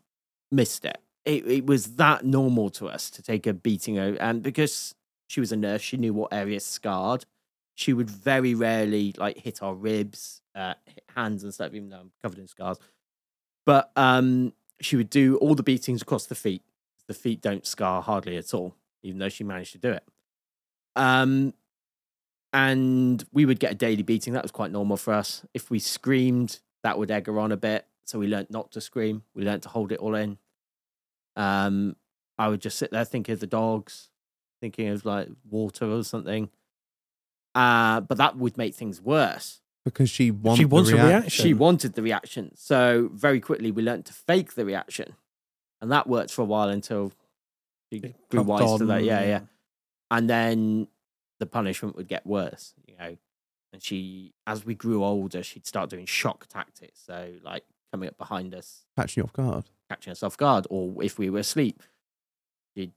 Speaker 3: missed it. it. It was that normal to us to take a beating out, and because she was a nurse, she knew what areas scarred. She would very rarely like hit our ribs, uh, hit hands and stuff, even though I'm covered in scars. But um, she would do all the beatings across the feet. The feet don't scar hardly at all, even though she managed to do it. Um, and we would get a daily beating. That was quite normal for us. If we screamed, that would egg her on a bit. So we learnt not to scream. We learnt to hold it all in. Um, I would just sit there thinking of the dogs, thinking of like water or something. Uh, but that would make things worse.
Speaker 2: because she wants
Speaker 1: she wants
Speaker 2: the
Speaker 1: a
Speaker 2: reaction.
Speaker 1: reaction.
Speaker 3: She wanted the reaction. So very quickly, we learnt to fake the reaction. And that worked for a while until she grew
Speaker 1: Clocked
Speaker 3: wise to that.
Speaker 1: on.
Speaker 3: Yeah, yeah and then the punishment would get worse, you know. And she, as we grew older, she'd start doing shock tactics. So, like coming up behind us,
Speaker 2: catching you off guard.
Speaker 3: catching us off guard, or if we were asleep, she'd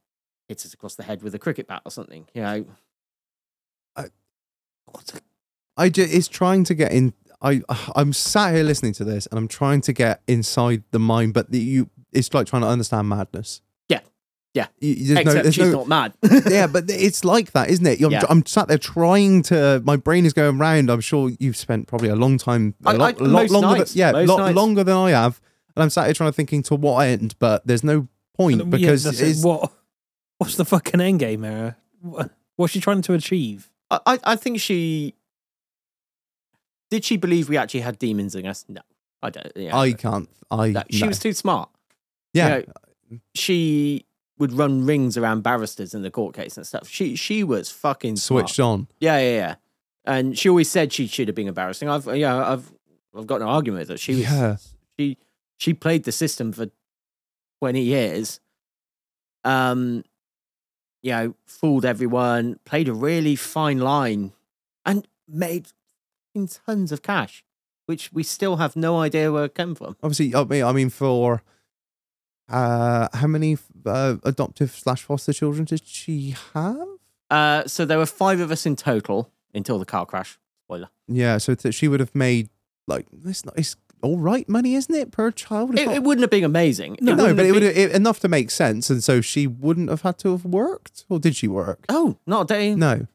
Speaker 3: hit us across the head with a cricket bat or something, you know.
Speaker 2: I ju- it's trying to get in. I I'm sat here listening to this and I'm trying to get inside the mind, but the, you it's like trying to understand madness.
Speaker 3: Yeah. Yeah.
Speaker 2: You- you- there's no-
Speaker 3: Except
Speaker 2: there's
Speaker 3: she's
Speaker 2: no-
Speaker 3: not mad.
Speaker 2: *laughs* yeah, but it's like that, isn't it? I'm,
Speaker 3: Yeah.
Speaker 2: I'm sat there trying to. My brain is going round. I'm sure you've spent probably a long time, a
Speaker 3: I-
Speaker 2: lot,
Speaker 3: I-
Speaker 2: lot
Speaker 3: most
Speaker 2: longer,
Speaker 3: nights,
Speaker 2: than, yeah,
Speaker 3: most
Speaker 2: lot
Speaker 3: nights.
Speaker 2: longer than I have. And I'm sat here trying to thinking to what end, but there's no point
Speaker 1: Yeah,
Speaker 2: because
Speaker 1: that's it.
Speaker 2: it's,
Speaker 1: what what's the fucking end game era? What, what's she trying to achieve?
Speaker 3: I, I, I think she did. She believe we actually had demons in us? No, I don't. Yeah,
Speaker 2: I can't. I
Speaker 3: no, she
Speaker 2: no.
Speaker 3: was too smart.
Speaker 2: yeah.
Speaker 3: you know, she would run rings around barristers in the court case and stuff. She she was fucking smart.
Speaker 2: switched on.
Speaker 3: Yeah, yeah, yeah. And she always said she should have been embarrassing. I've yeah, I've I've got an argument with her. She was
Speaker 2: Yeah.
Speaker 3: she she played the system for twenty years. Um you know, fooled everyone, played a really fine line, and made fucking tons of cash, which we still have no idea where it came from.
Speaker 2: Obviously, I mean, I mean for uh, how many uh, adoptive slash foster children did she have?
Speaker 3: Uh, so there were five of us in total until the car crash. Spoiler.
Speaker 2: Yeah, so that she would have made like it's not it's all right money, isn't it, per child? It's
Speaker 3: It,
Speaker 2: not-
Speaker 3: it wouldn't have been amazing.
Speaker 2: no,
Speaker 3: wouldn't
Speaker 2: but
Speaker 3: have
Speaker 2: it would
Speaker 3: been-
Speaker 2: have, it, enough to make sense, and so she wouldn't have had to have worked, or did she work?
Speaker 3: Oh, not a day.
Speaker 2: No,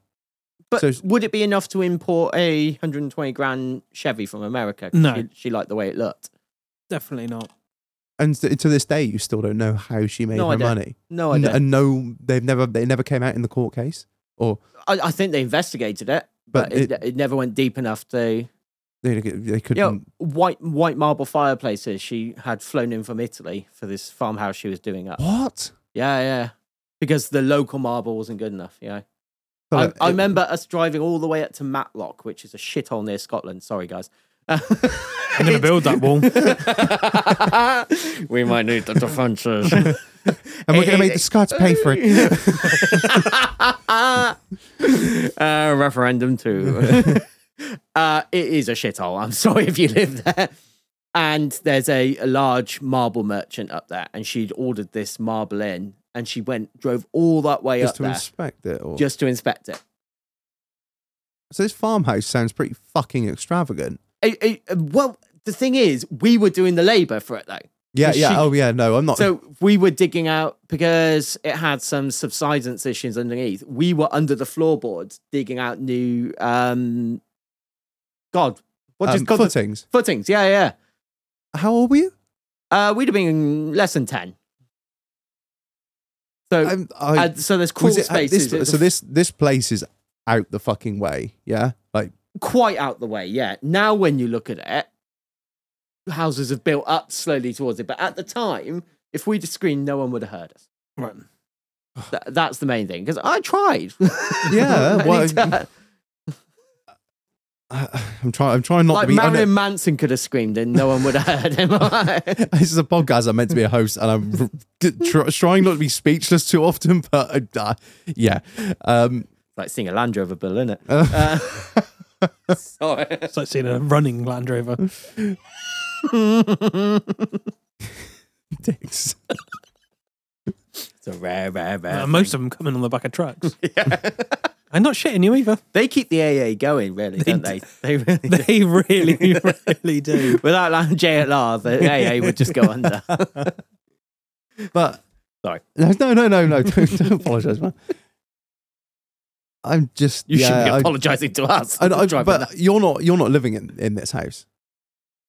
Speaker 3: but
Speaker 2: so-
Speaker 3: would it be enough to import a 120 grand Chevy from America? 'Cause
Speaker 1: No.
Speaker 3: She, she liked the way it looked.
Speaker 1: Definitely not.
Speaker 2: and to, to this day, you still don't know how she made
Speaker 3: No
Speaker 2: her
Speaker 3: idea.
Speaker 2: money.
Speaker 3: No
Speaker 2: N-
Speaker 3: idea.
Speaker 2: and no, they've never they never came out in the court case, or
Speaker 3: I, I think they investigated it,
Speaker 2: But
Speaker 3: but, it, it, never went deep enough to.
Speaker 2: they they couldn't.
Speaker 3: You know, white white marble fireplaces she had flown in from Italy for this farmhouse she was doing up.
Speaker 2: What?
Speaker 3: Yeah, yeah. Because the local marble wasn't good enough, you know.
Speaker 2: So
Speaker 3: I,
Speaker 2: it-
Speaker 3: I remember us driving all the way up to Matlock, which is a shithole near Scotland. Sorry,
Speaker 2: *laughs*
Speaker 3: guys. *laughs*
Speaker 1: I'm going to build that *laughs* wall.
Speaker 3: we might need the *laughs* defences.
Speaker 2: and we're going to make the Scots pay for
Speaker 3: *laughs*
Speaker 2: it.
Speaker 3: uh,
Speaker 2: *laughs*
Speaker 3: referendum too. uh, it is a shithole. I'm *laughs* sorry if you live there. And there's a, a large marble merchant up there, and she'd ordered this marble in, and she went drove all that way
Speaker 2: Just
Speaker 3: up
Speaker 2: to
Speaker 3: there
Speaker 2: inspect it. Or...
Speaker 3: just to inspect it.
Speaker 2: So this farmhouse sounds pretty fucking extravagant.
Speaker 3: It- it- Well, the thing is, we were doing the labour for it though.
Speaker 2: Yeah,
Speaker 3: Is
Speaker 2: yeah.
Speaker 3: she-
Speaker 2: Oh, yeah. No, I'm not.
Speaker 3: So we were digging out because it had some subsidence issues underneath. We were under the floorboards digging out new um God. What is
Speaker 2: um,
Speaker 3: called
Speaker 2: footings.
Speaker 3: footings, yeah, yeah.
Speaker 2: How old were you?
Speaker 3: Uh we'd have been less than ten. So
Speaker 2: Um, I-
Speaker 3: uh, so there's crawl
Speaker 2: was it at
Speaker 3: spaces.
Speaker 2: This,
Speaker 3: It's
Speaker 2: so this this place is out the fucking way. Yeah, like
Speaker 3: quite out the way, yeah. Now when you look at it, houses have built up slowly towards it. But at the time, if we'd screamed, no one would have heard us.
Speaker 2: *sighs*
Speaker 1: Right.
Speaker 3: Th- that's the main thing because I tried. *laughs*
Speaker 2: Yeah,
Speaker 3: *laughs* Many
Speaker 2: well,
Speaker 3: times.
Speaker 2: I, *laughs* I'm trying. I'm trying not to
Speaker 3: like
Speaker 2: be. I know-
Speaker 3: Marilyn Manson could have screamed and no one would have heard him.
Speaker 2: *laughs* this is a podcast. I'm meant to be a host, and I'm r- *laughs* d- tr- trying not to be speechless too often. *laughs* But uh, yeah, *laughs* um,
Speaker 3: like seeing a Land Rover bill, isn't it?
Speaker 2: *laughs* Uh. *laughs*
Speaker 3: Uh, sorry. *laughs*
Speaker 1: It's like seeing a running Land Rover.
Speaker 2: dicks.
Speaker 3: It's a rare, rare, rare.
Speaker 1: Uh,
Speaker 3: thing.
Speaker 1: most of them coming on the back of trucks.
Speaker 3: *laughs*
Speaker 1: I'm not shitting you
Speaker 2: *laughs*
Speaker 1: either.
Speaker 3: they keep the AA going, really, don't they? They really. do.
Speaker 1: They
Speaker 2: *laughs*
Speaker 1: really, really do.
Speaker 3: Without like JLR, the AA would just
Speaker 2: *laughs*
Speaker 3: go under.
Speaker 2: But
Speaker 3: Sorry.
Speaker 2: *laughs* no, no, no, no, no. Don't, don't apologize,
Speaker 3: *laughs*
Speaker 2: man. I'm just.
Speaker 3: You should
Speaker 2: yeah,
Speaker 3: be
Speaker 2: I-
Speaker 3: apologising *laughs* to us.
Speaker 2: I, I,
Speaker 3: Driving
Speaker 2: but you're not. You're not living in, in this house.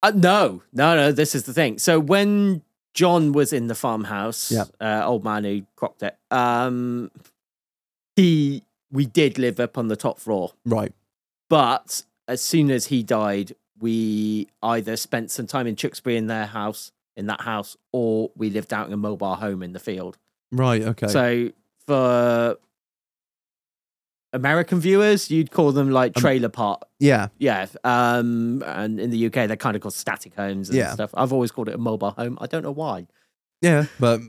Speaker 3: Uh, no, no, no. This is the thing. So when John was in the farmhouse,
Speaker 2: Yeah.
Speaker 3: uh, old man who cropped it, um, he we did live up on the top floor,
Speaker 2: Right.
Speaker 3: but as soon as he died, we either spent some time in Tewkesbury in their house, in that house, or we lived out in a mobile home in the field.
Speaker 2: Right. Okay.
Speaker 3: So for American viewers, you'd call them like
Speaker 2: Um,
Speaker 3: trailer park
Speaker 2: yeah.
Speaker 3: yeah, um, and in the UK they're kind of called static homes and
Speaker 2: Yeah.
Speaker 3: stuff. I've always called it a mobile home. I don't know why.
Speaker 2: Yeah.
Speaker 3: *laughs*
Speaker 2: But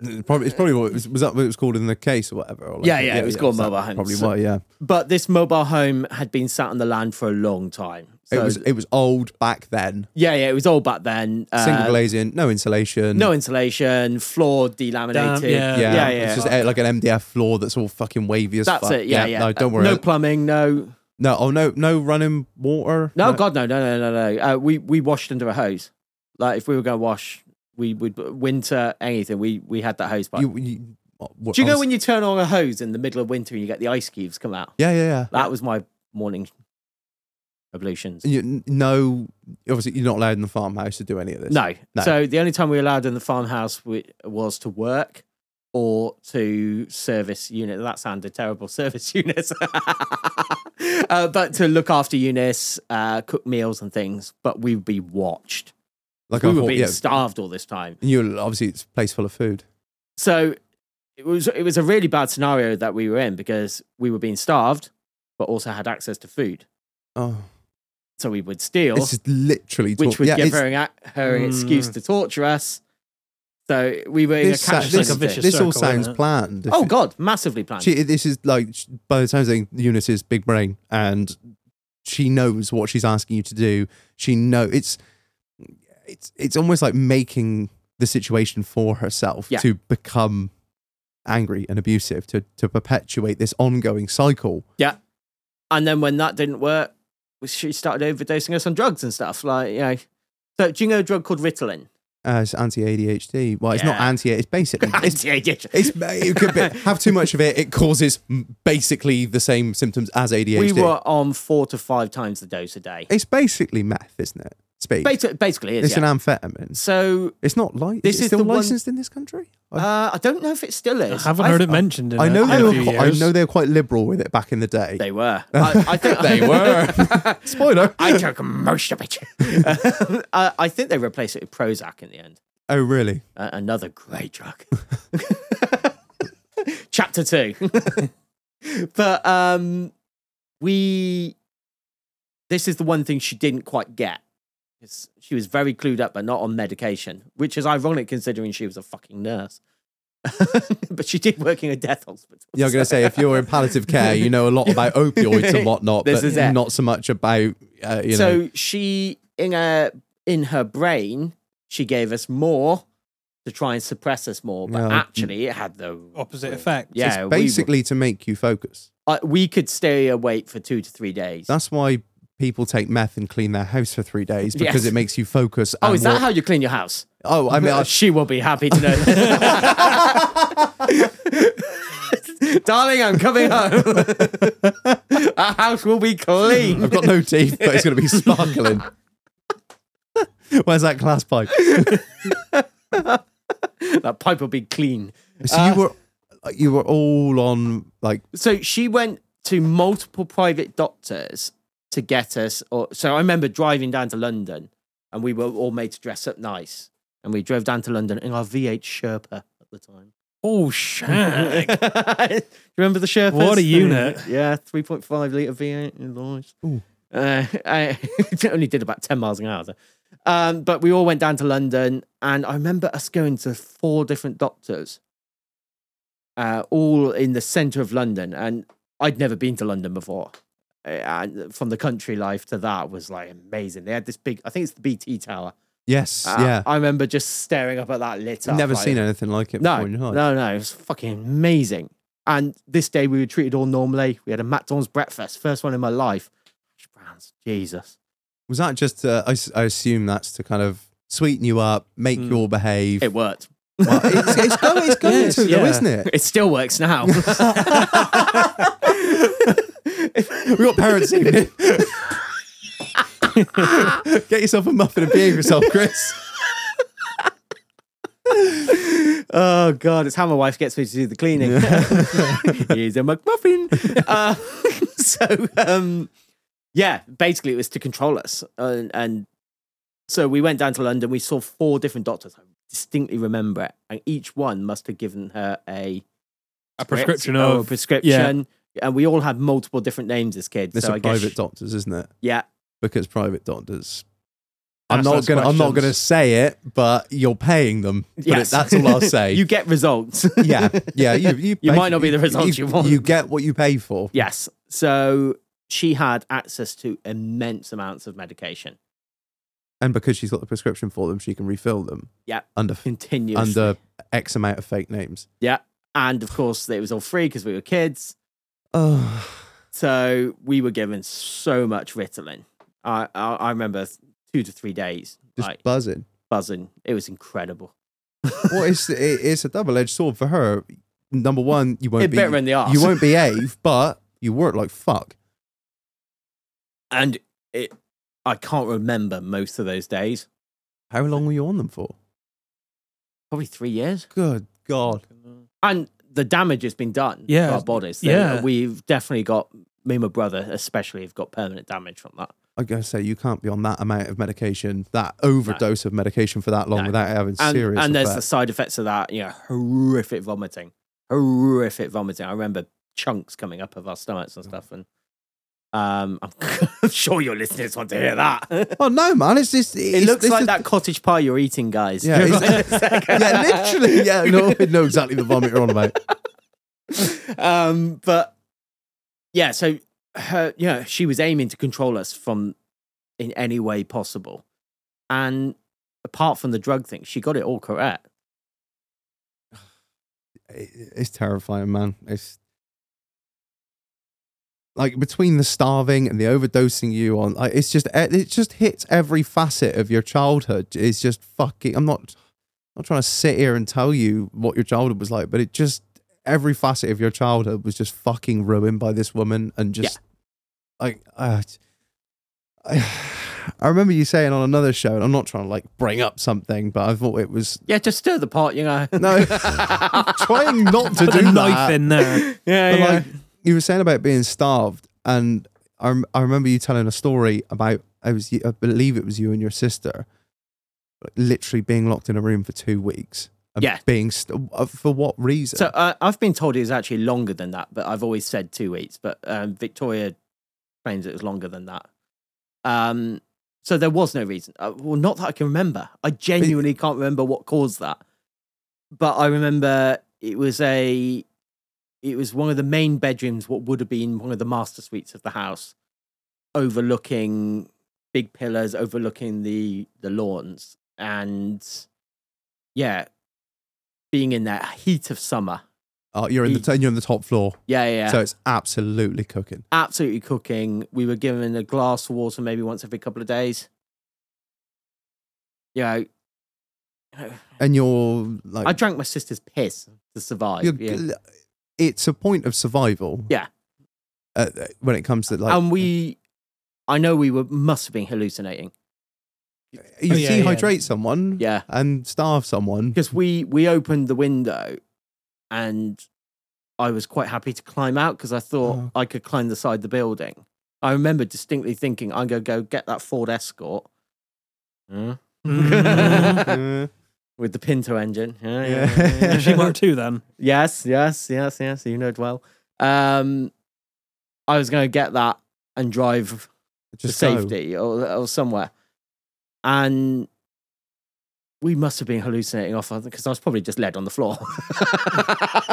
Speaker 2: it's probably, it's probably what it was, was that what it was called in the case or whatever. Or like-
Speaker 3: Yeah, yeah, it was called
Speaker 2: so
Speaker 3: mobile homes.
Speaker 2: Probably
Speaker 3: So-
Speaker 2: why. Yeah.
Speaker 3: But this mobile home had been sat on the land for a long time.
Speaker 2: It
Speaker 3: So-
Speaker 2: was. It was old back then.
Speaker 3: yeah, yeah, it was all back then. Uh,
Speaker 2: Single glazing, no insulation.
Speaker 3: no insulation, floor delaminated.
Speaker 1: Damn, yeah.
Speaker 2: Yeah,
Speaker 3: yeah, yeah.
Speaker 2: It's just uh, like an MDF floor that's all fucking wavy as
Speaker 3: That's
Speaker 2: fuck.
Speaker 3: it. Yeah, yeah. Uh,
Speaker 2: No, don't worry.
Speaker 3: No plumbing. No,
Speaker 2: no, oh no, no running water.
Speaker 3: no, God, no, no, no, no, no. Uh, we we washed under a hose. Like if we were going to wash, we would winter anything. We we had that hose pipe.
Speaker 2: You, you, what,
Speaker 3: Do you know when you turn on a hose in the middle of winter and you get the ice cubes come out?
Speaker 2: Yeah, yeah, yeah.
Speaker 3: That was my morning ablutions.
Speaker 2: And You, no, obviously you're not allowed in the farmhouse to do any of this.
Speaker 3: No.
Speaker 2: No.
Speaker 3: So the only time we were allowed in the farmhouse wa- was to work or to service unit. That sounded terrible, *laughs* service units. uh, but to look after Eunice, uh, cook meals and things. But we would be watched.
Speaker 2: like
Speaker 3: we
Speaker 2: a
Speaker 3: were
Speaker 2: whole,
Speaker 3: being
Speaker 2: yeah.
Speaker 3: starved all this time.
Speaker 2: You obviously it's a place full of food.
Speaker 3: so it was it was a really bad scenario that we were in because we were being starved, but also had access to food.
Speaker 2: Oh,
Speaker 3: So we would steal,
Speaker 2: it's just literally
Speaker 3: which
Speaker 2: talk-
Speaker 3: would
Speaker 2: yeah,
Speaker 3: give
Speaker 2: it's-
Speaker 3: her an, ac- her an excuse
Speaker 1: Mm.
Speaker 3: to torture us. So we were in a
Speaker 2: This, sa-
Speaker 3: catch
Speaker 1: like
Speaker 2: this,
Speaker 1: a vicious
Speaker 2: this
Speaker 1: circle,
Speaker 2: all sounds
Speaker 1: isn't it?
Speaker 2: planned. If
Speaker 3: Oh
Speaker 2: it-
Speaker 3: God, massively planned.
Speaker 2: she, this is like sh- by the time thing, Eunice's big brain, and she knows what she's asking you to do. She know it's it's it's almost like making the situation for herself
Speaker 3: Yeah.
Speaker 2: to become angry and abusive to to perpetuate this ongoing cycle.
Speaker 3: yeah. And then when that didn't work, she started overdosing us on drugs and stuff. Like, you know. So do you know a drug called Ritalin?
Speaker 2: Uh, it's anti ADHD. Well, it's not
Speaker 3: Yeah.
Speaker 2: anti. It's basically *laughs*
Speaker 3: *laughs*
Speaker 2: it's,
Speaker 3: Anti-addiction.
Speaker 2: it's it could
Speaker 3: *laughs*
Speaker 2: be, have too much of it. It causes mm, basically the same symptoms as ADHD.
Speaker 3: we were on four to five times the dose a day.
Speaker 2: it's basically meth, isn't it? Speed.
Speaker 3: Basically, basically it is,
Speaker 2: it's
Speaker 3: yeah.
Speaker 2: an amphetamine.
Speaker 3: so
Speaker 2: It's not like
Speaker 3: This
Speaker 2: this is
Speaker 3: is
Speaker 2: still
Speaker 3: the one-
Speaker 2: licensed in this country. I,
Speaker 3: uh, I don't know if it still
Speaker 1: I
Speaker 3: is.
Speaker 1: haven't
Speaker 3: I-
Speaker 1: heard it mentioned. In
Speaker 2: I
Speaker 1: a-
Speaker 2: know
Speaker 1: in
Speaker 2: they
Speaker 1: a
Speaker 2: were.
Speaker 1: few
Speaker 2: Quite, I
Speaker 1: years.
Speaker 2: know they were quite liberal with it back in the day.
Speaker 3: They were. *laughs* I, I
Speaker 2: *laughs*
Speaker 3: think
Speaker 2: They were. Spoiler.
Speaker 3: I took most of it. *laughs* Um, I, I think they replaced it with Prozac in the end.
Speaker 2: oh really?
Speaker 3: Uh, another great drug. *laughs* Chapter two. *laughs* but um, we. This is the one thing she didn't quite get. 'Cause She was very clued up, but not on medication, which is ironic considering she was a fucking nurse. *laughs* but she did work in a death hospital.
Speaker 2: Yeah, I'm gonna
Speaker 3: so-
Speaker 2: say if you're in palliative care, you know a lot
Speaker 3: *laughs*
Speaker 2: about opioids and whatnot,
Speaker 3: This
Speaker 2: but
Speaker 3: is it.
Speaker 2: not so much about uh, you
Speaker 3: so
Speaker 2: know.
Speaker 3: she in her in her brain she gave us more to try and suppress us more but
Speaker 2: Yeah.
Speaker 3: actually it had the
Speaker 1: Opposite effect.
Speaker 3: yeah we-
Speaker 2: Basically, to make you focus.
Speaker 3: I- we, could stay awake for two to three days
Speaker 2: That's why people take meth and clean their house for three days because
Speaker 3: Yes.
Speaker 2: it makes you focus.
Speaker 3: oh
Speaker 2: and
Speaker 3: is that
Speaker 2: work-
Speaker 3: how you clean your house Uh,
Speaker 2: Oh, I mean, *laughs* I,
Speaker 3: she will be happy to know *laughs* that. darling i'm coming home *laughs* our house will be clean
Speaker 2: I've got no teeth, but it's going to be sparkling. *laughs* Where's that glass pipe?
Speaker 3: that pipe will be clean
Speaker 2: So you were you were all on like
Speaker 3: so she went to multiple private doctors to get us or so i remember driving down to london and we were all made to dress up nice and we drove down to london in our vh sherpa at the time
Speaker 1: Oh
Speaker 2: *laughs*
Speaker 1: shit!
Speaker 3: Do you *laughs* remember the Sherpas?
Speaker 1: What a unit.
Speaker 3: *laughs* Yeah, 3.5 litre V8. and Nice. Uh, I *laughs* it only did about 10 miles an hour. Though. Um, but we all went down to London, and I remember us going to four different doctors, uh, all in the centre of London. And I'd never been to London before. Uh, And from the country life to that was like amazing. They had this big, I think it's the BT Tower.
Speaker 2: yes,
Speaker 3: Uh,
Speaker 2: yeah.
Speaker 3: I remember just staring up at that lit up.
Speaker 2: Never
Speaker 3: like,
Speaker 2: seen anything like it
Speaker 3: no,
Speaker 2: before in your life.
Speaker 3: no, no. It was fucking amazing. And this day we were treated all normally. We had a McDonald's breakfast, first one in my life. Hash browns, Jesus.
Speaker 2: Was that just? Uh, I, s- I assume that's to kind of sweeten you up, make you all behave.
Speaker 3: It worked. *laughs*
Speaker 2: Well, it's, it's going, it's going
Speaker 1: Yes,
Speaker 2: to though,
Speaker 1: yeah.
Speaker 2: isn't it?
Speaker 3: It still works now. *laughs*
Speaker 2: We got parents evening. *laughs* Get yourself a muffin and behave yourself, *laughs* Chris.
Speaker 3: oh God, it's how my wife gets me to do the
Speaker 2: *laughs*
Speaker 3: cleaning. *laughs* Here's a McMuffin. Uh, *laughs* so um, yeah, basically it was to control us, and, and so we went down to London. We saw four different doctors. I distinctly remember it, and each one must have given her a
Speaker 1: A prescription
Speaker 3: script or a
Speaker 1: of
Speaker 3: prescription. And we all had multiple different names as kids.
Speaker 2: This
Speaker 3: so I
Speaker 2: are
Speaker 3: guess
Speaker 2: private doctors, isn't it?
Speaker 3: yeah,
Speaker 2: Because private doctors. I'm
Speaker 1: Ask
Speaker 2: not
Speaker 1: us
Speaker 2: gonna. I'm not
Speaker 1: questions.
Speaker 2: gonna say it, but you're paying them. But it-
Speaker 3: *laughs* Yes.
Speaker 2: that's all I'll say.
Speaker 3: *laughs* you get results.
Speaker 2: *laughs* yeah, yeah. You, you,
Speaker 3: *laughs* You
Speaker 2: pay-
Speaker 3: might not be the results you want.
Speaker 2: You get what you pay for.
Speaker 3: Yes. So she had access to immense amounts of medication.
Speaker 2: And because she's got the prescription for them, she can refill them
Speaker 3: Yeah.
Speaker 2: under
Speaker 3: Continuously.
Speaker 2: under X amount of fake names.
Speaker 3: Yeah. And of course, it was all free because we were kids.
Speaker 2: Oh,
Speaker 3: So we were given so much Ritalin. I, I, I remember two to three days
Speaker 2: just
Speaker 3: like
Speaker 2: buzzing.
Speaker 3: buzzing. It was incredible.
Speaker 2: What
Speaker 3: *laughs*
Speaker 2: is it, it's a double edged sword for her. Number one, you won't
Speaker 3: It
Speaker 2: be
Speaker 3: bit her in the arse.
Speaker 2: you won't behave,
Speaker 3: *laughs*
Speaker 2: but you work like fuck.
Speaker 3: And it, I can't remember most of those days.
Speaker 2: How long were you on them for?
Speaker 3: Probably three years.
Speaker 2: Good God.
Speaker 3: And the damage has been done
Speaker 1: Yeah.
Speaker 3: to our bodies.
Speaker 1: Yeah.
Speaker 3: We've definitely got, me and my brother especially, have got permanent damage from that.
Speaker 2: I gotta say, you can't be on that amount of medication, that overdose of medication for that long
Speaker 3: No.
Speaker 2: without having
Speaker 3: and,
Speaker 2: serious.
Speaker 3: and there's the
Speaker 2: effects.
Speaker 3: side effects of that you know horrific
Speaker 2: Mm.
Speaker 3: vomiting horrific vomiting i remember chunks coming up of our stomachs and stuff and Um, *laughs* I'm, sure your listeners want to hear that. *laughs* It
Speaker 2: Oh no, man! It's just it's,
Speaker 3: looks
Speaker 2: this
Speaker 3: like
Speaker 2: is-
Speaker 3: that cottage pie you're eating, guys. *laughs*
Speaker 2: Yeah, it's- *laughs* yeah, literally. Yeah, no, I know exactly the vomit you're on about.
Speaker 3: um, but yeah, so her, you know, she was aiming to control us from in any way possible, and apart from the drug thing, she got it all correct.
Speaker 2: It- It's terrifying, man. It's like between the starving and the overdosing you on, like, it's just eh, it just hits every facet of your childhood. It's just fucking. I'm not I'm not trying to sit here and tell you what your childhood was like, but it just every facet of your childhood was just fucking ruined by this woman and just like uh, I, *sighs* I remember you saying on another show, and I'm not trying to like bring up something, but I thought
Speaker 1: *laughs*
Speaker 2: it was
Speaker 3: Yeah, just stir the pot, you know. *laughs*
Speaker 2: no trying not to
Speaker 1: Put
Speaker 2: do
Speaker 1: a
Speaker 2: that.
Speaker 1: knife in
Speaker 2: *laughs*
Speaker 1: there.
Speaker 3: yeah,
Speaker 2: But like you were saying about being starved, and I, rem- I remember you telling a story about I was I believe it was you and your sister, like, literally being locked in a room for two weeks. and
Speaker 3: Yeah.
Speaker 2: being st- uh, for what reason?
Speaker 3: So uh, I've been told it was actually longer than that, but I've always said two weeks. But um, Victoria claims it was longer than that. Um, so there was no reason. Uh, well, not that I can remember. I genuinely can't remember what caused that. But I remember it was a, it was one of the main bedrooms, what would have been one of the master suites of the house, overlooking big pillars, overlooking the the lawns, and yeah, being in that heat of summer.
Speaker 2: Uh, you're in the t- you're in the top floor,
Speaker 3: Yeah, yeah. yeah.
Speaker 2: so it's absolutely cooking.
Speaker 3: absolutely cooking. We were given a glass of water maybe once every couple of days. You know,
Speaker 2: And you're like,
Speaker 3: I drank my sister's piss to survive.
Speaker 2: you're,
Speaker 3: yeah.
Speaker 2: it's a point of survival.
Speaker 3: Yeah.
Speaker 2: uh, when it comes to like,
Speaker 3: and we, I know we were must have been hallucinating.
Speaker 2: you
Speaker 1: Oh, yeah, yeah.
Speaker 2: dehydrate someone,
Speaker 3: Yeah.
Speaker 2: and starve someone. *laughs*
Speaker 3: because we we opened the window and i was quite happy to climb out because i thought
Speaker 2: Oh.
Speaker 3: i could climb the side of the building i remember distinctly thinking i'm going to go get that ford escort Huh?
Speaker 1: Mm.
Speaker 2: Uh,
Speaker 1: *laughs*
Speaker 3: with the pinto engine Yeah,
Speaker 2: Yeah.
Speaker 3: yeah, yeah, yeah.
Speaker 1: Yeah, she worked too then.
Speaker 3: yes yes yes yes you know it well um i was going to get that and drive to
Speaker 2: just so-
Speaker 3: safety or, or somewhere. And we must have been hallucinating off because I was probably just led on the floor. *laughs*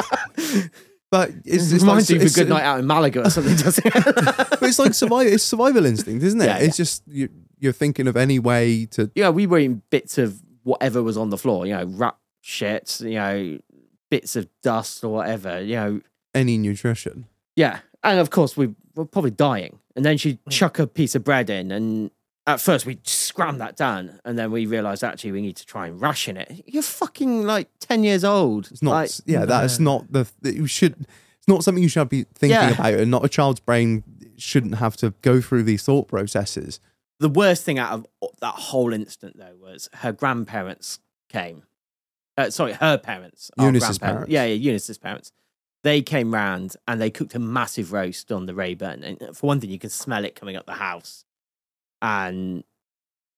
Speaker 2: But it's,
Speaker 3: It
Speaker 2: it's like,
Speaker 3: Mm-hmm. reminds you of a
Speaker 2: it's-
Speaker 3: good night out in Malaga or something, doesn't
Speaker 2: But
Speaker 3: *laughs* it?
Speaker 2: it's like survival. It's survival instinct, isn't it?
Speaker 3: Yeah,
Speaker 2: It's just you, you're thinking of any way to.
Speaker 3: yeah, we were in bits of whatever was on the floor, you know, rat shit, you know, bits of dust or whatever, you know.
Speaker 2: Any nutrition.
Speaker 3: Yeah. And of course, we were probably dying. And then she'd
Speaker 2: Hmm.
Speaker 3: chuck a piece of bread in. And at first, we scram that down. And then we realized actually we need to try and ration it. You're fucking like 10 years old.
Speaker 2: It's not.
Speaker 3: Like,
Speaker 2: yeah, that's not the. that You should. It's not something you should be thinking
Speaker 3: Yeah.
Speaker 2: about, and not a child's brain shouldn't have to go through these thought processes.
Speaker 3: the worst thing out of that whole incident, though, was her grandparents came. Uh, sorry, her parents. our
Speaker 2: Eunice's
Speaker 3: grandparents.
Speaker 2: parents.
Speaker 3: Yeah, yeah, Eunice's parents. They came round and they cooked a massive roast on the Rayburn. And uh, for one thing, you can smell it coming up the house. And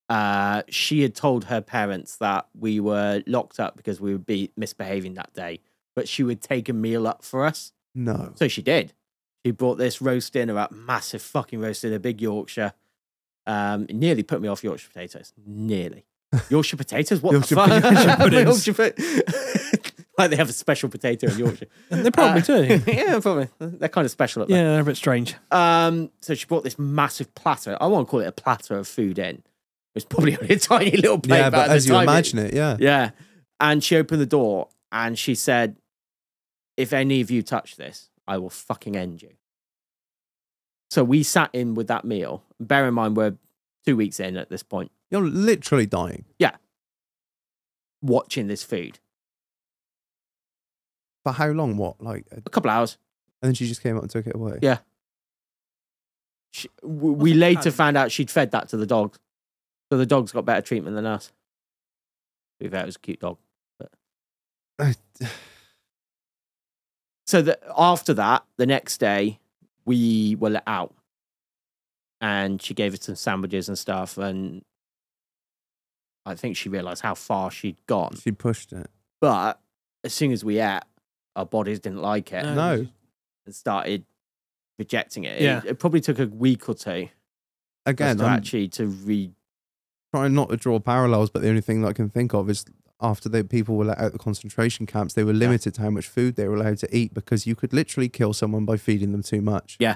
Speaker 3: uh, she had told her parents that we were locked up because we would be misbehaving that day, but she would take a meal up for us.
Speaker 2: No.
Speaker 3: So she did. She brought this roast dinner up, massive fucking roast dinner, big Yorkshire. Um, it nearly put me off Yorkshire potatoes.
Speaker 2: *laughs*
Speaker 3: Nearly. Yorkshire potatoes? What
Speaker 2: Yorkshire-
Speaker 3: the fuck? *laughs*
Speaker 1: Yorkshire puddings.
Speaker 3: Yorkshire put- *laughs* like they have a special potato
Speaker 2: *laughs*
Speaker 3: in Yorkshire.
Speaker 1: They
Speaker 3: Uh,
Speaker 1: probably
Speaker 3: *laughs*
Speaker 1: do.
Speaker 3: yeah, probably. They're kind of special up there.
Speaker 1: Yeah, they're a bit strange.
Speaker 3: Um, so she brought this massive platter. I won't call it a platter of food in. It was probably *laughs* only a tiny little plate.
Speaker 2: Yeah, but
Speaker 3: at the
Speaker 2: as you
Speaker 3: time it-
Speaker 2: imagine it, yeah.
Speaker 3: yeah. And she opened the door and she said, If any of you touch this, I will fucking end you. So we sat in with that meal. Bear in mind, we're two weeks in at this point,
Speaker 2: you're literally dying.
Speaker 3: watching this food.
Speaker 2: For how long? What? Like, and
Speaker 3: A couple hours.
Speaker 2: then she just came up and took it away.
Speaker 3: Yeah. She, w- we later
Speaker 1: plan?
Speaker 3: found out she'd fed that to the dogs. So the dogs got better treatment than us. We thought it was a cute dog.
Speaker 1: *sighs*
Speaker 3: so that after that, the next day, we were let out, and she gave us some sandwiches and stuff, and I think she realised how far she'd gone.
Speaker 2: she pushed it.
Speaker 3: But as soon as we ate, our bodies didn't like it
Speaker 1: No.
Speaker 2: No.
Speaker 3: and started rejecting it.
Speaker 1: Yeah.
Speaker 3: It, it probably took a week or two for us
Speaker 2: Again,
Speaker 3: to
Speaker 2: I'm
Speaker 3: actually to read.
Speaker 2: trying not to draw parallels, but the only thing that I can think of is after the people were let out of the concentration camps, they were limited to how much food they were allowed to eat because you could literally kill someone by feeding them too much.
Speaker 3: Yeah.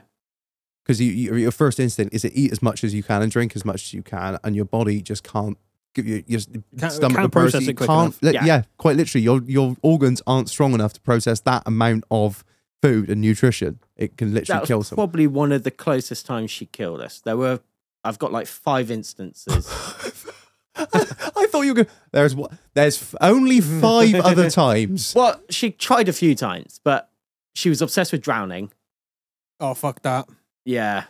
Speaker 2: Because you, you, your first instinct is to eat as much as you can and drink as much as you can, and your body just can't give you your
Speaker 1: Can't-
Speaker 2: stomach
Speaker 1: can't
Speaker 2: the burst,
Speaker 1: process
Speaker 2: you
Speaker 1: it quick
Speaker 2: can't.
Speaker 1: enough.
Speaker 2: li- yeah.
Speaker 3: Yeah.
Speaker 2: quite literally, your your organs aren't strong enough to process that amount of food and nutrition. It can literally
Speaker 3: That was
Speaker 2: kill
Speaker 3: *laughs*
Speaker 2: someone.
Speaker 3: probably one of the closest times she killed us. There were, I've got like five instances.
Speaker 2: *laughs* I thought you were. Gonna, there's wha- there's f- only five other times.
Speaker 3: well, she tried a few times, but she was obsessed with drowning.
Speaker 1: Oh fuck that!
Speaker 3: Yeah.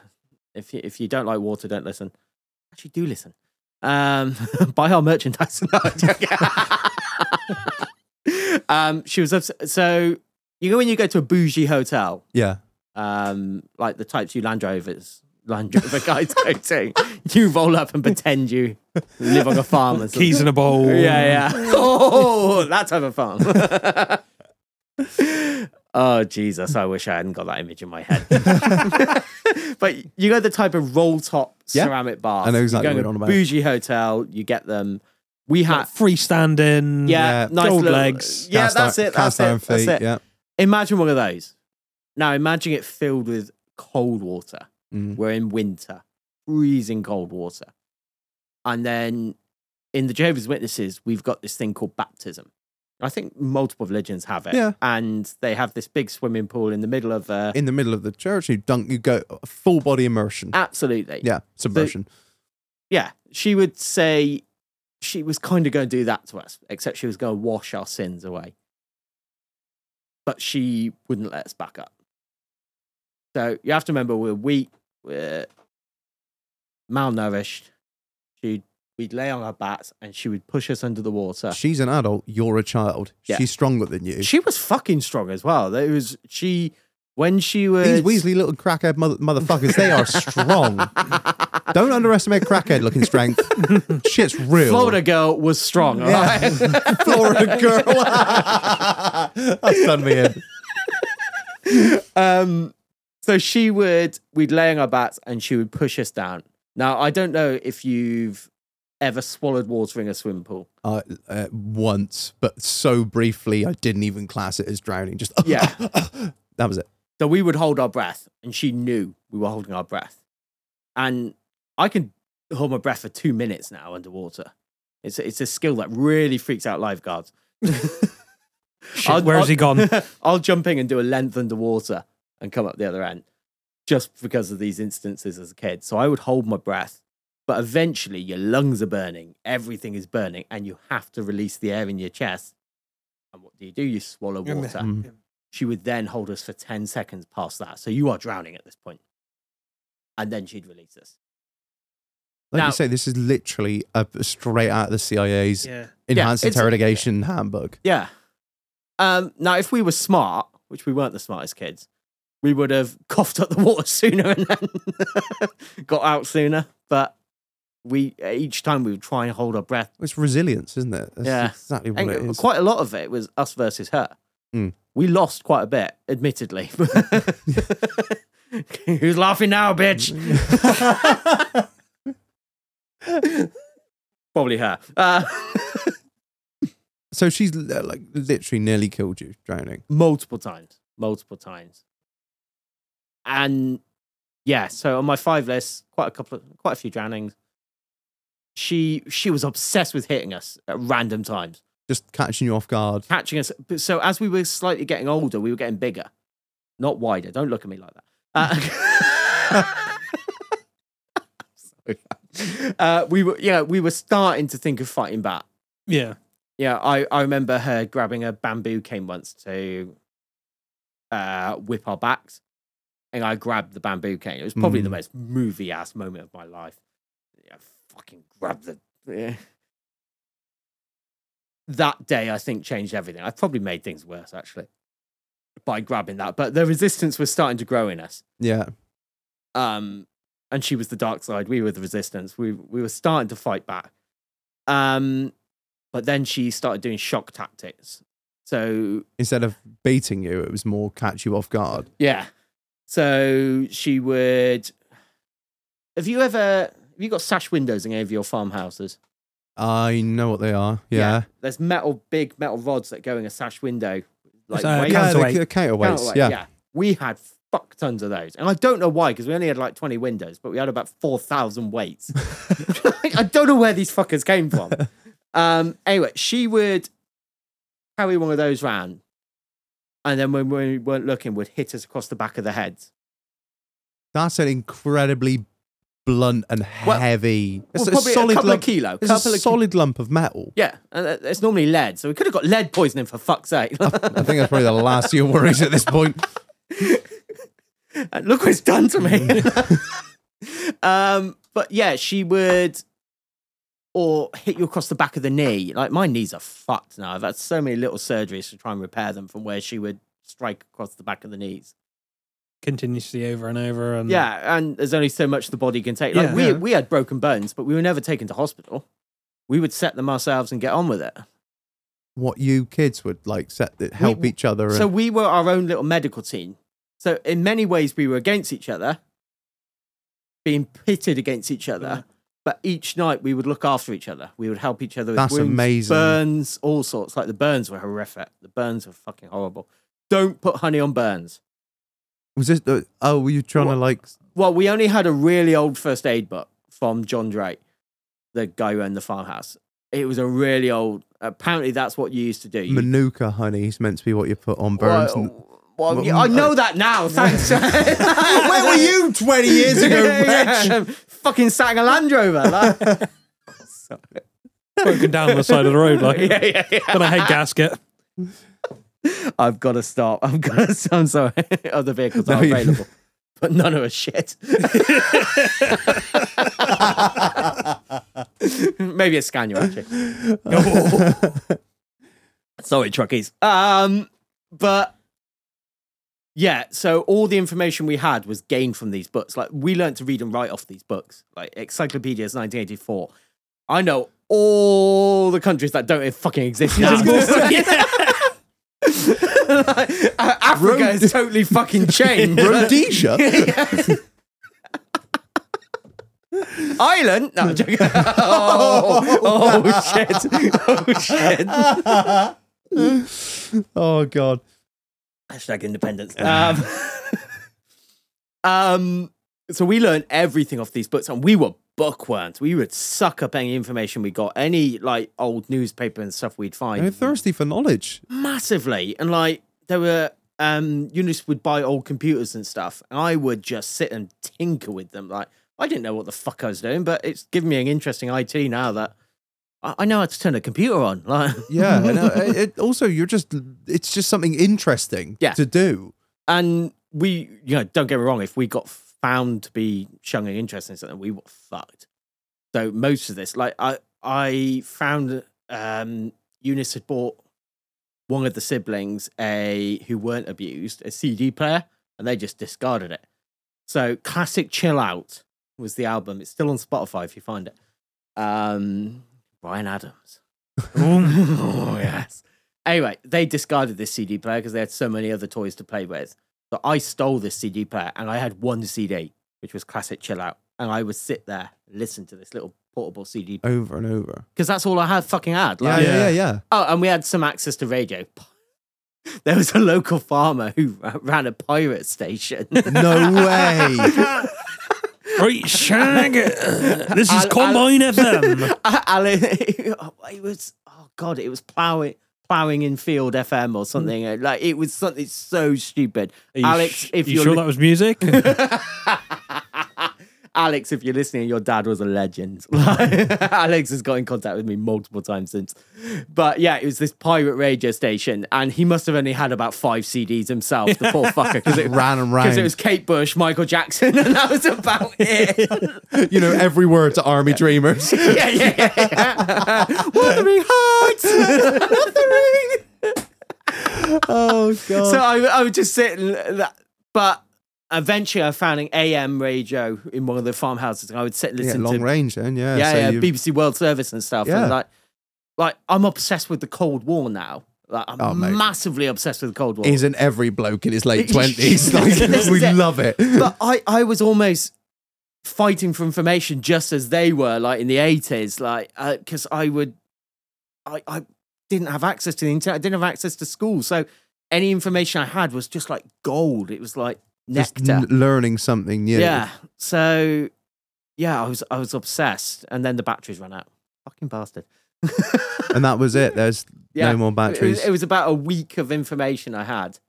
Speaker 3: If you, if you don't like water, don't listen. Actually, do listen. Um, *laughs* buy our merchandise. *laughs* No, I'm joking. um, she was obs- so you know when you go to a bougie hotel,
Speaker 2: Yeah.
Speaker 3: um, like the types you Land Rovers, Land Rover guys go to, you roll up and pretend you live on a farm. Or something.
Speaker 1: Keys in a bowl.
Speaker 3: *laughs* Yeah, yeah. Oh, that type of farm. *laughs* oh, Jesus. I wish I hadn't got that image in my head. *laughs* but you go the type of roll top
Speaker 2: Yeah.
Speaker 3: ceramic bar.
Speaker 2: I know exactly what
Speaker 3: you go
Speaker 2: you're
Speaker 3: to
Speaker 2: on
Speaker 3: a
Speaker 2: about.
Speaker 3: bougie hotel, you get them. We had.
Speaker 1: Like freestanding.
Speaker 3: Yeah,
Speaker 2: yeah,
Speaker 3: nice
Speaker 1: gold
Speaker 3: little-
Speaker 1: legs,
Speaker 3: Yeah,
Speaker 2: Cast
Speaker 3: that's
Speaker 2: iron-
Speaker 3: it. That's
Speaker 2: Cast iron
Speaker 3: it. That's
Speaker 2: feet.
Speaker 3: it.
Speaker 2: Yeah.
Speaker 3: Imagine one of those. Now imagine it filled with cold water.
Speaker 2: Mm.
Speaker 3: We're in winter, freezing cold water. And then in the Jehovah's Witnesses, we've got this thing called baptism. I think multiple religions have it.
Speaker 2: Yeah.
Speaker 3: And they have this big swimming pool in the middle of. Uh,
Speaker 2: In the middle of the church, you dunk. You go full body immersion.
Speaker 3: Ah, absolutely.
Speaker 2: yeah, subversion.
Speaker 3: Yeah. She would say she was kind of going to do that to us, except she was going to wash our sins away. But she wouldn't let us back up. So you have to remember we're weak, we're malnourished. She'd, we'd lay on our backs and she would push us under the water.
Speaker 2: She's an adult. You're a child.
Speaker 3: Yeah.
Speaker 2: She's stronger than you.
Speaker 3: She was fucking strong as well. There was she when she was
Speaker 2: These Weasley little crackhead mother- motherfuckers, they are
Speaker 3: *laughs*
Speaker 2: strong. Don't underestimate crackhead looking strength. Shit's real.
Speaker 3: Florida girl was strong. all right? *laughs*
Speaker 2: Yeah. *laughs* Florida girl. That's done me in.
Speaker 3: Um, so she would, we'd lay on our backs and she would push us down. Now, I don't know if you've ever swallowed water in a swim pool.
Speaker 2: Uh, uh, once, but so briefly, I didn't even class it as drowning. Just *laughs*
Speaker 3: Yeah.
Speaker 2: that was it.
Speaker 3: So we would hold our breath and she knew we were holding our breath. And I can hold my breath for two minutes now underwater. It's a, it's a skill that really freaks out lifeguards. *laughs*
Speaker 1: Shit, where's he gone?
Speaker 3: I'll jump in and do a length underwater and come up the other end just because of these instances as a kid. So I would hold my breath, but eventually your lungs are burning, everything is burning, and you have to release the air in your chest. And what do you do? You swallow
Speaker 1: Yeah.
Speaker 3: water.
Speaker 2: Mm.
Speaker 3: She would then hold us for 10 seconds past that. So you are drowning at this point. And then she'd release us.
Speaker 2: Like
Speaker 3: Now-
Speaker 2: you say, this is literally a, a straight out of the CIA's
Speaker 1: Yeah.
Speaker 2: enhanced
Speaker 3: it's-
Speaker 2: interrogation handbook.
Speaker 3: Yeah. Um, now, if we were smart, which we weren't the smartest kids, we would have coughed up the water *laughs* sooner and then *laughs* got out sooner. But we each time we would try and hold our breath.
Speaker 2: It's resilience, isn't it? That's
Speaker 3: Yeah.
Speaker 2: exactly what
Speaker 3: And
Speaker 2: it is.
Speaker 3: quite a lot of it was us versus her.
Speaker 2: Mm.
Speaker 3: We lost quite a bit, admittedly. *laughs* Who's laughing
Speaker 2: *laughs*
Speaker 3: now, bitch? *laughs* Probably her. Uh, *laughs*
Speaker 2: so she's li- like literally nearly killed you drowning.
Speaker 3: multiple times, multiple times. And yeah, so on my five list, quite a couple, of, quite a few drownings. She she was obsessed with hitting us at random times,
Speaker 2: Just catching you off guard.
Speaker 3: catching us. but So as we were slightly getting older, we were getting bigger, not wider. Don't look at me like that. Uh, *laughs* Sorry. Uh, we were yeah we were starting to think of fighting back.
Speaker 1: Yeah.
Speaker 3: Yeah, I, I remember her grabbing a bamboo cane once to uh, whip our backs. And I grabbed the bamboo cane. It was probably the
Speaker 2: Mm.
Speaker 3: most movie ass moment of my life. Yeah, fucking grabbed the. Yeah. That day, I think, changed everything. I probably made things worse, actually, by grabbing that. But the resistance was starting to grow in us
Speaker 2: Yeah.
Speaker 3: um, and she was the dark side. We were the resistance. We we were starting to fight back, um, but then she started doing shock tactics. So
Speaker 2: Instead of beating you, it was more catch you off guard.
Speaker 3: yeah, So she would. Have you ever? Have you got sash windows in any of your farmhouses?
Speaker 2: I know what they are. Yeah.
Speaker 3: There's metal, big metal rods that go in a sash window. Like
Speaker 1: So, uh,
Speaker 2: Yeah,
Speaker 3: weight-
Speaker 1: Counterweight.
Speaker 2: the, the counterweights.
Speaker 3: counterweight,
Speaker 2: yeah.
Speaker 3: Oh, We had fuck tons of those. And I don't know why, because we only had like 20 windows, but we had about 4,000
Speaker 2: *laughs*
Speaker 3: weights. Like, I don't know where these fuckers came from. Um, anyway, she would carry one of those round. And then when we weren't looking, would hit us across the back of the head.
Speaker 2: That's an incredibly blunt and
Speaker 3: Well,
Speaker 2: heavy.
Speaker 3: Well,
Speaker 2: it's a
Speaker 3: probably a
Speaker 2: solid
Speaker 3: couple
Speaker 2: lump.
Speaker 3: of kilo.
Speaker 2: It's a
Speaker 3: couple of ki-
Speaker 2: solid lump of
Speaker 3: *laughs*
Speaker 2: metal.
Speaker 3: Yeah, and uh, it's normally lead, so we could have got lead poisoning for fuck's sake.
Speaker 2: I think that's probably the last of your worries at this point.
Speaker 3: And Uh, look what it's done to me. *laughs* um, but yeah, she would or hit you across the back of the knee. Like my knees are fucked now. I've had so many little surgeries to try and repair them from where she would strike across the back of the knees.
Speaker 1: continuously over and over. And
Speaker 3: Yeah, and there's only so much the body can take. Like
Speaker 1: Mm. Yeah.
Speaker 3: we
Speaker 1: Yeah.
Speaker 3: we had broken bones, but we were never taken to hospital. We would set them ourselves and get on with it.
Speaker 2: What you kids would like set that help
Speaker 3: We-
Speaker 2: each other.
Speaker 3: So
Speaker 2: and,
Speaker 3: we were our own little medical team. So in many ways, we were against each other, being pitted against each other.
Speaker 2: Mm.
Speaker 3: But each night we would look after each other. We would help each other with
Speaker 2: That's
Speaker 3: wounds,
Speaker 2: amazing.
Speaker 3: burns, all sorts. Like the burns were horrific. The burns were fucking horrible. Don't put honey on burns.
Speaker 2: was this? The, oh, were you trying to like?
Speaker 3: Well, we only had a really old first aid book from John Drake, the guy who owned the farmhouse. It was a really old. Apparently, that's what you used to do. You-
Speaker 2: Manuka honey is meant to be what you put on burns. and-
Speaker 3: Well, well,
Speaker 2: Well, mm, uh,
Speaker 3: yeah, I know
Speaker 2: *laughs*
Speaker 3: that now. Thanks. Where
Speaker 2: were you 20 years ago,
Speaker 3: *laughs* Fucking sat in a Land Rover. like.
Speaker 1: broken down on the side of the road like
Speaker 3: *laughs* yeah, yeah, yeah.
Speaker 1: on a head gasket.
Speaker 3: I've got to *laughs* stop. I've got to. I'm sorry. Other vehicles are
Speaker 2: No, you-
Speaker 3: available, but none of us shit. *laughs* Maybe a Scania
Speaker 2: *laughs*
Speaker 3: actually.
Speaker 2: Oh.
Speaker 3: *laughs* sorry, truckies. Um, but yeah. So all the information we had was gained from these books. Like we learned to read and write off these books, like encyclopedias, 1984. I know all the countries that don't
Speaker 2: *laughs*
Speaker 3: fucking exist now. *laughs* Like, uh, Africa
Speaker 2: Rhode-
Speaker 3: has totally fucking
Speaker 2: *laughs*
Speaker 3: changed.
Speaker 2: oh. Rhodesia. *laughs*
Speaker 3: Ireland? No, I'm joking. Oh, oh, shit. Oh shit.
Speaker 2: oh God.
Speaker 3: Hashtag independence. Um, *laughs* um, so we learned everything off these books, and we were bookworms. We would suck up any information we got, any like old newspaper and stuff we'd
Speaker 2: I'm
Speaker 3: find
Speaker 2: thirsty for knowledge.
Speaker 3: massively. And like there were um Eunice would buy old computers and stuff, and I would just sit and tinker with them. Like I didn't know what the fuck I was doing, but it's given me an interesting IT now that I, I know how to turn a computer on. *laughs* Like
Speaker 2: Yeah, and *laughs* uh, it, it- also you're just it's just something interesting
Speaker 3: Yeah.
Speaker 2: to do.
Speaker 3: and we you know don't get me wrong if we got found to be showing an interest in something we were fucked so most of this like i i found um eunice had bought one of the siblings a who weren't abused a cd player and they just discarded it so classic chill out was the album it's still on spotify if you find it um brian adams *laughs* oh yes Anyway, they discarded this CD player because they had so many other toys to play with. So I stole this CD player and I had one CD, which was classic chill out. And I would sit there, listen to this little portable CD
Speaker 2: Over and over.
Speaker 3: because that's all I had fucking had.
Speaker 2: Yeah,
Speaker 3: Like,
Speaker 2: yeah, yeah, yeah.
Speaker 3: Oh, and we had some access to radio. *laughs* There was a local farmer who *laughs* ra- ran a pirate
Speaker 2: *laughs*
Speaker 3: station. *laughs*
Speaker 2: No *laughs* way.
Speaker 1: Great
Speaker 3: *laughs*
Speaker 1: shag. This
Speaker 3: I'll-
Speaker 1: is
Speaker 3: I'll-
Speaker 1: Combine
Speaker 3: *laughs*
Speaker 1: FM.
Speaker 3: Alan, it *laughs* was oh god, it was plowing plowing in field FM or something. Like it was something so
Speaker 1: Mm.
Speaker 3: stupid.
Speaker 1: Are you
Speaker 3: Alex,
Speaker 1: sh-
Speaker 3: if
Speaker 1: you
Speaker 3: you're
Speaker 1: sure
Speaker 3: li-
Speaker 1: that was
Speaker 3: *laughs*
Speaker 1: music, I
Speaker 3: Alex, if you're listening, your dad was a legend. *laughs* Alex has got in contact with me multiple times since. But yeah, it was this pirate radio station, and he must have only had about five CDs himself, the
Speaker 2: *laughs*
Speaker 3: poor fucker, because it
Speaker 2: Ran and
Speaker 3: Because
Speaker 2: round.
Speaker 3: it was Kate Bush, Michael Jackson, *laughs* and that was about
Speaker 2: *laughs*
Speaker 3: it.
Speaker 2: you know every word to Army Dreamers.
Speaker 3: yeah, yeah, yeah. Wuthering Heights, Wuthering.
Speaker 2: *laughs* oh God.
Speaker 3: So I, I would just sit and l- that, but eventually I found an AM radio in one of the farmhouses, and I would sit and
Speaker 2: yeah,
Speaker 3: listen
Speaker 2: long
Speaker 3: to
Speaker 2: range then. Yeah.
Speaker 3: yeah,
Speaker 2: so
Speaker 3: yeah,
Speaker 2: you-
Speaker 3: BBC World Service and stuff.
Speaker 2: Yeah.
Speaker 3: And like, like I'm obsessed with the Cold War now. Like, I'm
Speaker 2: Oh, mate.
Speaker 3: massively obsessed with the Cold War.
Speaker 2: Isn't every bloke in his late 20s?
Speaker 3: *laughs* This
Speaker 2: Like,
Speaker 3: is
Speaker 2: we
Speaker 3: it.
Speaker 2: love it.
Speaker 3: but I, I was almost fighting for information just as they were, like in the eighties, like because I would, I, I didn't have access to the internet. I didn't have access to school, so any information I had was just like gold. It was like
Speaker 2: Just
Speaker 3: nectar.
Speaker 2: n- learning something new.
Speaker 3: yeah. So yeah, I was I was obsessed, and then the batteries ran out. Fucking bastard.
Speaker 2: And that was it. There's
Speaker 3: Yeah.
Speaker 2: no more
Speaker 3: It-
Speaker 2: batteries.
Speaker 3: It, was about a week of information I had.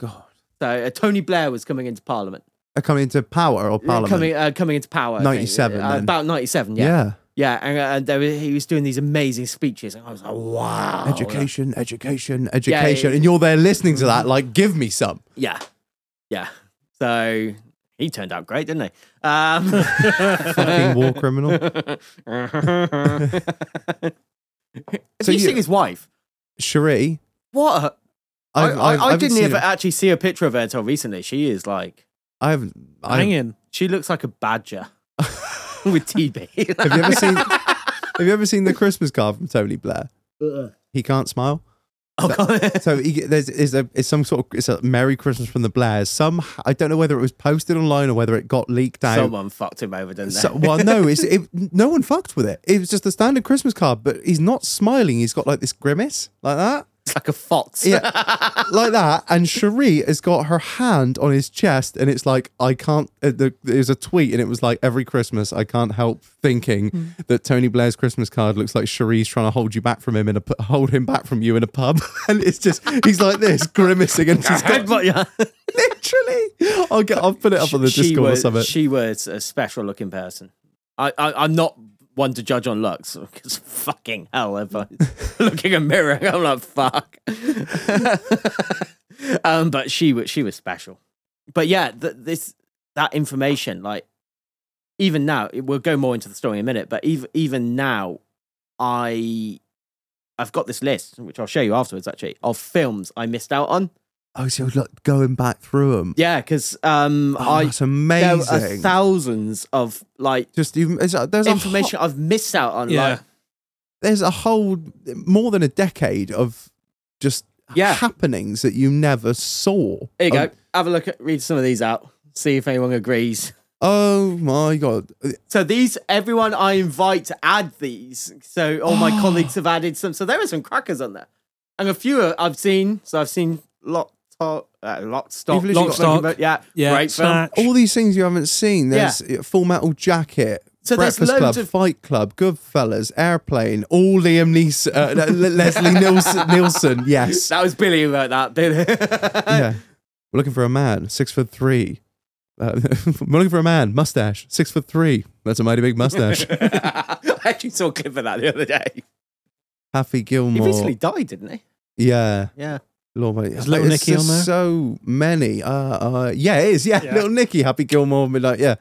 Speaker 2: God.
Speaker 3: So uh, Tony Blair was coming into Parliament.
Speaker 2: Uh, Coming into power or parliament.
Speaker 3: Coming uh, coming into power. I think.
Speaker 2: 97
Speaker 3: Uh,
Speaker 2: then.
Speaker 3: about ninety seven.
Speaker 2: yeah.
Speaker 3: Yeah, and, uh, and they were, he was doing these amazing speeches, and I was like, wow.
Speaker 2: Education, education,
Speaker 3: Oh, yeah,
Speaker 2: education.
Speaker 3: yeah. Mm-hmm.
Speaker 2: And you're there listening to that, like, give me
Speaker 3: *laughs*
Speaker 2: some.
Speaker 3: Yeah, yeah. So he turned out great, didn't he?
Speaker 2: *laughs*
Speaker 3: Um,
Speaker 2: Fucking war criminal.
Speaker 3: so
Speaker 2: So
Speaker 3: you,
Speaker 2: you-
Speaker 3: seen his wife?
Speaker 2: Cherie.
Speaker 3: What? a- I,
Speaker 2: I've,
Speaker 3: I,
Speaker 2: I've-
Speaker 3: I
Speaker 2: I've
Speaker 3: didn't
Speaker 2: seen
Speaker 3: ever
Speaker 2: her-
Speaker 3: actually see a picture of her until recently. She is like,
Speaker 2: I've, I've,
Speaker 1: Hanging.
Speaker 3: she looks like
Speaker 2: *laughs*
Speaker 3: a badger with *laughs* TB.
Speaker 2: Have you ever seen? have you ever seen the Christmas card from Tony Blair? He can't smile.
Speaker 3: oh, God.
Speaker 2: So he, there's is a it's some sort of it's a Merry Christmas from the Blairs. Some I don't know whether it was posted online or whether it got leaked out.
Speaker 3: Someone fucked him over, didn't they?
Speaker 2: So- well, no, it's it, no one fucked with it. It was just a standard Christmas card, but he's not smiling. He's got like this grimace like that,
Speaker 3: it's like a fox.
Speaker 2: yeah, like that. And Cherie has got her hand on his chest, and it's like I can't. Uh, the, there's a tweet, and it was like every Christmas I can't help thinking that Tony Blair's Christmas card looks like Cherie's trying to hold you back from him and hold him back from you in a pub, *laughs* and it's just he's like this grimacing, and
Speaker 3: *laughs*
Speaker 2: she's got
Speaker 3: Headbutt, yeah.
Speaker 2: *laughs* literally. I'll get. I'll put it *laughs* up on the
Speaker 3: she
Speaker 2: Discord
Speaker 3: was,
Speaker 2: or something.
Speaker 3: She was a special looking person. I, I, I'm not one to judge on looks *laughs* because fucking hell, if
Speaker 2: *laughs*
Speaker 3: I look in a mirror, *laughs* I'm like, fuck. um, but she was, she was special. But yeah, th- this, that information, like, even now, it- we'll go more into the story in a minute, but even, even now, I, I've got this list, which I'll show you afterwards, actually, of films I missed out on.
Speaker 2: oh, so like going back through them.
Speaker 3: Yeah, because um,
Speaker 2: Oh,
Speaker 3: I,
Speaker 2: that's
Speaker 3: there
Speaker 2: amazing.
Speaker 3: are thousands of like
Speaker 2: just even it's, uh, there's
Speaker 3: information
Speaker 2: A
Speaker 3: I've missed out on.
Speaker 1: Yeah.
Speaker 3: Like,
Speaker 2: whole, there's a whole more than a decade of just
Speaker 3: Yeah.
Speaker 2: happenings that you never saw.
Speaker 3: here you
Speaker 2: Um,
Speaker 3: go. Have a look at read some of these out. See if anyone agrees.
Speaker 2: Oh my god!
Speaker 3: So these, everyone I invite to add these. So all *gasps* my colleagues have added some. So there are some crackers on there, and a few are- I've seen. So I've seen lot, to- uh, lot stock,
Speaker 2: literally
Speaker 3: lot
Speaker 2: got-
Speaker 3: stock.
Speaker 1: Lockstock.
Speaker 3: yeah,
Speaker 1: Yeah.
Speaker 3: great film.
Speaker 1: Snatch.
Speaker 2: All these things you haven't seen. There's uh Full Metal Jacket.
Speaker 3: So there's
Speaker 2: Breakfast
Speaker 3: loads
Speaker 2: Club,
Speaker 3: of-
Speaker 2: Fight Club, Goodfellas, Airplane, all Liam Neeson, uh, Le-
Speaker 3: *laughs*
Speaker 2: Le- Leslie Nielsen, Nielsen, yes,
Speaker 3: That uh, was Billy who wrote that. Billy. *laughs*
Speaker 2: yeah. We're looking for a man, six foot three. Uh, *laughs* we're looking for a man, mustache, six foot three. That's a mighty big
Speaker 3: *laughs*
Speaker 2: mustache.
Speaker 3: I actually saw a clip of that the other day.
Speaker 2: Happy
Speaker 3: He
Speaker 2: Gilmore.
Speaker 3: recently died, didn't he?
Speaker 2: Yeah.
Speaker 3: Yeah.
Speaker 2: Lord, mate,
Speaker 1: Is Little
Speaker 2: it's
Speaker 1: Nicky
Speaker 2: just
Speaker 1: on there?
Speaker 2: So many. Uh, uh, yeah, it is. Yeah.
Speaker 1: Yeah.
Speaker 2: Little Nicky, Happy Gilmore, but like, yeah,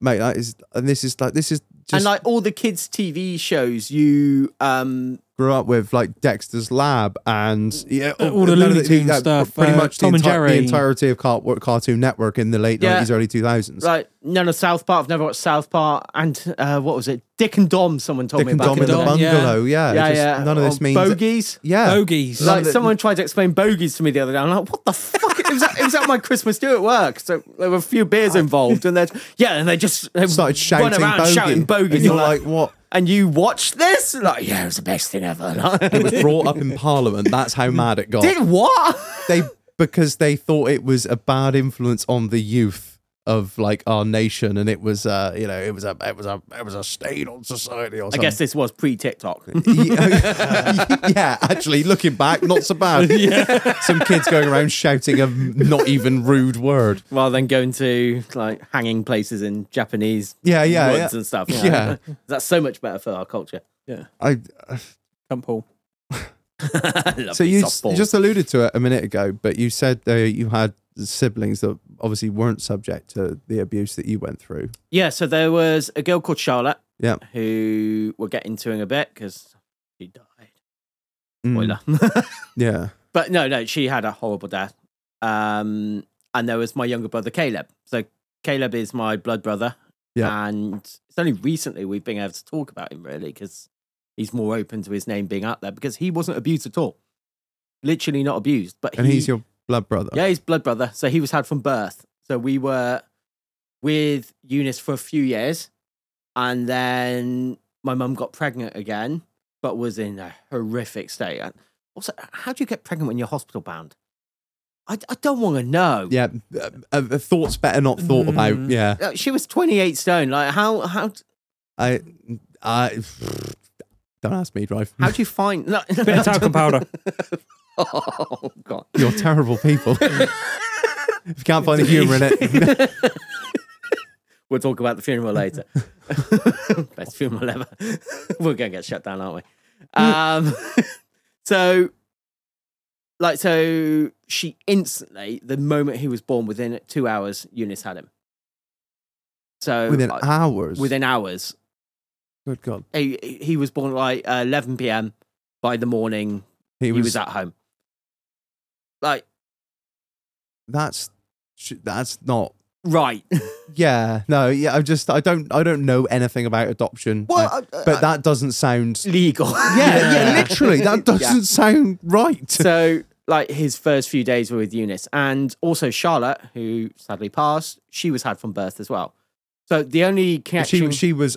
Speaker 2: mate, that is, and this is like, this is
Speaker 3: and
Speaker 2: just
Speaker 3: like all the kids' TV shows, you um
Speaker 2: grew up with like Dexter's Lab and
Speaker 3: Mm.
Speaker 2: yeah,
Speaker 1: Uh, all the
Speaker 2: none of
Speaker 1: Looney Tunes
Speaker 2: yeah,
Speaker 1: stuff,
Speaker 2: Pretty
Speaker 1: uh,
Speaker 2: much
Speaker 1: Tom
Speaker 2: the,
Speaker 1: and
Speaker 2: entire, the
Speaker 1: Jerry.
Speaker 2: entirety of Cart- Cartoon Network in the late
Speaker 3: Yeah.
Speaker 2: nineties, early two thousands.
Speaker 3: like none of South Park. I've never watched South Park, and uh, what was it? Dick and Dom. Someone told
Speaker 2: Dick
Speaker 3: me
Speaker 2: and
Speaker 3: about.
Speaker 2: Dom
Speaker 1: Dick
Speaker 2: in
Speaker 1: and
Speaker 2: the
Speaker 1: Dom, yeah.
Speaker 2: bungalow. Yeah,
Speaker 3: yeah,
Speaker 2: just
Speaker 3: yeah.
Speaker 2: None of
Speaker 3: Or
Speaker 2: this means.
Speaker 3: bogeys.
Speaker 2: Yeah.
Speaker 1: Bogies.
Speaker 2: None
Speaker 3: Like
Speaker 2: of it-
Speaker 3: someone tried to explain bogeys to me the other day. I'm like, what the fuck? It was, at, it was at my Christmas do at work, so there were a few beers involved, and then yeah, and they just they
Speaker 2: Started shouting
Speaker 3: run around
Speaker 2: bogey.
Speaker 3: shouting bogeys.
Speaker 2: And you're
Speaker 3: I'm
Speaker 2: like, what?
Speaker 3: and you watched this? Like, yeah, it was the best thing ever. *laughs*
Speaker 2: It was brought up in Parliament. That's how mad it got. *laughs*
Speaker 3: Did what?
Speaker 2: they because they thought it was a bad influence on the youth of like our nation and it was uh you know it was a it was a it was a stain on society or
Speaker 3: I
Speaker 2: something.
Speaker 3: guess this was pre TikTok.
Speaker 2: yeah, *laughs* yeah, actually looking back not so
Speaker 3: *laughs*
Speaker 2: bad some kids going around shouting a not even rude word
Speaker 3: rather than going to like hanging places in Japanese
Speaker 2: Yeah, yeah,
Speaker 3: woods
Speaker 2: yeah.
Speaker 3: and stuff.
Speaker 2: Yeah.
Speaker 3: *laughs* that's so much better for our culture.
Speaker 2: i
Speaker 1: Come,
Speaker 3: *laughs*
Speaker 1: Paul.
Speaker 2: so you, you just alluded to it a minute ago but you said that you had siblings that obviously weren't subject to the abuse that you went through
Speaker 3: yeah. So there was a girl called Charlotte
Speaker 2: yeah
Speaker 3: who we'll get into in a bit because she died.
Speaker 2: Mm.
Speaker 3: Spoiler. *laughs*
Speaker 2: yeah
Speaker 3: but no, no, she had a horrible death. Um, and there was my younger brother Caleb. So Caleb is my blood brother.
Speaker 2: Yeah.
Speaker 3: And it's only recently we've been able to talk about him really because he's more open to his name being out there because he wasn't abused at all. literally not abused. But
Speaker 2: And
Speaker 3: he-
Speaker 2: he's your blood brother.
Speaker 3: yeah, he's blood brother. So he was had from birth. So we were with Eunice for a few years, and then my mum got pregnant again, but was in a horrific state. And also, how do you get pregnant when you're hospital bound? I, I don't want to know.
Speaker 2: Yeah. Uh, uh, thoughts better not thought about.
Speaker 1: Mm.
Speaker 2: Yeah.
Speaker 3: Uh, She was 28 stone. Like how how
Speaker 2: I, I, don't ask me, drive.
Speaker 3: how do you find *laughs* no,
Speaker 1: Bit of talcum powder.
Speaker 3: *laughs* Oh god.
Speaker 2: You're terrible
Speaker 3: *laughs*
Speaker 2: people. if you can't find the humour in it,
Speaker 3: We'll talk about
Speaker 2: *laughs*
Speaker 3: the funeral later. *laughs* Best funeral ever. We're going to get shut down, aren't we? Um, *laughs* so, like, so she instantly, the moment he was born, within two hours, Eunice had him. So,
Speaker 2: *laughs* within
Speaker 3: like,
Speaker 2: hours.
Speaker 3: within hours,
Speaker 2: good God,
Speaker 3: he, he was born like uh, 11 p.m. By the morning,
Speaker 2: he
Speaker 3: he
Speaker 2: was.
Speaker 3: was, at home. Like,
Speaker 2: that's sh- that's not.
Speaker 3: right. *laughs*
Speaker 2: Yeah, no, yeah. I'm just. I don't. I don't know anything about adoption. I-
Speaker 3: Well, uh,
Speaker 2: but that doesn't sound.
Speaker 3: legal.
Speaker 2: Yeah,
Speaker 3: *laughs*
Speaker 2: yeah, literally, that
Speaker 3: Yeah.
Speaker 2: doesn't sound right.
Speaker 3: *laughs* so like his first few days were with Eunice and also Charlotte, who sadly passed, she was had from birth as well. So the only
Speaker 2: she
Speaker 3: connection
Speaker 2: she was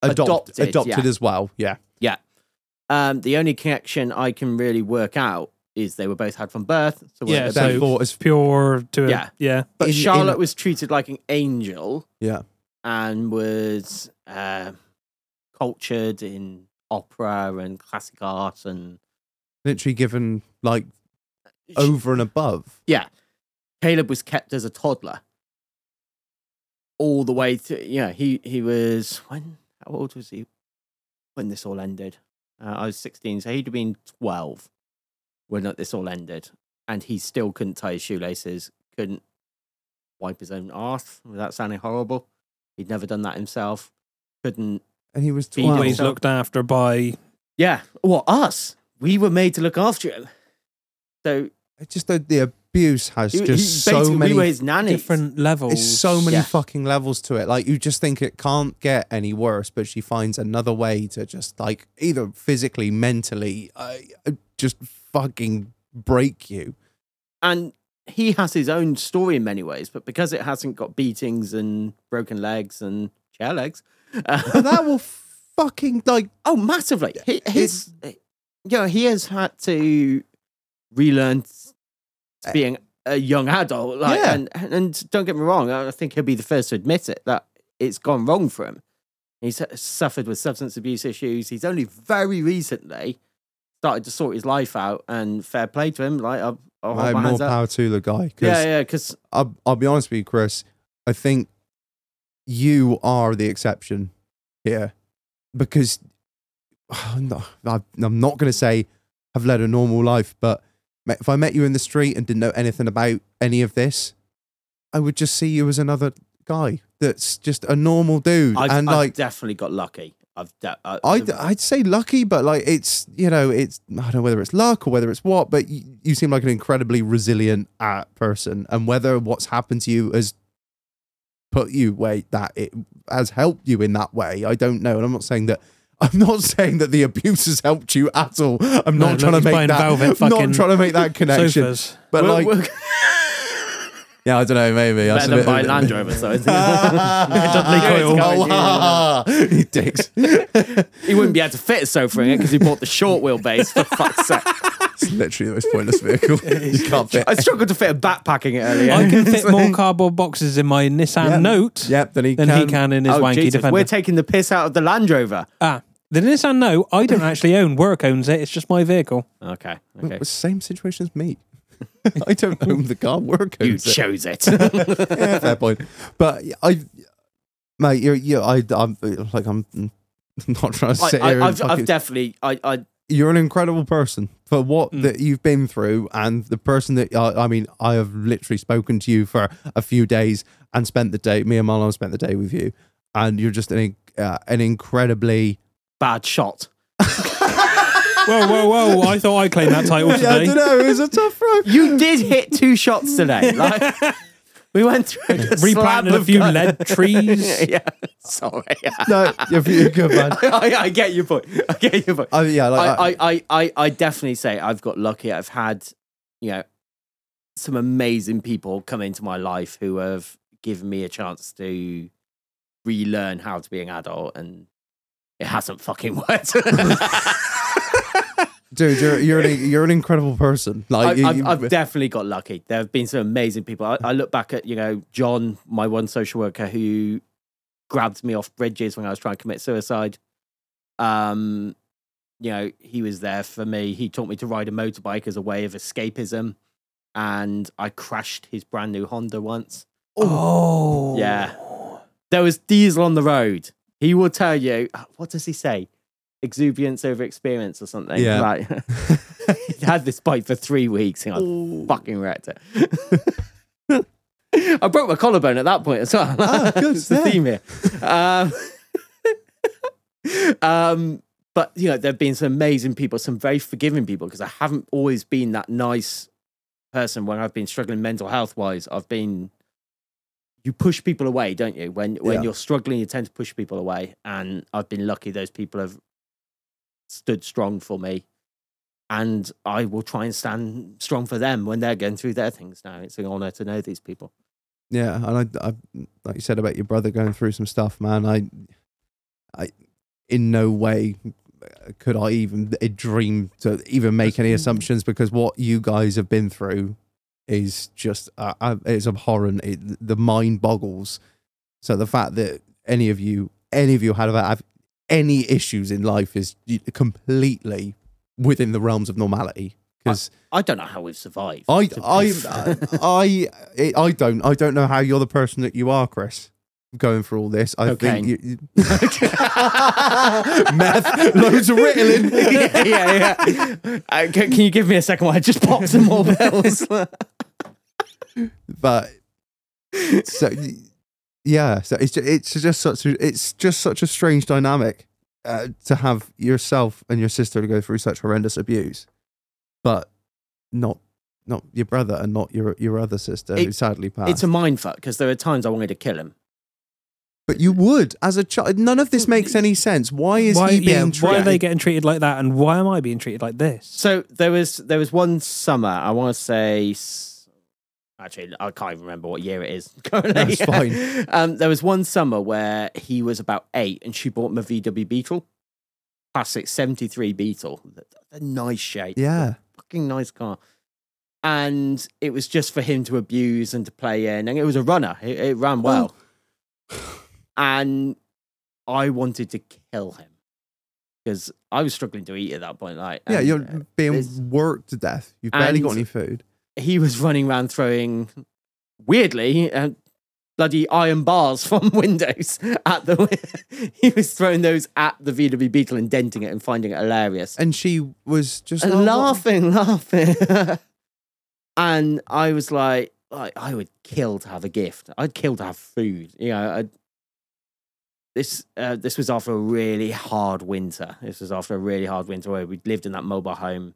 Speaker 2: adopt, adopted,
Speaker 3: Adopted, yeah.
Speaker 2: as well. Yeah,
Speaker 3: um the only connection I can really work out is they were both had from birth. So we're
Speaker 1: Yeah,
Speaker 3: adopted.
Speaker 1: so-
Speaker 2: therefore, it's
Speaker 1: Pure to a,
Speaker 3: Yeah.
Speaker 1: yeah.
Speaker 3: but
Speaker 2: in-
Speaker 3: Charlotte
Speaker 2: in-
Speaker 3: was treated like an angel
Speaker 2: yeah.
Speaker 3: and was uh, cultured in opera and classic art and
Speaker 2: Literally given like over and above.
Speaker 3: Caleb was kept as a toddler all the way to you know he he was when how old was he when this all ended uh, I was 16 so he'd have been 12 when this all ended and he still couldn't tie his shoelaces couldn't wipe his own arse without sounding horrible he'd never done that himself couldn't
Speaker 2: And he was
Speaker 3: He Wow.
Speaker 1: Always
Speaker 2: twelve.
Speaker 3: was-
Speaker 1: looked after by
Speaker 3: yeah well us we were made to look after him so
Speaker 2: I just the, the abuse has
Speaker 3: he, he-
Speaker 2: just so
Speaker 3: basically we were
Speaker 2: many.
Speaker 3: his nanny
Speaker 1: different levels.
Speaker 2: It's so many
Speaker 3: Yeah.
Speaker 2: fucking levels to it. Like you just think it can't get any worse, but she finds another way to just like either physically, mentally, uh, just fucking break you.
Speaker 3: and he has his own story in many ways, but because it hasn't got beatings and broken legs and chair legs, *laughs* uh,
Speaker 2: And that will *laughs* fucking like
Speaker 3: oh, massively. He, his, you know, he has had to relearn to being a young adult. Like,
Speaker 2: Eh. Yeah.
Speaker 3: and, and don't get me wrong, I think he'll be the first to admit it that it's gone wrong for him. He's suffered with substance abuse issues. He's only very recently started to sort his life out, and fair play to him. Like, I'll, I'll hold
Speaker 2: like,
Speaker 3: Oh, my
Speaker 2: more
Speaker 3: hands up.
Speaker 2: power to the guy. 'cause
Speaker 3: Yeah, yeah, because
Speaker 2: I'll, I'll be honest with you, Chris. I think you are the exception here because *sighs* I'm not, I'm not going to say I've led a normal life, but ma- if I met you in the street and didn't know anything about any of this, I would just see you as another guy that's just a normal dude.
Speaker 3: I've,
Speaker 2: and
Speaker 3: I've
Speaker 2: like,
Speaker 3: definitely got lucky. I've de- uh, I,
Speaker 2: I'd, I'd say lucky, but like it's, you know, it's, I don't know whether it's luck or whether it's what, but you, you seem like an incredibly resilient uh, person. And whether what's happened to you has put you way that it has helped you in that way, I don't know. And I'm not saying that. *laughs* I'm not saying that the abuse has helped you at all. I'm
Speaker 1: No,
Speaker 2: not
Speaker 1: look,
Speaker 2: trying to
Speaker 1: he's
Speaker 2: make
Speaker 1: buying
Speaker 2: that.
Speaker 1: velvet
Speaker 2: I'm
Speaker 1: fucking
Speaker 2: *laughs* not trying to make
Speaker 1: *laughs*
Speaker 2: that connection.
Speaker 1: sofas.
Speaker 2: But
Speaker 3: We're-
Speaker 2: like,
Speaker 3: we're-
Speaker 2: *laughs* yeah, I don't know. Maybe I
Speaker 3: better
Speaker 2: *laughs*
Speaker 3: than my Land *laughs* Rover. So
Speaker 1: *laughs*
Speaker 3: it's,
Speaker 1: Dudley Coyle.
Speaker 2: *laughs* he dicks.
Speaker 3: he wouldn't be able to fit a sofa in it because he bought the short wheelbase. For fuck's sake,
Speaker 2: It's literally the most pointless
Speaker 3: *laughs*
Speaker 2: vehicle. you can't fit
Speaker 3: I struggled to fit a backpack in it earlier.
Speaker 1: I can fit more cardboard boxes in my Nissan
Speaker 2: Yep.
Speaker 1: Note
Speaker 2: Yep, then he
Speaker 1: than
Speaker 2: can.
Speaker 1: he can in his
Speaker 3: Oh,
Speaker 1: wanky
Speaker 3: Jesus,
Speaker 1: Defender.
Speaker 3: we're taking the piss out of the Land Rover.
Speaker 1: ah, the Nissan Note I don't actually own. Work owns it. It's just my vehicle.
Speaker 3: Okay, okay.
Speaker 2: It's the same situation as me. *laughs* I don't own the car. Work
Speaker 3: You
Speaker 2: owns it.
Speaker 3: chose it.
Speaker 2: Yeah, fair point. But I, mate, you're you. I, I'm like I'm not trying to
Speaker 3: I,
Speaker 2: sit here. and
Speaker 3: I, I've,
Speaker 2: fucking-
Speaker 3: I've definitely. I, I
Speaker 2: you're an incredible person for what
Speaker 3: Hmm.
Speaker 2: that you've been through and the person that uh, I mean I have literally spoken to you for a few days and spent the day me and Marlon spent the day with you and you're just an in- uh, an incredibly
Speaker 3: bad shot.
Speaker 1: whoa, whoa, whoa! I thought I *laughs* claimed that title
Speaker 2: yeah, I
Speaker 1: today.
Speaker 2: don't know it was a tough road
Speaker 3: You did hit two shots today. Like, We went through a slab
Speaker 1: replanted a
Speaker 3: of
Speaker 1: few
Speaker 3: gun- *laughs*
Speaker 1: lead trees.
Speaker 3: yeah, sorry. *laughs*
Speaker 2: No, you're, you're good, man.
Speaker 3: I, I get your point. I get your point.
Speaker 2: Oh, yeah, like
Speaker 3: I, I, I, I, I definitely say I've got lucky. I've had, you know, some amazing people come into my life who have given me a chance to relearn how to be an adult, and it hasn't fucking *laughs* worked.
Speaker 2: dude, you're you're an, you're an incredible person. Like,
Speaker 3: I've,
Speaker 2: you,
Speaker 3: I've,
Speaker 2: you- *laughs*
Speaker 3: I've definitely got lucky. There have been some amazing people. I, I look back at, you know, John, my one social worker who grabbed me off bridges when I was trying to commit suicide. Um, you know, he was there for me. He taught me to ride a motorbike as a way of escapism. And I crashed his brand new Honda once.
Speaker 1: Oh,
Speaker 3: Yeah. There was diesel on the road. He will tell you, uh, what does he say? Exuberance over experience or something.
Speaker 2: Yeah.
Speaker 3: *laughs* Like, had this bike for three weeks and I fucking wrecked it. I broke my collarbone at that point as well. *laughs*
Speaker 2: Ah, good,
Speaker 3: it's the
Speaker 2: yeah.
Speaker 3: theme here. Um, um, *laughs* but you know, there have been some amazing people, some very forgiving people, because I haven't always been that nice person when I've been struggling mental health wise. I've been you push people away, don't you? When when
Speaker 2: Yeah.
Speaker 3: you're struggling, you tend to push people away. And I've been lucky; those people have stood strong for me, and I will try and stand strong for them when they're going through their things. Now it's an honor to know these people.
Speaker 2: yeah, and I, I, like you said about your brother going through some stuff, man. I, I, in no way could I even dream to even make any assumptions because what you guys have been through is just uh, uh, it's abhorrent. It, the mind boggles. So the fact that any of you, any of you had have any issues in life is completely within the realms of normality because.
Speaker 3: I don't know how we've survived.
Speaker 2: I
Speaker 3: to be
Speaker 2: I uh,
Speaker 3: fair.
Speaker 2: I it, I don't I don't know how you're the person that you are, Chris. Going through all this, I
Speaker 3: Cocaine.
Speaker 2: think you, you- meth, *laughs* loads of Ritalin.
Speaker 3: *laughs* *laughs* yeah, yeah. yeah. Uh, can, can you give me a second while I just pop some more bells?
Speaker 2: But so yeah, so it's just, it's just such a, it's just such a strange dynamic uh, to have yourself and your sister to go through such horrendous abuse, but not not your brother and not your your other sister who
Speaker 3: It-
Speaker 2: sadly passed.
Speaker 3: *laughs* it's a mind fuck because there are times I wanted to kill him.
Speaker 2: But you would, as a child. None of this makes any sense. Why is
Speaker 1: Why,
Speaker 2: he being
Speaker 1: yeah, why are
Speaker 2: treated?
Speaker 1: they getting treated like that, and why am I being treated like this? *laughs*
Speaker 3: So there was there was one summer. I want to say, s- actually, I can't even remember what year it is. *laughs* currently.
Speaker 2: That's fine.
Speaker 3: Um, there was one summer where he was about eight, and she bought him a VW Beetle, classic '73 Beetle, a nice shape,
Speaker 2: yeah,
Speaker 3: fucking nice car. And it was just for him to abuse and to play in, and it was a runner. It, it
Speaker 2: Oh.
Speaker 3: ran well,
Speaker 2: *sighs*
Speaker 3: and I wanted to kill him because I was struggling to eat at that point. Like,
Speaker 2: yeah.
Speaker 3: and,
Speaker 2: You're
Speaker 3: uh, it's-
Speaker 2: being worked to death. You've barely got
Speaker 3: And-
Speaker 2: any food.
Speaker 3: uh, he was running around throwing weirdly uh, bloody iron bars *laughs* from windows at the *laughs* he was throwing those at the VW Beetle and denting it and finding it hilarious
Speaker 2: And she was just
Speaker 3: and
Speaker 2: like, what-
Speaker 3: laughing *laughs* laughing and I was like I, I would kill to have a gift I'd kill to have food you know I, this uh, this was after a really hard winter this was after a really hard winter where we lived in that mobile home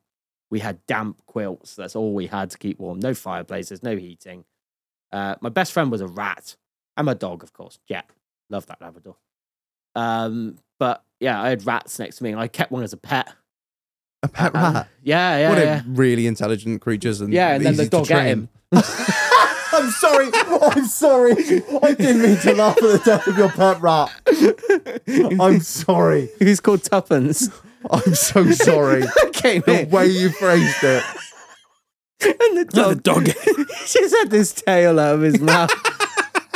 Speaker 3: we had damp quilts. That's all we had to keep warm. No fireplaces, no heating. Uh, my best friend was a rat and my dog, of course, Jack. Love that Labrador. Um, but yeah, I had rats next to me and I kept one as a pet.
Speaker 2: A pet
Speaker 3: And-
Speaker 2: rat.
Speaker 3: Yeah, yeah.
Speaker 2: what
Speaker 3: yeah.
Speaker 2: a really intelligent creatures and
Speaker 3: Yeah, and then
Speaker 2: easy to
Speaker 3: the dog ate
Speaker 2: train.
Speaker 3: him. *laughs*
Speaker 2: I'm sorry. I'm sorry. I didn't mean to laugh at the death of your pet rat.
Speaker 3: *laughs*
Speaker 2: I'm sorry.
Speaker 3: He was called *laughs* Tuppence.
Speaker 2: I'm so
Speaker 3: *laughs*
Speaker 2: sorry.
Speaker 3: Came
Speaker 2: The
Speaker 3: in
Speaker 2: way you phrased it.
Speaker 3: and the
Speaker 1: Like the
Speaker 3: dog *laughs*
Speaker 1: dog.
Speaker 3: just had this tail out of *laughs* his mouth.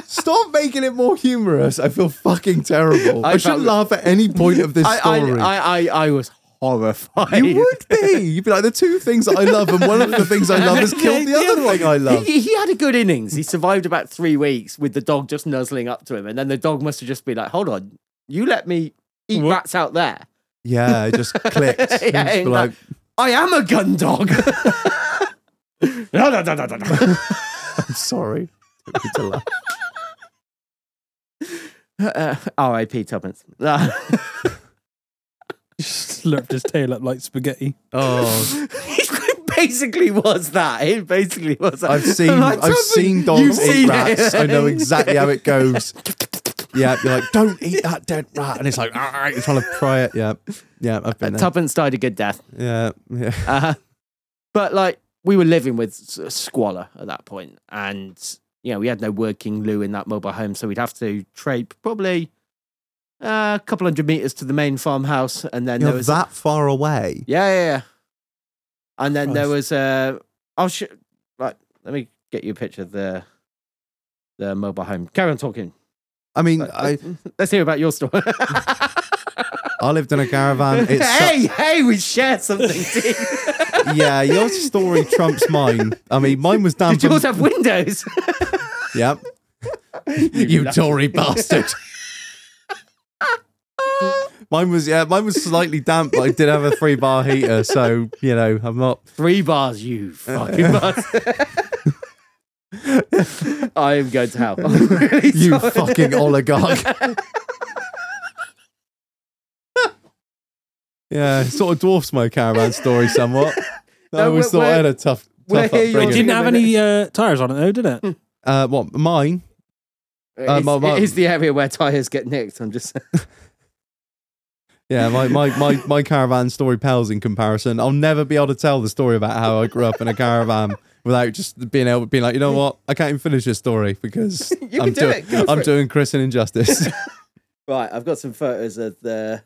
Speaker 2: Stop making it more humorous. I feel fucking terrible. I,
Speaker 3: I
Speaker 2: shouldn't
Speaker 3: felt-
Speaker 2: laugh at any point of *laughs* this
Speaker 3: I, I,
Speaker 2: story.
Speaker 3: I, I, I was horrified.
Speaker 2: You would be. You'd be like the two things that I love, and one of the things I love *laughs* has killed the other thing I love.
Speaker 3: He, he had a good innings. He survived about three weeks with the dog just nuzzling up to him, and then the dog must have just been like, "Hold on, you let me eat
Speaker 1: What?
Speaker 3: rats out there.
Speaker 2: *laughs* Yeah, it just clicked.
Speaker 3: *laughs* Yeah,
Speaker 2: It was
Speaker 3: ain't
Speaker 2: like,
Speaker 3: I am a gun dog." No, no, no, no, no, no.
Speaker 2: *laughs* I'm sorry. Took me to laugh.
Speaker 3: *laughs* Uh, R.I.P. *laughs* Tuppence. No.
Speaker 1: Slurped his tail up like spaghetti.
Speaker 2: Oh, *laughs*
Speaker 3: He's quite basically was that. It basically was that.
Speaker 2: I've seen
Speaker 3: I'm like,
Speaker 2: I've
Speaker 3: "Something-
Speaker 2: seen dogs
Speaker 3: you've
Speaker 2: eat
Speaker 3: seen it."
Speaker 2: rats. I know exactly how *laughs* it goes. Yeah, you're like, don't eat that dead rat, and it's like, "Arr," you're trying to pry it. Yeah, yeah, I've been there.
Speaker 3: Tuppence died a good death.
Speaker 2: Yeah, yeah.
Speaker 3: Uh, but like we were living with s- squalor at that point, and you know we had no working loo in that mobile home, so we'd have to trade probably uh, a couple hundred meters to the main farmhouse, and then there
Speaker 2: You're
Speaker 3: was
Speaker 2: that far away.
Speaker 3: yeah, yeah, yeah. And then there was uh, I'll sh- right. Let me get you a picture of the the mobile home. Carry on talking.
Speaker 2: I mean, I,
Speaker 3: Let's hear about your story.
Speaker 2: I lived in a
Speaker 3: *laughs*
Speaker 2: caravan. Um, It's
Speaker 3: hey, hey, we shared something. Dee.
Speaker 2: *laughs* yeah, your story trumps mine. I mean, mine was damn.
Speaker 3: Did yours have
Speaker 2: *laughs*
Speaker 3: windows?
Speaker 2: yep.
Speaker 3: *laughs*
Speaker 2: you Tory bastard. mine was yeah, mine was slightly damp, but I did have a three bar heater, so you know I'm not.
Speaker 3: Three bars, you fucking *laughs* bastard. I am going
Speaker 2: *laughs*
Speaker 3: to hell. *laughs* I'm really
Speaker 2: You
Speaker 3: sorry.
Speaker 2: fucking oligarch. yeah, sort of dwarfs my caravan story somewhat. I
Speaker 3: No,
Speaker 2: always
Speaker 3: we're-
Speaker 2: thought I had a tough,
Speaker 3: we're
Speaker 2: tough
Speaker 3: here, you're
Speaker 1: It
Speaker 2: upbringing.
Speaker 1: didn't have any uh, tires on it though, did it?
Speaker 2: Uh, what mine? Uh,
Speaker 3: It's-
Speaker 2: my- my-
Speaker 3: it is the area where tires get nicked. I'm just saying. *laughs*
Speaker 2: Yeah, my, my, my, my caravan story pales in comparison. I'll never be able to tell the story about how I grew up in a caravan without just being able being like, you know what? I can't even finish this story because
Speaker 3: *laughs* You
Speaker 2: I'm,
Speaker 3: can do
Speaker 2: doing-
Speaker 3: it. Go for
Speaker 2: I'm
Speaker 3: it.
Speaker 2: doing Chris an
Speaker 3: *laughs*
Speaker 2: injustice.
Speaker 3: right. I've got some photos of the.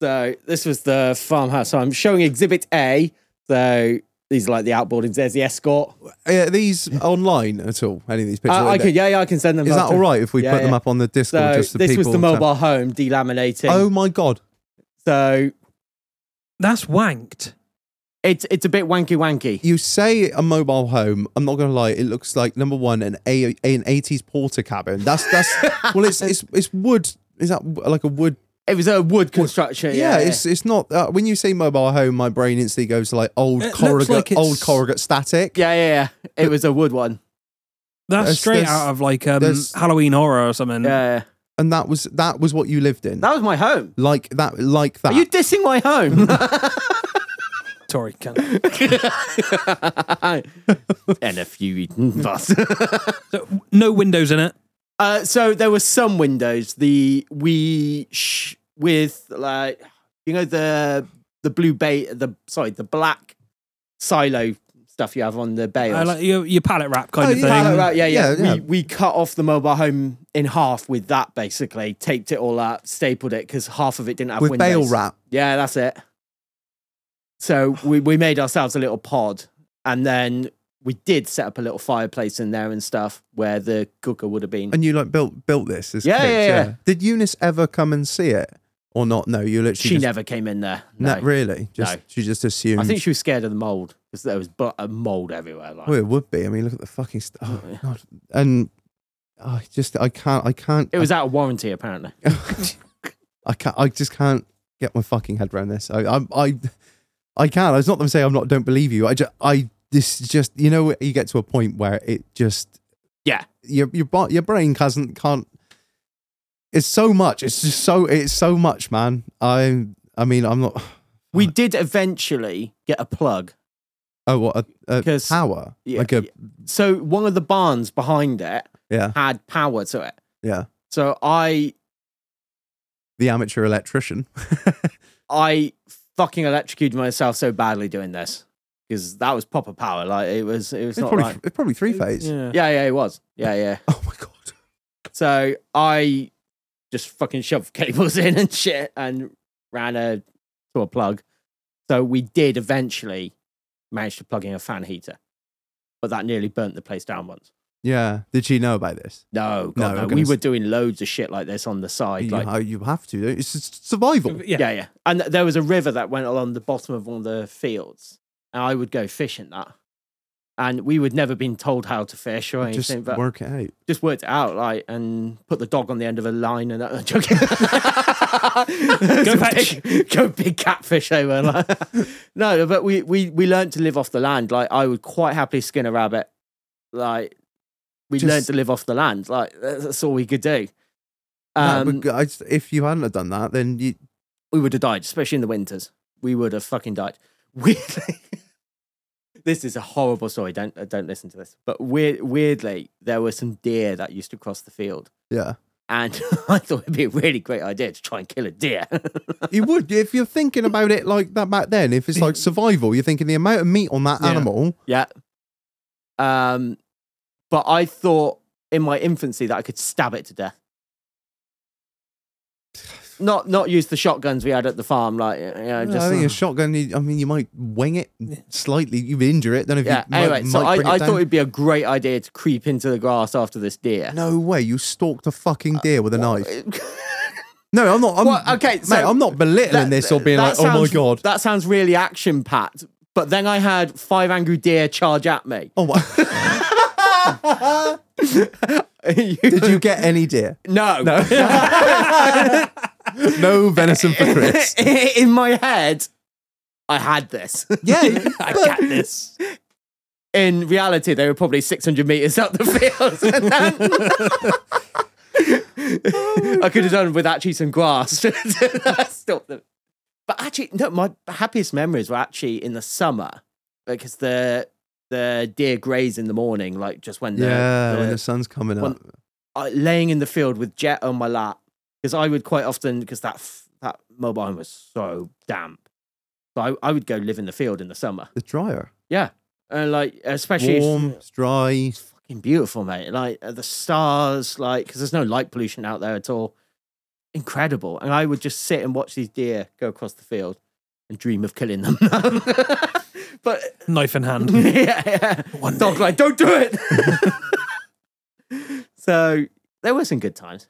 Speaker 3: So this was the farmhouse. So I'm showing Exhibit A. So these are like the outboardings. There's the escort.
Speaker 2: Are these online at all? Any of these pictures?
Speaker 3: I, I could, yeah, yeah, I can send them.
Speaker 2: Is that
Speaker 3: after.
Speaker 2: all right if we
Speaker 3: Yeah,
Speaker 2: put them
Speaker 3: yeah.
Speaker 2: up on the Discord?
Speaker 3: So
Speaker 2: just so
Speaker 3: this was
Speaker 2: people
Speaker 3: the
Speaker 2: can-
Speaker 3: mobile home delaminating.
Speaker 2: Oh my god!
Speaker 3: So
Speaker 1: That's wanked.
Speaker 3: it's it's a bit wanky wanky.
Speaker 2: You say a mobile home. I'm not gonna lie. It looks like number one an a an 80s porter cabin. That's *laughs* that's well, it's it's it's wood. Is that like a wood
Speaker 3: It was a wood construction.
Speaker 2: Yeah, it's it's not uh, when you say mobile home, my brain instantly goes to like old
Speaker 1: It looks
Speaker 2: corrugate,
Speaker 1: like it's-
Speaker 2: old corrugate static.
Speaker 3: yeah, yeah, yeah. It was a wood one.
Speaker 1: That's
Speaker 2: There's-
Speaker 1: straight
Speaker 2: there's-
Speaker 1: out of like um,
Speaker 2: there's-
Speaker 1: Halloween horror or something.
Speaker 3: Yeah, yeah.
Speaker 2: and that was that was what you lived in,
Speaker 3: Mm. that was my home.
Speaker 2: like that, like that.
Speaker 3: Are you dissing my *laughs*
Speaker 1: Sorry, can
Speaker 3: home? and a few eaten *laughs* bus.
Speaker 1: so, no windows in it.
Speaker 3: uh, so there were some windows. The we sh- with like you know the the blue bay the sorry the black silo stuff you have on the bay.
Speaker 1: I Uh, like your, your pallet wrap kind
Speaker 2: Oh,
Speaker 1: of
Speaker 2: yeah.
Speaker 1: thing.
Speaker 2: Pallet
Speaker 3: Right, yeah, yeah.
Speaker 2: Yeah, yeah.
Speaker 3: We, we cut off the mobile home in half with that basically, taped it all up, stapled it because half of it didn't have
Speaker 2: with
Speaker 3: windows.
Speaker 2: bale wrap?
Speaker 3: Yeah, that's it. So we, we made ourselves a little pod and then we did set up a little fireplace in there and stuff where the cooker would have been.
Speaker 2: And you like built built this? this
Speaker 3: Yeah,
Speaker 2: cage,
Speaker 3: yeah, yeah.
Speaker 2: Did Eunice ever come and see it or not? No, you literally
Speaker 3: She
Speaker 2: just,
Speaker 3: never came in there. No.
Speaker 2: not really. Just
Speaker 3: No.
Speaker 2: she just assumed.
Speaker 3: I think she was scared of the mold because there was but a mold everywhere. Like.
Speaker 2: well, Oh, it would be. I mean, look at the fucking stuff. Oh, god. And I just I can't I can't
Speaker 3: It was out of warranty apparently.
Speaker 2: I can't. I just can't get my fucking head around this. I, I, I, I can't. It's not them saying I'm not. Don't believe you. I just, I. This is just. You know, you get to a point where it just.
Speaker 3: Yeah.
Speaker 2: Your your bo- your brain can't can't. It's so much. It's just so. It's so much, man. I. I mean, I'm not.
Speaker 3: We did eventually get a plug.
Speaker 2: Oh, what a, a
Speaker 3: 'Cause-
Speaker 2: power.
Speaker 3: yeah,
Speaker 2: like a.
Speaker 3: So one of the barns behind it
Speaker 2: Yeah.
Speaker 3: had power to it.
Speaker 2: Yeah.
Speaker 3: So I
Speaker 2: The amateur electrician.
Speaker 3: I fucking electrocuted myself so badly doing this because that was proper power. Like it was, it was
Speaker 2: It's
Speaker 3: not
Speaker 2: probably.
Speaker 3: right.
Speaker 2: It's probably three phase.
Speaker 1: Yeah.
Speaker 3: Yeah, yeah, it was. Yeah, yeah.
Speaker 2: Oh my god.
Speaker 3: So I just fucking shoved *laughs* cables in and shit and ran a to a plug. So we did eventually manage to plug in a fan heater, but that nearly burnt the place down once.
Speaker 2: Yeah. Did she know about this?
Speaker 3: No,
Speaker 2: No,
Speaker 3: God, no.
Speaker 2: I'm
Speaker 3: We
Speaker 2: gonna
Speaker 3: were
Speaker 2: s-
Speaker 3: doing loads of shit like this on the side,
Speaker 2: You,
Speaker 3: like
Speaker 2: you have to. It's just survival.
Speaker 1: yeah.
Speaker 3: yeah, yeah. And th- there was a river that went along the bottom of one of the fields, and I would go fishing that. And we would never been told how to fish or anything,
Speaker 2: Just
Speaker 3: but
Speaker 2: work it out.
Speaker 3: just worked it out, like, and put the dog on the end of a line *laughs* and that.
Speaker 2: *laughs*
Speaker 3: Joking. go
Speaker 1: fetch.
Speaker 3: Big, go big catfish over.
Speaker 2: *laughs*
Speaker 3: Like. no, but we we we learned to live off the land. Like I would quite happily skin a rabbit. Like we
Speaker 2: Just-
Speaker 3: learned to live off the land. Like that's that's all we could do.
Speaker 2: No, but
Speaker 3: Um,
Speaker 2: g- I just- if you hadn't have done that, then you,
Speaker 3: we would have died, especially in the winters. We would have fucking died. Weirdly, *laughs* this is a horrible story. Don't uh, don't listen to this. But weird, weirdly, there were some deer that used to cross the field,
Speaker 2: Yeah.
Speaker 3: and *laughs* I thought it'd be a really great idea to try and kill a deer. *laughs*
Speaker 2: You would if you're thinking about it like that back then. If it's
Speaker 3: *laughs*
Speaker 2: like survival, you're thinking the amount of meat on that
Speaker 1: Yeah.
Speaker 2: animal.
Speaker 3: yeah. Um, but I thought in my infancy that I could stab it to death. Not not use the shotguns we had at the farm, like you know, just
Speaker 2: I think a shotgun. you- I mean, you might wing it slightly. You injure it. Then if
Speaker 3: yeah.
Speaker 2: you might,
Speaker 3: Anyway, so
Speaker 2: might
Speaker 3: I,
Speaker 2: bring it
Speaker 3: I
Speaker 2: down.
Speaker 3: thought it'd be a great idea to creep into the grass after this deer.
Speaker 2: no way. You stalked a fucking deer with a knife.
Speaker 3: *laughs*
Speaker 2: No, I'm not. I'm,
Speaker 3: Well, Uh, okay, so-
Speaker 2: mate, I'm not belittling
Speaker 3: That-
Speaker 2: this or being
Speaker 3: that
Speaker 2: like, oh my
Speaker 3: sounds-
Speaker 2: god.
Speaker 3: that sounds really action packed. But then I had five angry deer charge at me.
Speaker 2: oh my.
Speaker 3: *laughs* You-
Speaker 2: Did you get any
Speaker 3: *laughs*
Speaker 2: deer?
Speaker 3: no,
Speaker 2: No venison for
Speaker 3: *laughs*
Speaker 2: Chris.
Speaker 3: in my head, I had this.
Speaker 2: yeah,
Speaker 1: *laughs* I got this.
Speaker 3: In reality, they were probably 600 meters up the field. *laughs* And then- I could have done with actually some grass *laughs* to stop them. But actually, no, my happiest memories were actually in the summer because the the deer graze in the morning, like just when the,
Speaker 2: yeah.
Speaker 3: the-
Speaker 2: When the sun's coming
Speaker 3: when-
Speaker 2: up.
Speaker 3: uh, laying in the field with Jet on my lap because I would quite often because that f- that mobile home was so damp. So I, I would go live in the field in the summer.
Speaker 2: The dryer.
Speaker 3: Yeah, and like especially if-
Speaker 2: Warm, it's dry.
Speaker 3: fucking beautiful, mate. Like uh, the stars, like because there's no light pollution out there at all. Incredible. And I would just sit and watch these deer go across the field and dream of killing them. *laughs* but *laughs*
Speaker 1: Knife in
Speaker 2: *laughs*
Speaker 1: hand.
Speaker 3: yeah, yeah.
Speaker 1: One
Speaker 3: dog
Speaker 1: day.
Speaker 3: like don't do it. *laughs* so there were some good times.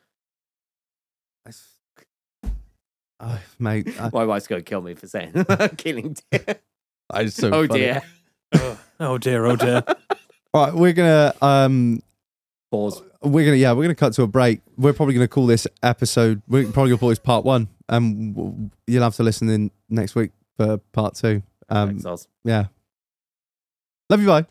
Speaker 2: Oh, mate, *laughs* I,
Speaker 3: My wife's gonna kill me for saying *laughs* killing deer.
Speaker 2: I just so
Speaker 3: Oh
Speaker 2: funny.
Speaker 3: dear.
Speaker 1: Oh dear, oh dear.
Speaker 2: All right, we're gonna um,
Speaker 3: Pause.
Speaker 2: we're gonna yeah, we're gonna cut to a break. We're probably gonna call this episode. We're probably gonna call this part one. Um, w- you'll have to listen in next week for part two. Um,
Speaker 3: Thanks, Oz.
Speaker 2: yeah. Love you. Bye.